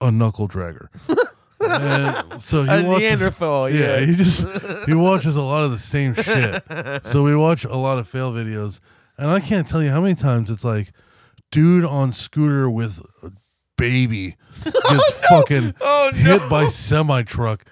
S1: a knuckle dragger. And so he
S2: Yeah. A
S1: watches,
S2: Neanderthal.
S1: yeah, he
S2: yes.
S1: just he watches a lot of the same shit. So we watch a lot of fail videos, and I can't tell you how many times it's like, dude on scooter with a baby gets fucking
S2: Oh, no.
S1: hit by semi truck,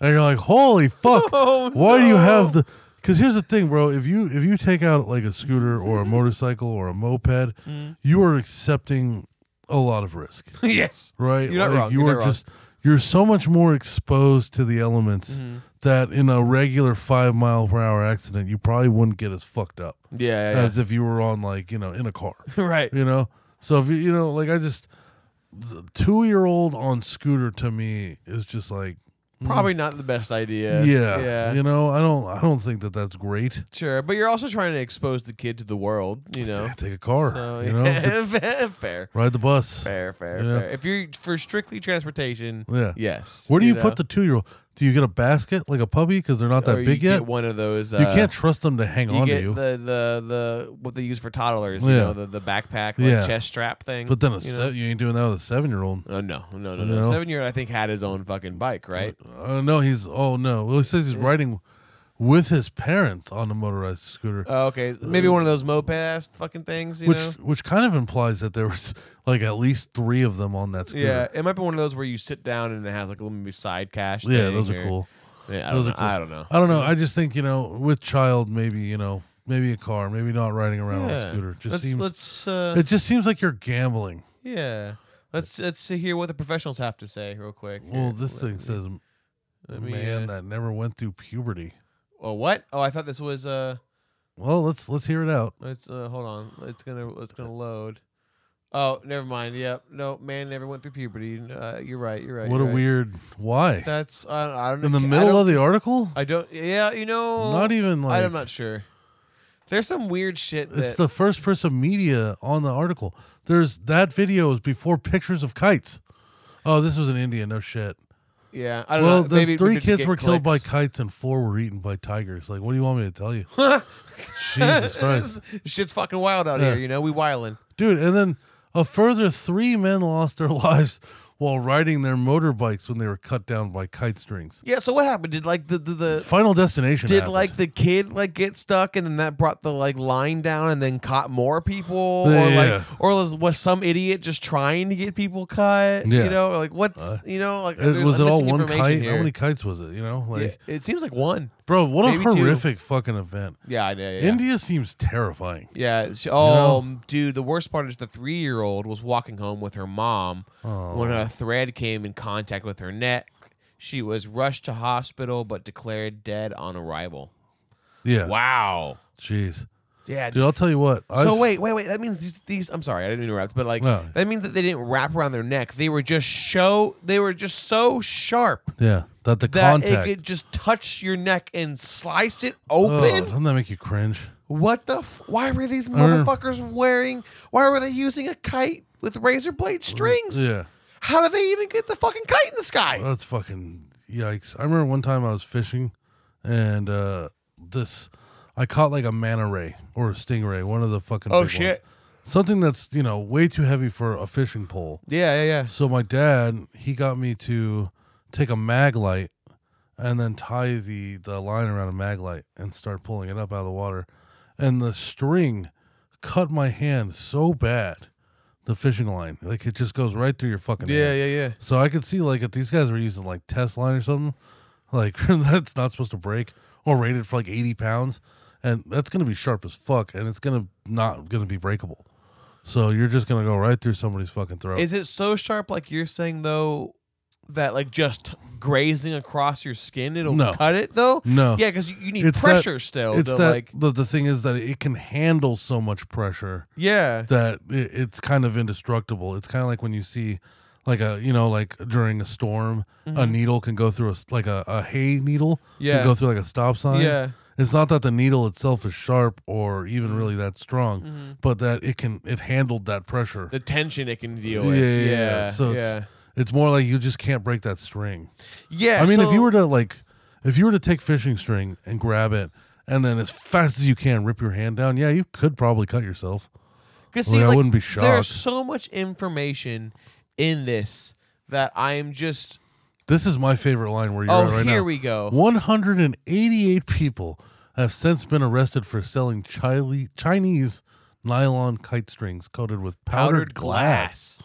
S1: and you're like, holy fuck!
S2: Oh,
S1: why do you have
S2: no.
S1: the? Because here's the thing, bro. If you if you take out like a scooter or a motorcycle or a moped,
S2: Mm.
S1: you are accepting a lot of risk
S2: yes.
S1: right?
S2: You're not
S1: Like,
S2: wrong.
S1: You
S2: You're
S1: are
S2: not wrong.
S1: just you're so much more exposed to the elements
S2: Mm-hmm.
S1: that in a regular five mile per hour accident you probably wouldn't get as fucked up
S2: Yeah, yeah,
S1: as if you were on like you know in a car,
S2: yeah. right.
S1: you know. So if you you know like I just the two year old on scooter to me is just like
S2: Probably not the best idea.
S1: Mm-hmm. yeah,
S2: yeah.
S1: you know I don't I don't think that that's great.
S2: Sure, but you're also trying to expose the kid to the world, you know.
S1: Take a car,
S2: So,
S1: you know,
S2: yeah, fair, fair,
S1: ride the bus.
S2: fair, fair,
S1: Yeah.
S2: fair. If you're for strictly transportation,
S1: Yeah.
S2: yes.
S1: Where do you, put
S2: know?
S1: the two year old? Do you get a basket like a puppy because they're not that
S2: Or
S1: big
S2: you
S1: yet?
S2: Get one of those. Uh,
S1: you can't trust them to hang
S2: You
S1: on
S2: get
S1: to you.
S2: the the the what they use for toddlers, you
S1: Yeah.
S2: know, the, the backpack, like
S1: Yeah.
S2: chest strap thing.
S1: But then a
S2: you
S1: you,
S2: know?
S1: you ain't doing that with a seven year old.
S2: Oh, no, no, no,
S1: You
S2: no.
S1: know?
S2: Seven year old, I think, had his own fucking bike, right?
S1: Uh, no, he's oh no. Well, he says he's riding with his parents on a motorized scooter,
S2: Oh, okay, maybe one of those mopeds fucking things, you
S1: uh, which
S2: know.
S1: which kind of implies that there was like at least three of them on that
S2: Yeah,
S1: scooter.
S2: it might be one of those where you sit down and it has like a little maybe side cash.
S1: yeah,
S2: thing
S1: those
S2: or-
S1: are cool.
S2: Yeah, I,
S1: Those
S2: don't
S1: are cool.
S2: know, I don't know.
S1: I don't know. I just think you know, with child, maybe you know, maybe a car, maybe not riding around on a
S2: Yeah.
S1: scooter. Just
S2: let's,
S1: seems
S2: let's uh,
S1: it just seems like you're gambling.
S2: yeah. Let's let's see here what the professionals have to say real quick. Here,
S1: Well, this
S2: let
S1: thing
S2: me-
S1: says,
S2: let me,
S1: "Man
S2: uh,
S1: that never went through puberty."
S2: Oh what? Oh, I thought this was uh.
S1: Well, let's let's hear it out.
S2: It's uh. Hold on. It's gonna it's gonna load. Oh, never mind. Yep. No, man never went through puberty. Uh, you're right. You're right.
S1: what a
S2: you're right.
S1: weird why
S2: That's I, I don't.
S1: in the
S2: I
S1: middle
S2: don't-
S1: of the article.
S2: I don't. Yeah, you know.
S1: Not even like
S2: I'm not sure. There's some weird shit. That,
S1: It's the first person media on the article. There's that video is before pictures of kites. Oh, this was in India. No shit.
S2: Yeah, I don't
S1: Well,
S2: know.
S1: the
S2: Maybe we
S1: three
S2: didn't
S1: kids
S2: get
S1: were killed by
S2: clicks.
S1: kites and four were eaten by tigers. Like, what do you want me to tell you? Jesus Christ.
S2: Shit's fucking wild out
S1: Yeah.
S2: here, you know. We wildin'.
S1: Dude, and then a further three men lost their lives while riding their motorbikes when they were cut down by kite strings.
S2: Yeah. So what happened? Did like the the, the
S1: Final destination.
S2: did
S1: happened.
S2: like the kid like get stuck and then that brought the like line down and then caught more people
S1: Yeah,
S2: or
S1: yeah.
S2: like or was, was some idiot just trying to get people cut?
S1: Yeah. Uh,
S2: You know, like what's you know like
S1: It-
S2: there's-
S1: was
S2: I'm
S1: it all
S2: missing
S1: one
S2: information
S1: kite?
S2: here.
S1: How many kites was it? You know,
S2: Yeah,
S1: like,
S2: it seems like one.
S1: bro, what a
S2: maybe two.
S1: horrific fucking event.
S2: Yeah, I know. Yeah.
S1: India seems terrifying.
S2: Yeah. it's- oh, um, dude, the worst part is the three-year-old was walking home with her mom when a thread came in contact with her neck. She was rushed to hospital but declared dead on arrival.
S1: Yeah.
S2: Wow.
S1: Jeez.
S2: Yeah.
S1: Dude, I'll tell you what.
S2: so
S1: I've-
S2: wait, wait, wait. That means these, these. I'm sorry, I didn't interrupt, but like
S1: No.
S2: that means that they didn't wrap around their neck. They were just show. They were just so sharp
S1: Yeah. That the
S2: that
S1: contact.
S2: it could just touch your neck and slice it
S1: Ugh, Uh.
S2: open.
S1: doesn't that make you cringe?
S2: What the? F- why were these
S1: don't know.
S2: motherfuckers wearing? Why were they using a kite with razor blade strings?
S1: Uh, Yeah. Uh.
S2: How did they even get the fucking kite in the sky?
S1: That's fucking yikes. I remember one time I was fishing and uh this I caught like a manta ray or a stingray, one of the fucking
S2: Oh,
S1: big
S2: shit.
S1: ones. Something that's, you know, way too heavy for a fishing pole.
S2: Yeah, yeah, yeah.
S1: So my dad, he got me to take a mag light and then tie the the line around a mag light and start pulling it up out of the water. And the string cut my hand so bad. The fishing line, like it just goes right through your fucking hand.
S2: yeah, yeah.
S1: So I could see like if these guys were using like test line or something, like that's not supposed to break or rated for like eighty pounds, and that's gonna be sharp as fuck, and it's gonna not gonna be breakable. So you're just gonna go right through somebody's fucking throat.
S2: Is it so sharp, like you're saying though, that like just grazing across your skin, it'll
S1: No.
S2: cut it though?
S1: No.
S2: Yeah, because you need
S1: It's that-
S2: pressure still.
S1: it's
S2: to,
S1: that
S2: like,
S1: the, the thing is that it can handle so much pressure
S2: yeah,
S1: that it, it's kind of indestructible. It's kind of like when you see like a you know like during a storm a needle can go through a s- like a, a hay needle
S2: Mm-hmm. Yeah.
S1: can go through like a stop sign
S2: Yeah. Mm-hmm.
S1: it's not that the needle itself is sharp or even really that strong but that it can it handled that pressure
S2: the tension it can deal with. yeah.
S1: so
S2: yeah.
S1: it's it's more like you just can't break that string
S2: yeah
S1: i mean if
S2: so-
S1: you were to like if you were to take fishing string and grab it and then as fast as you can rip your hand down yeah you could probably cut yourself
S2: Because
S1: Like,
S2: see,
S1: I
S2: like,
S1: wouldn't be shocked.
S2: There's so much information in this that I am just.
S1: This is my favorite line where you're
S2: Oh,
S1: at right now.
S2: here we go.
S1: 188 people have since been arrested for selling Chile- Chinese nylon kite strings coated with powdered, glass.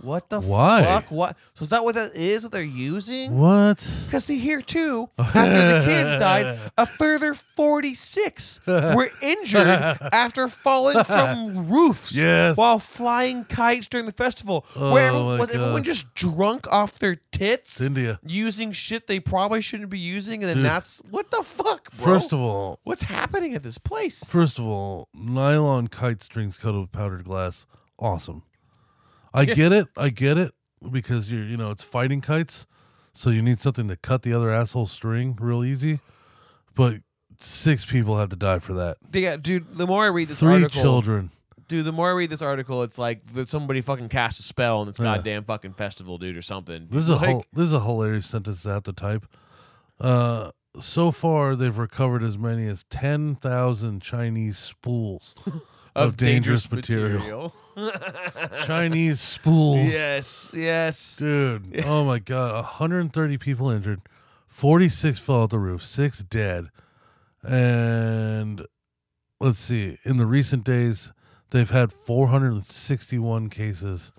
S2: What the
S1: Why?
S2: fuck? What? So is that what that is that they're using?
S1: What?
S2: Because see here too, after the kids died, a further forty-six were injured after falling from roofs
S1: Yes.
S2: while flying kites during the festival. where
S1: Oh,
S2: everyone,
S1: my
S2: was everyone
S1: God.
S2: just drunk off their tits,
S1: It's India.
S2: using shit they probably shouldn't be using, and then
S1: Dude.
S2: that's what the fuck, bro.
S1: First of all,
S2: What's happening at this place?
S1: first of all, nylon kite strings coated with powdered glass, awesome. I get it. I get it because you're, you know, it's fighting kites, so you need something to cut the other asshole string real easy. But six people have to die for that.
S2: Yeah, dude. The more I read this
S1: Three
S2: article,
S1: children.
S2: dude. The more I read this article, it's like that somebody fucking cast a spell on this goddamn fucking festival, dude, or something.
S1: This is
S2: like,
S1: a hol- this is a hilarious sentence to have to type. Uh, so far, they've recovered as many as ten thousand Chinese spools of, dangerous, material. Chinese spools,
S2: yes, yes.
S1: dude. Oh my god, hundred and thirty people injured, forty six fell off the roof, six dead, and let's see. In the recent days, they've had four hundred and sixty one cases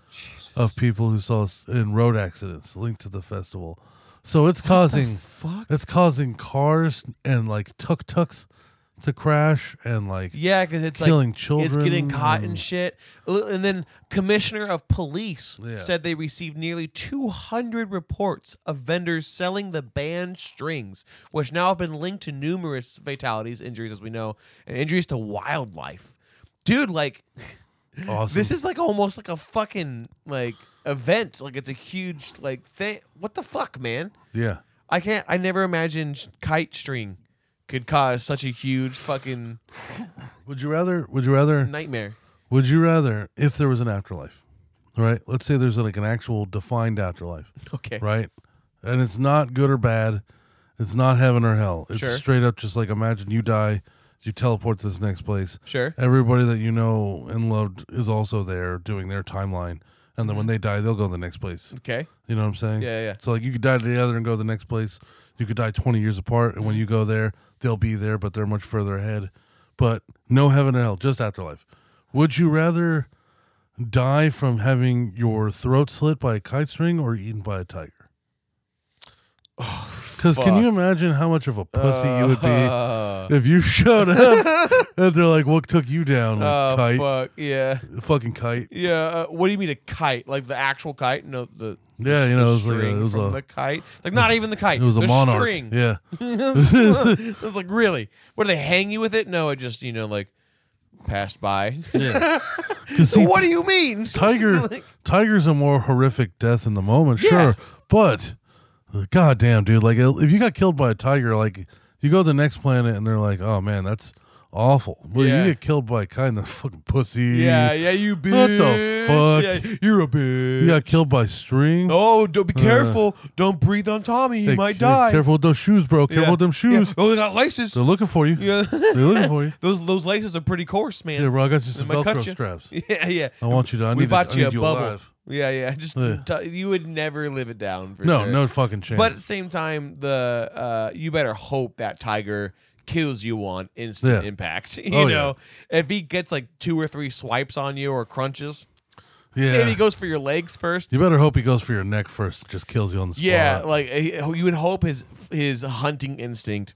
S1: of people who saw s- in road accidents linked to the festival. So it's causing
S2: Fuck.
S1: it's causing cars and like tuk tuks to crash and like
S2: Yeah, because it's
S1: Killing
S2: like It's getting
S1: children
S2: caught and
S1: and-
S2: shit. L- And then commissioner of police
S1: Yeah.
S2: said they received nearly 200 reports of vendors selling the banned strings, which now have been linked to numerous fatalities, injuries as we know, and injuries to wildlife. Dude, like
S1: awesome.
S2: this is like almost like a fucking like event. Like it's a huge like thing. What the fuck, man?
S1: yeah.
S2: I can't. I never imagined kite string could cause such a huge fucking
S1: Would you rather? Would you rather?
S2: nightmare.
S1: Would you rather if there was an afterlife? Right? Let's say there's like an actual defined afterlife,
S2: Okay.
S1: right? and it's not good or bad. It's not heaven or hell. It's
S2: Sure.
S1: straight up just like imagine you die, you teleport to this next place.
S2: Sure.
S1: Everybody that you know and loved is also there doing their timeline, and
S2: Mm-hmm.
S1: then when they die, they'll go to the next place.
S2: Okay.
S1: You know what I'm saying?
S2: Yeah, yeah.
S1: So like you could die to the other and go to the next place. You could die 20 years apart,
S2: Mm-hmm.
S1: and when you go there, they'll be there, but they're much further ahead. But no heaven or hell, just afterlife. Would you rather die from having your throat slit by a kite string or eaten by a tiger? Because can
S2: fuck.
S1: you imagine how much of a pussy you would be
S2: Uh,
S1: if you showed up and they're like, "What took you down,
S2: oh,
S1: kite?
S2: fuck. Yeah.
S1: Fucking kite."
S2: Yeah. Uh, what do you mean a kite? Like the actual kite? No, the
S1: Yeah,
S2: the,
S1: you know, it was like a-
S2: string
S1: it was
S2: from
S1: a-
S2: the kite. Like not even the kite.
S1: It was a
S2: the
S1: monarch.
S2: String.
S1: Yeah.
S2: it was like really. What do they hang you with it? No, it just you know like passed by.
S1: 'Cause see,
S2: what do you mean?
S1: Tiger,
S2: Like-
S1: Tiger's a more horrific death in the moment,
S2: Yeah.
S1: sure, but goddamn, dude, like if you got killed by a tiger, like you go to the next planet and they're like, oh man, that's awful. But
S2: Yeah.
S1: you get killed by a kind of fucking pussy.
S2: yeah, yeah, you bitch.
S1: What the fuck?
S2: Yeah, you're a bitch.
S1: You got killed by string.
S2: Oh, don't be careful! don't breathe on Tommy; he
S1: Uh, Hey,
S2: might
S1: hey,
S2: die.
S1: Careful with those shoes, bro. Careful
S2: Yeah.
S1: with them shoes.
S2: Yeah. Oh, they got laces.
S1: They're looking for you.
S2: Yeah.
S1: They're looking for you.
S2: Those those laces are pretty coarse, man.
S1: Yeah, bro. I got you some
S2: might cut
S1: Velcro
S2: you.
S1: straps.
S2: Yeah, yeah.
S1: I want you to. I
S2: we
S1: need, to, I
S2: bought you
S1: need
S2: a bubble.
S1: alive.
S2: Yeah, yeah. Just
S1: Yeah.
S2: t- you would never live it down. For
S1: No,
S2: sure.
S1: no fucking chance.
S2: But at the same time, the uh, you better hope that tiger kills you on instant
S1: Yeah.
S2: impact. You
S1: Oh, yeah.
S2: know, if he gets like two or three swipes on you or crunches, maybe
S1: yeah.
S2: he goes for your legs first.
S1: you better hope he goes for your neck first. Just kills you on the spot.
S2: Yeah, like eh, you would hope his his hunting instinct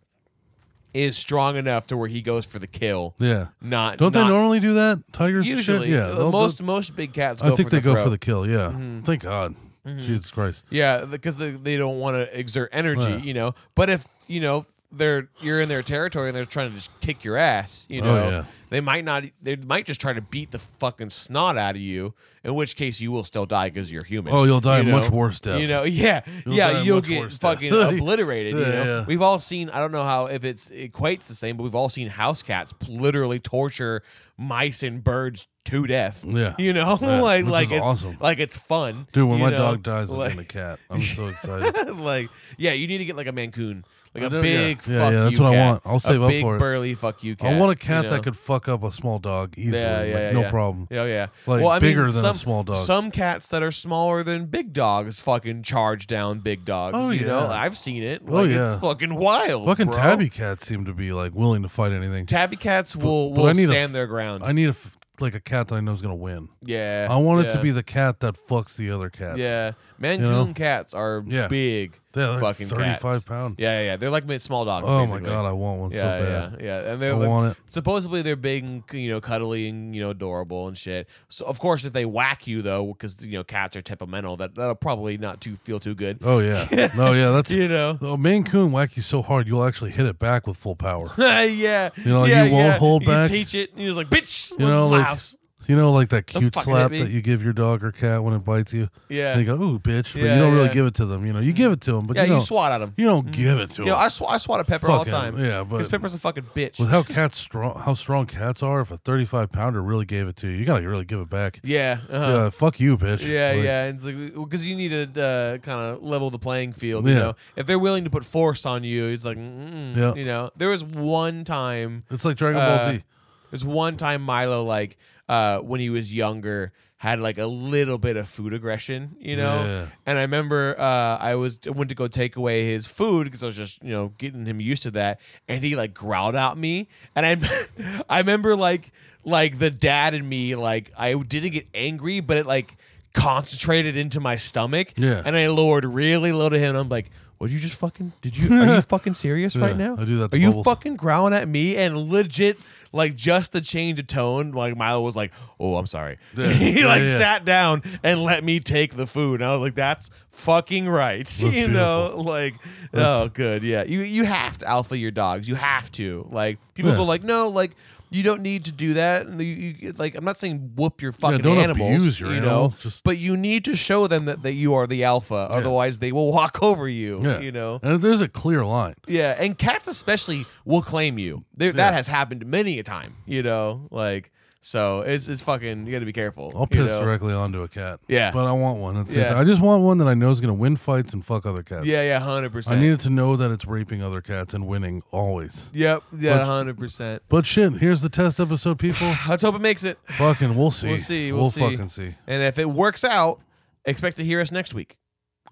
S2: is strong enough to where he goes for the kill.
S1: yeah.
S2: Not
S1: Don't
S2: not-
S1: they normally do that? Tigers, and shit?
S2: Usually,
S1: yeah.
S2: uh,
S1: they'll-
S2: most
S1: they'll-
S2: most big cats. Go
S1: I think
S2: for Mm-hmm.
S1: they go
S2: throat.
S1: for the kill. Yeah, thank God. Jesus Christ.
S2: Yeah, because they, they don't want to exert energy,
S1: Yeah.
S2: you know. But if you know they're you're in their territory and they're trying to just kick your ass, you
S1: Oh,
S2: know,
S1: yeah.
S2: they might not. They might just try to beat the fucking snot out of you. In which case, you will still die because you're human.
S1: Oh, you'll die
S2: you
S1: a much
S2: know?
S1: worse death.
S2: You know, yeah,
S1: You'll die
S2: yeah,
S1: a
S2: you'll
S1: much
S2: get
S1: worse death.
S2: fucking obliterated. You
S1: Yeah,
S2: know,
S1: yeah.
S2: we've all seen. I don't know how if it's equates the same, but we've all seen house cats literally torture mice and birds to death.
S1: Yeah.
S2: you know,
S1: Yeah,
S2: like
S1: which is
S2: like it's
S1: awesome.
S2: like it's fun,
S1: Dude, when
S2: you
S1: my
S2: know?
S1: dog dies, I'm
S2: Like-
S1: getting a cat. I'm so excited.
S2: like, yeah, you need to get like a Mancoon, like
S1: I
S2: a
S1: do, yeah.
S2: big
S1: Yeah,
S2: fuck
S1: yeah, that's
S2: you
S1: what I
S2: cat.
S1: want. I'll save
S2: a
S1: up
S2: big
S1: for it.
S2: burly fuck you cat.
S1: I want a
S2: you
S1: cat
S2: know?
S1: that could fuck up a small dog easily.
S2: Yeah, yeah,
S1: like,
S2: yeah,
S1: no
S2: yeah.
S1: problem.
S2: Oh yeah,
S1: Like,
S2: well, I
S1: bigger
S2: mean,
S1: than a
S2: some,
S1: small dog.
S2: Some cats that are smaller than big dogs fucking charge down big dogs.
S1: Oh,
S2: you know,
S1: yeah.
S2: I've seen it.
S1: Oh,
S2: Like,
S1: yeah.
S2: it's fucking wild.
S1: Fucking
S2: bro.
S1: tabby cats seem to be like willing to fight anything.
S2: Tabby cats will
S1: but
S2: will
S1: I need a
S2: stand
S1: f-
S2: their ground.
S1: I need a f- like a cat that I know is gonna win.
S2: yeah,
S1: I want it
S2: yeah,
S1: to be the cat that fucks the other cats.
S2: Yeah, Mancoon
S1: know?
S2: cats are
S1: Yeah.
S2: big.
S1: They're like
S2: fucking cats.
S1: 35 pound.
S2: Yeah, yeah, yeah. They're like mid- small dogs.
S1: Oh
S2: basically.
S1: my god, I want one so bad.
S2: Yeah, yeah. And they're
S1: I
S2: like,
S1: want
S2: supposedly they're big and you know cuddly and you know adorable and shit. So of course if they whack you though, because you know cats are temperamental, that that'll probably not too feel too good.
S1: Oh yeah. no, yeah, that's
S2: You know.
S1: Oh, Maine Coon whack you so hard you'll actually hit it back with full power.
S2: yeah.
S1: You know, you
S2: yeah,
S1: won't
S2: yeah.
S1: hold back.
S2: You teach it. And he's like, bitch,
S1: You
S2: let's
S1: know, like-
S2: mouse.
S1: You know, like that cute
S2: fucking hit
S1: slap
S2: me.
S1: that you give your dog or cat when it bites you.
S2: Yeah.
S1: And you go, "Ooh, bitch," but
S2: Yeah,
S1: you don't really
S2: yeah.
S1: give it to them. You know, you give it to them, but
S2: yeah,
S1: you,
S2: you,
S1: don't,
S2: swat at him.
S1: you don't give it to
S2: You know,
S1: them.
S2: I, sw- I swat at Pepper all the
S1: Fucking-
S2: time.
S1: yeah, but-
S2: Because Pepper's a fucking bitch.
S1: With how cats strong, how strong cats are, if a thirty-five pounder really gave it to you, you gotta really give it back.
S2: yeah. Uh-huh.
S1: Yeah, fuck you, bitch.
S2: Yeah,
S1: Like,
S2: yeah, it's like because you need to uh, kind of level the playing field. You
S1: Yeah.
S2: know, if they're willing to put force on you, it's like, mm
S1: Yeah.
S2: you know, there was one time,
S1: It's like Dragon
S2: Uh,
S1: Ball Z.
S2: there's one time Milo like uh, when he was younger had like a little bit of food aggression, you know.
S1: Yeah.
S2: And I remember uh, I was I went to go take away his food because I was just you know getting him used to that, and he like growled at me, and I I remember like like the dad and me like I didn't get angry, but it like concentrated into my stomach,
S1: Yeah.
S2: And I lowered really low to him, and I'm like. What you just fucking did you are you fucking serious right
S1: Yeah,
S2: now?
S1: I do that to
S2: Are you
S1: Bubbles.
S2: fucking fucking growling at me and legit like just the change of tone like milo was like oh i'm sorry
S1: Yeah.
S2: he
S1: Yeah,
S2: like
S1: yeah.
S2: sat down and let me take the food and i was like that's fucking right you know like oh good yeah you you have to alpha your dogs you have to like people
S1: Yeah.
S2: go like no like you don't need to do that and you, you it's like i'm not saying whoop your fucking
S1: don't
S2: animals
S1: abuse your
S2: you
S1: animal,
S2: know
S1: just-
S2: but you need to show them that, that you are the alpha otherwise they will walk over you
S1: Yeah,
S2: you know
S1: and there's a clear line.
S2: yeah, and cats especially will claim you. They-
S1: Yeah.
S2: That has happened many a time. You know, like So it's it's fucking. You got to be careful.
S1: I'll
S2: you
S1: piss
S2: know?
S1: directly onto a cat.
S2: Yeah.
S1: But I want one. At the same
S2: Yeah.
S1: time. I just want one that I know is going to win fights and fuck other cats.
S2: Yeah, yeah, hundred percent.
S1: I need it to know that it's raping other cats and winning always.
S2: Yep. Yeah,
S1: Let's-
S2: hundred percent.
S1: But shit, here's the test episode, people.
S2: Let's hope it makes it.
S1: fucking, we'll see.
S2: We'll see. We'll, see.
S1: fucking see.
S2: And if it works out, expect to hear us next week.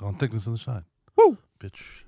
S1: On thickness and the shine.
S2: Woo.
S1: Bitch.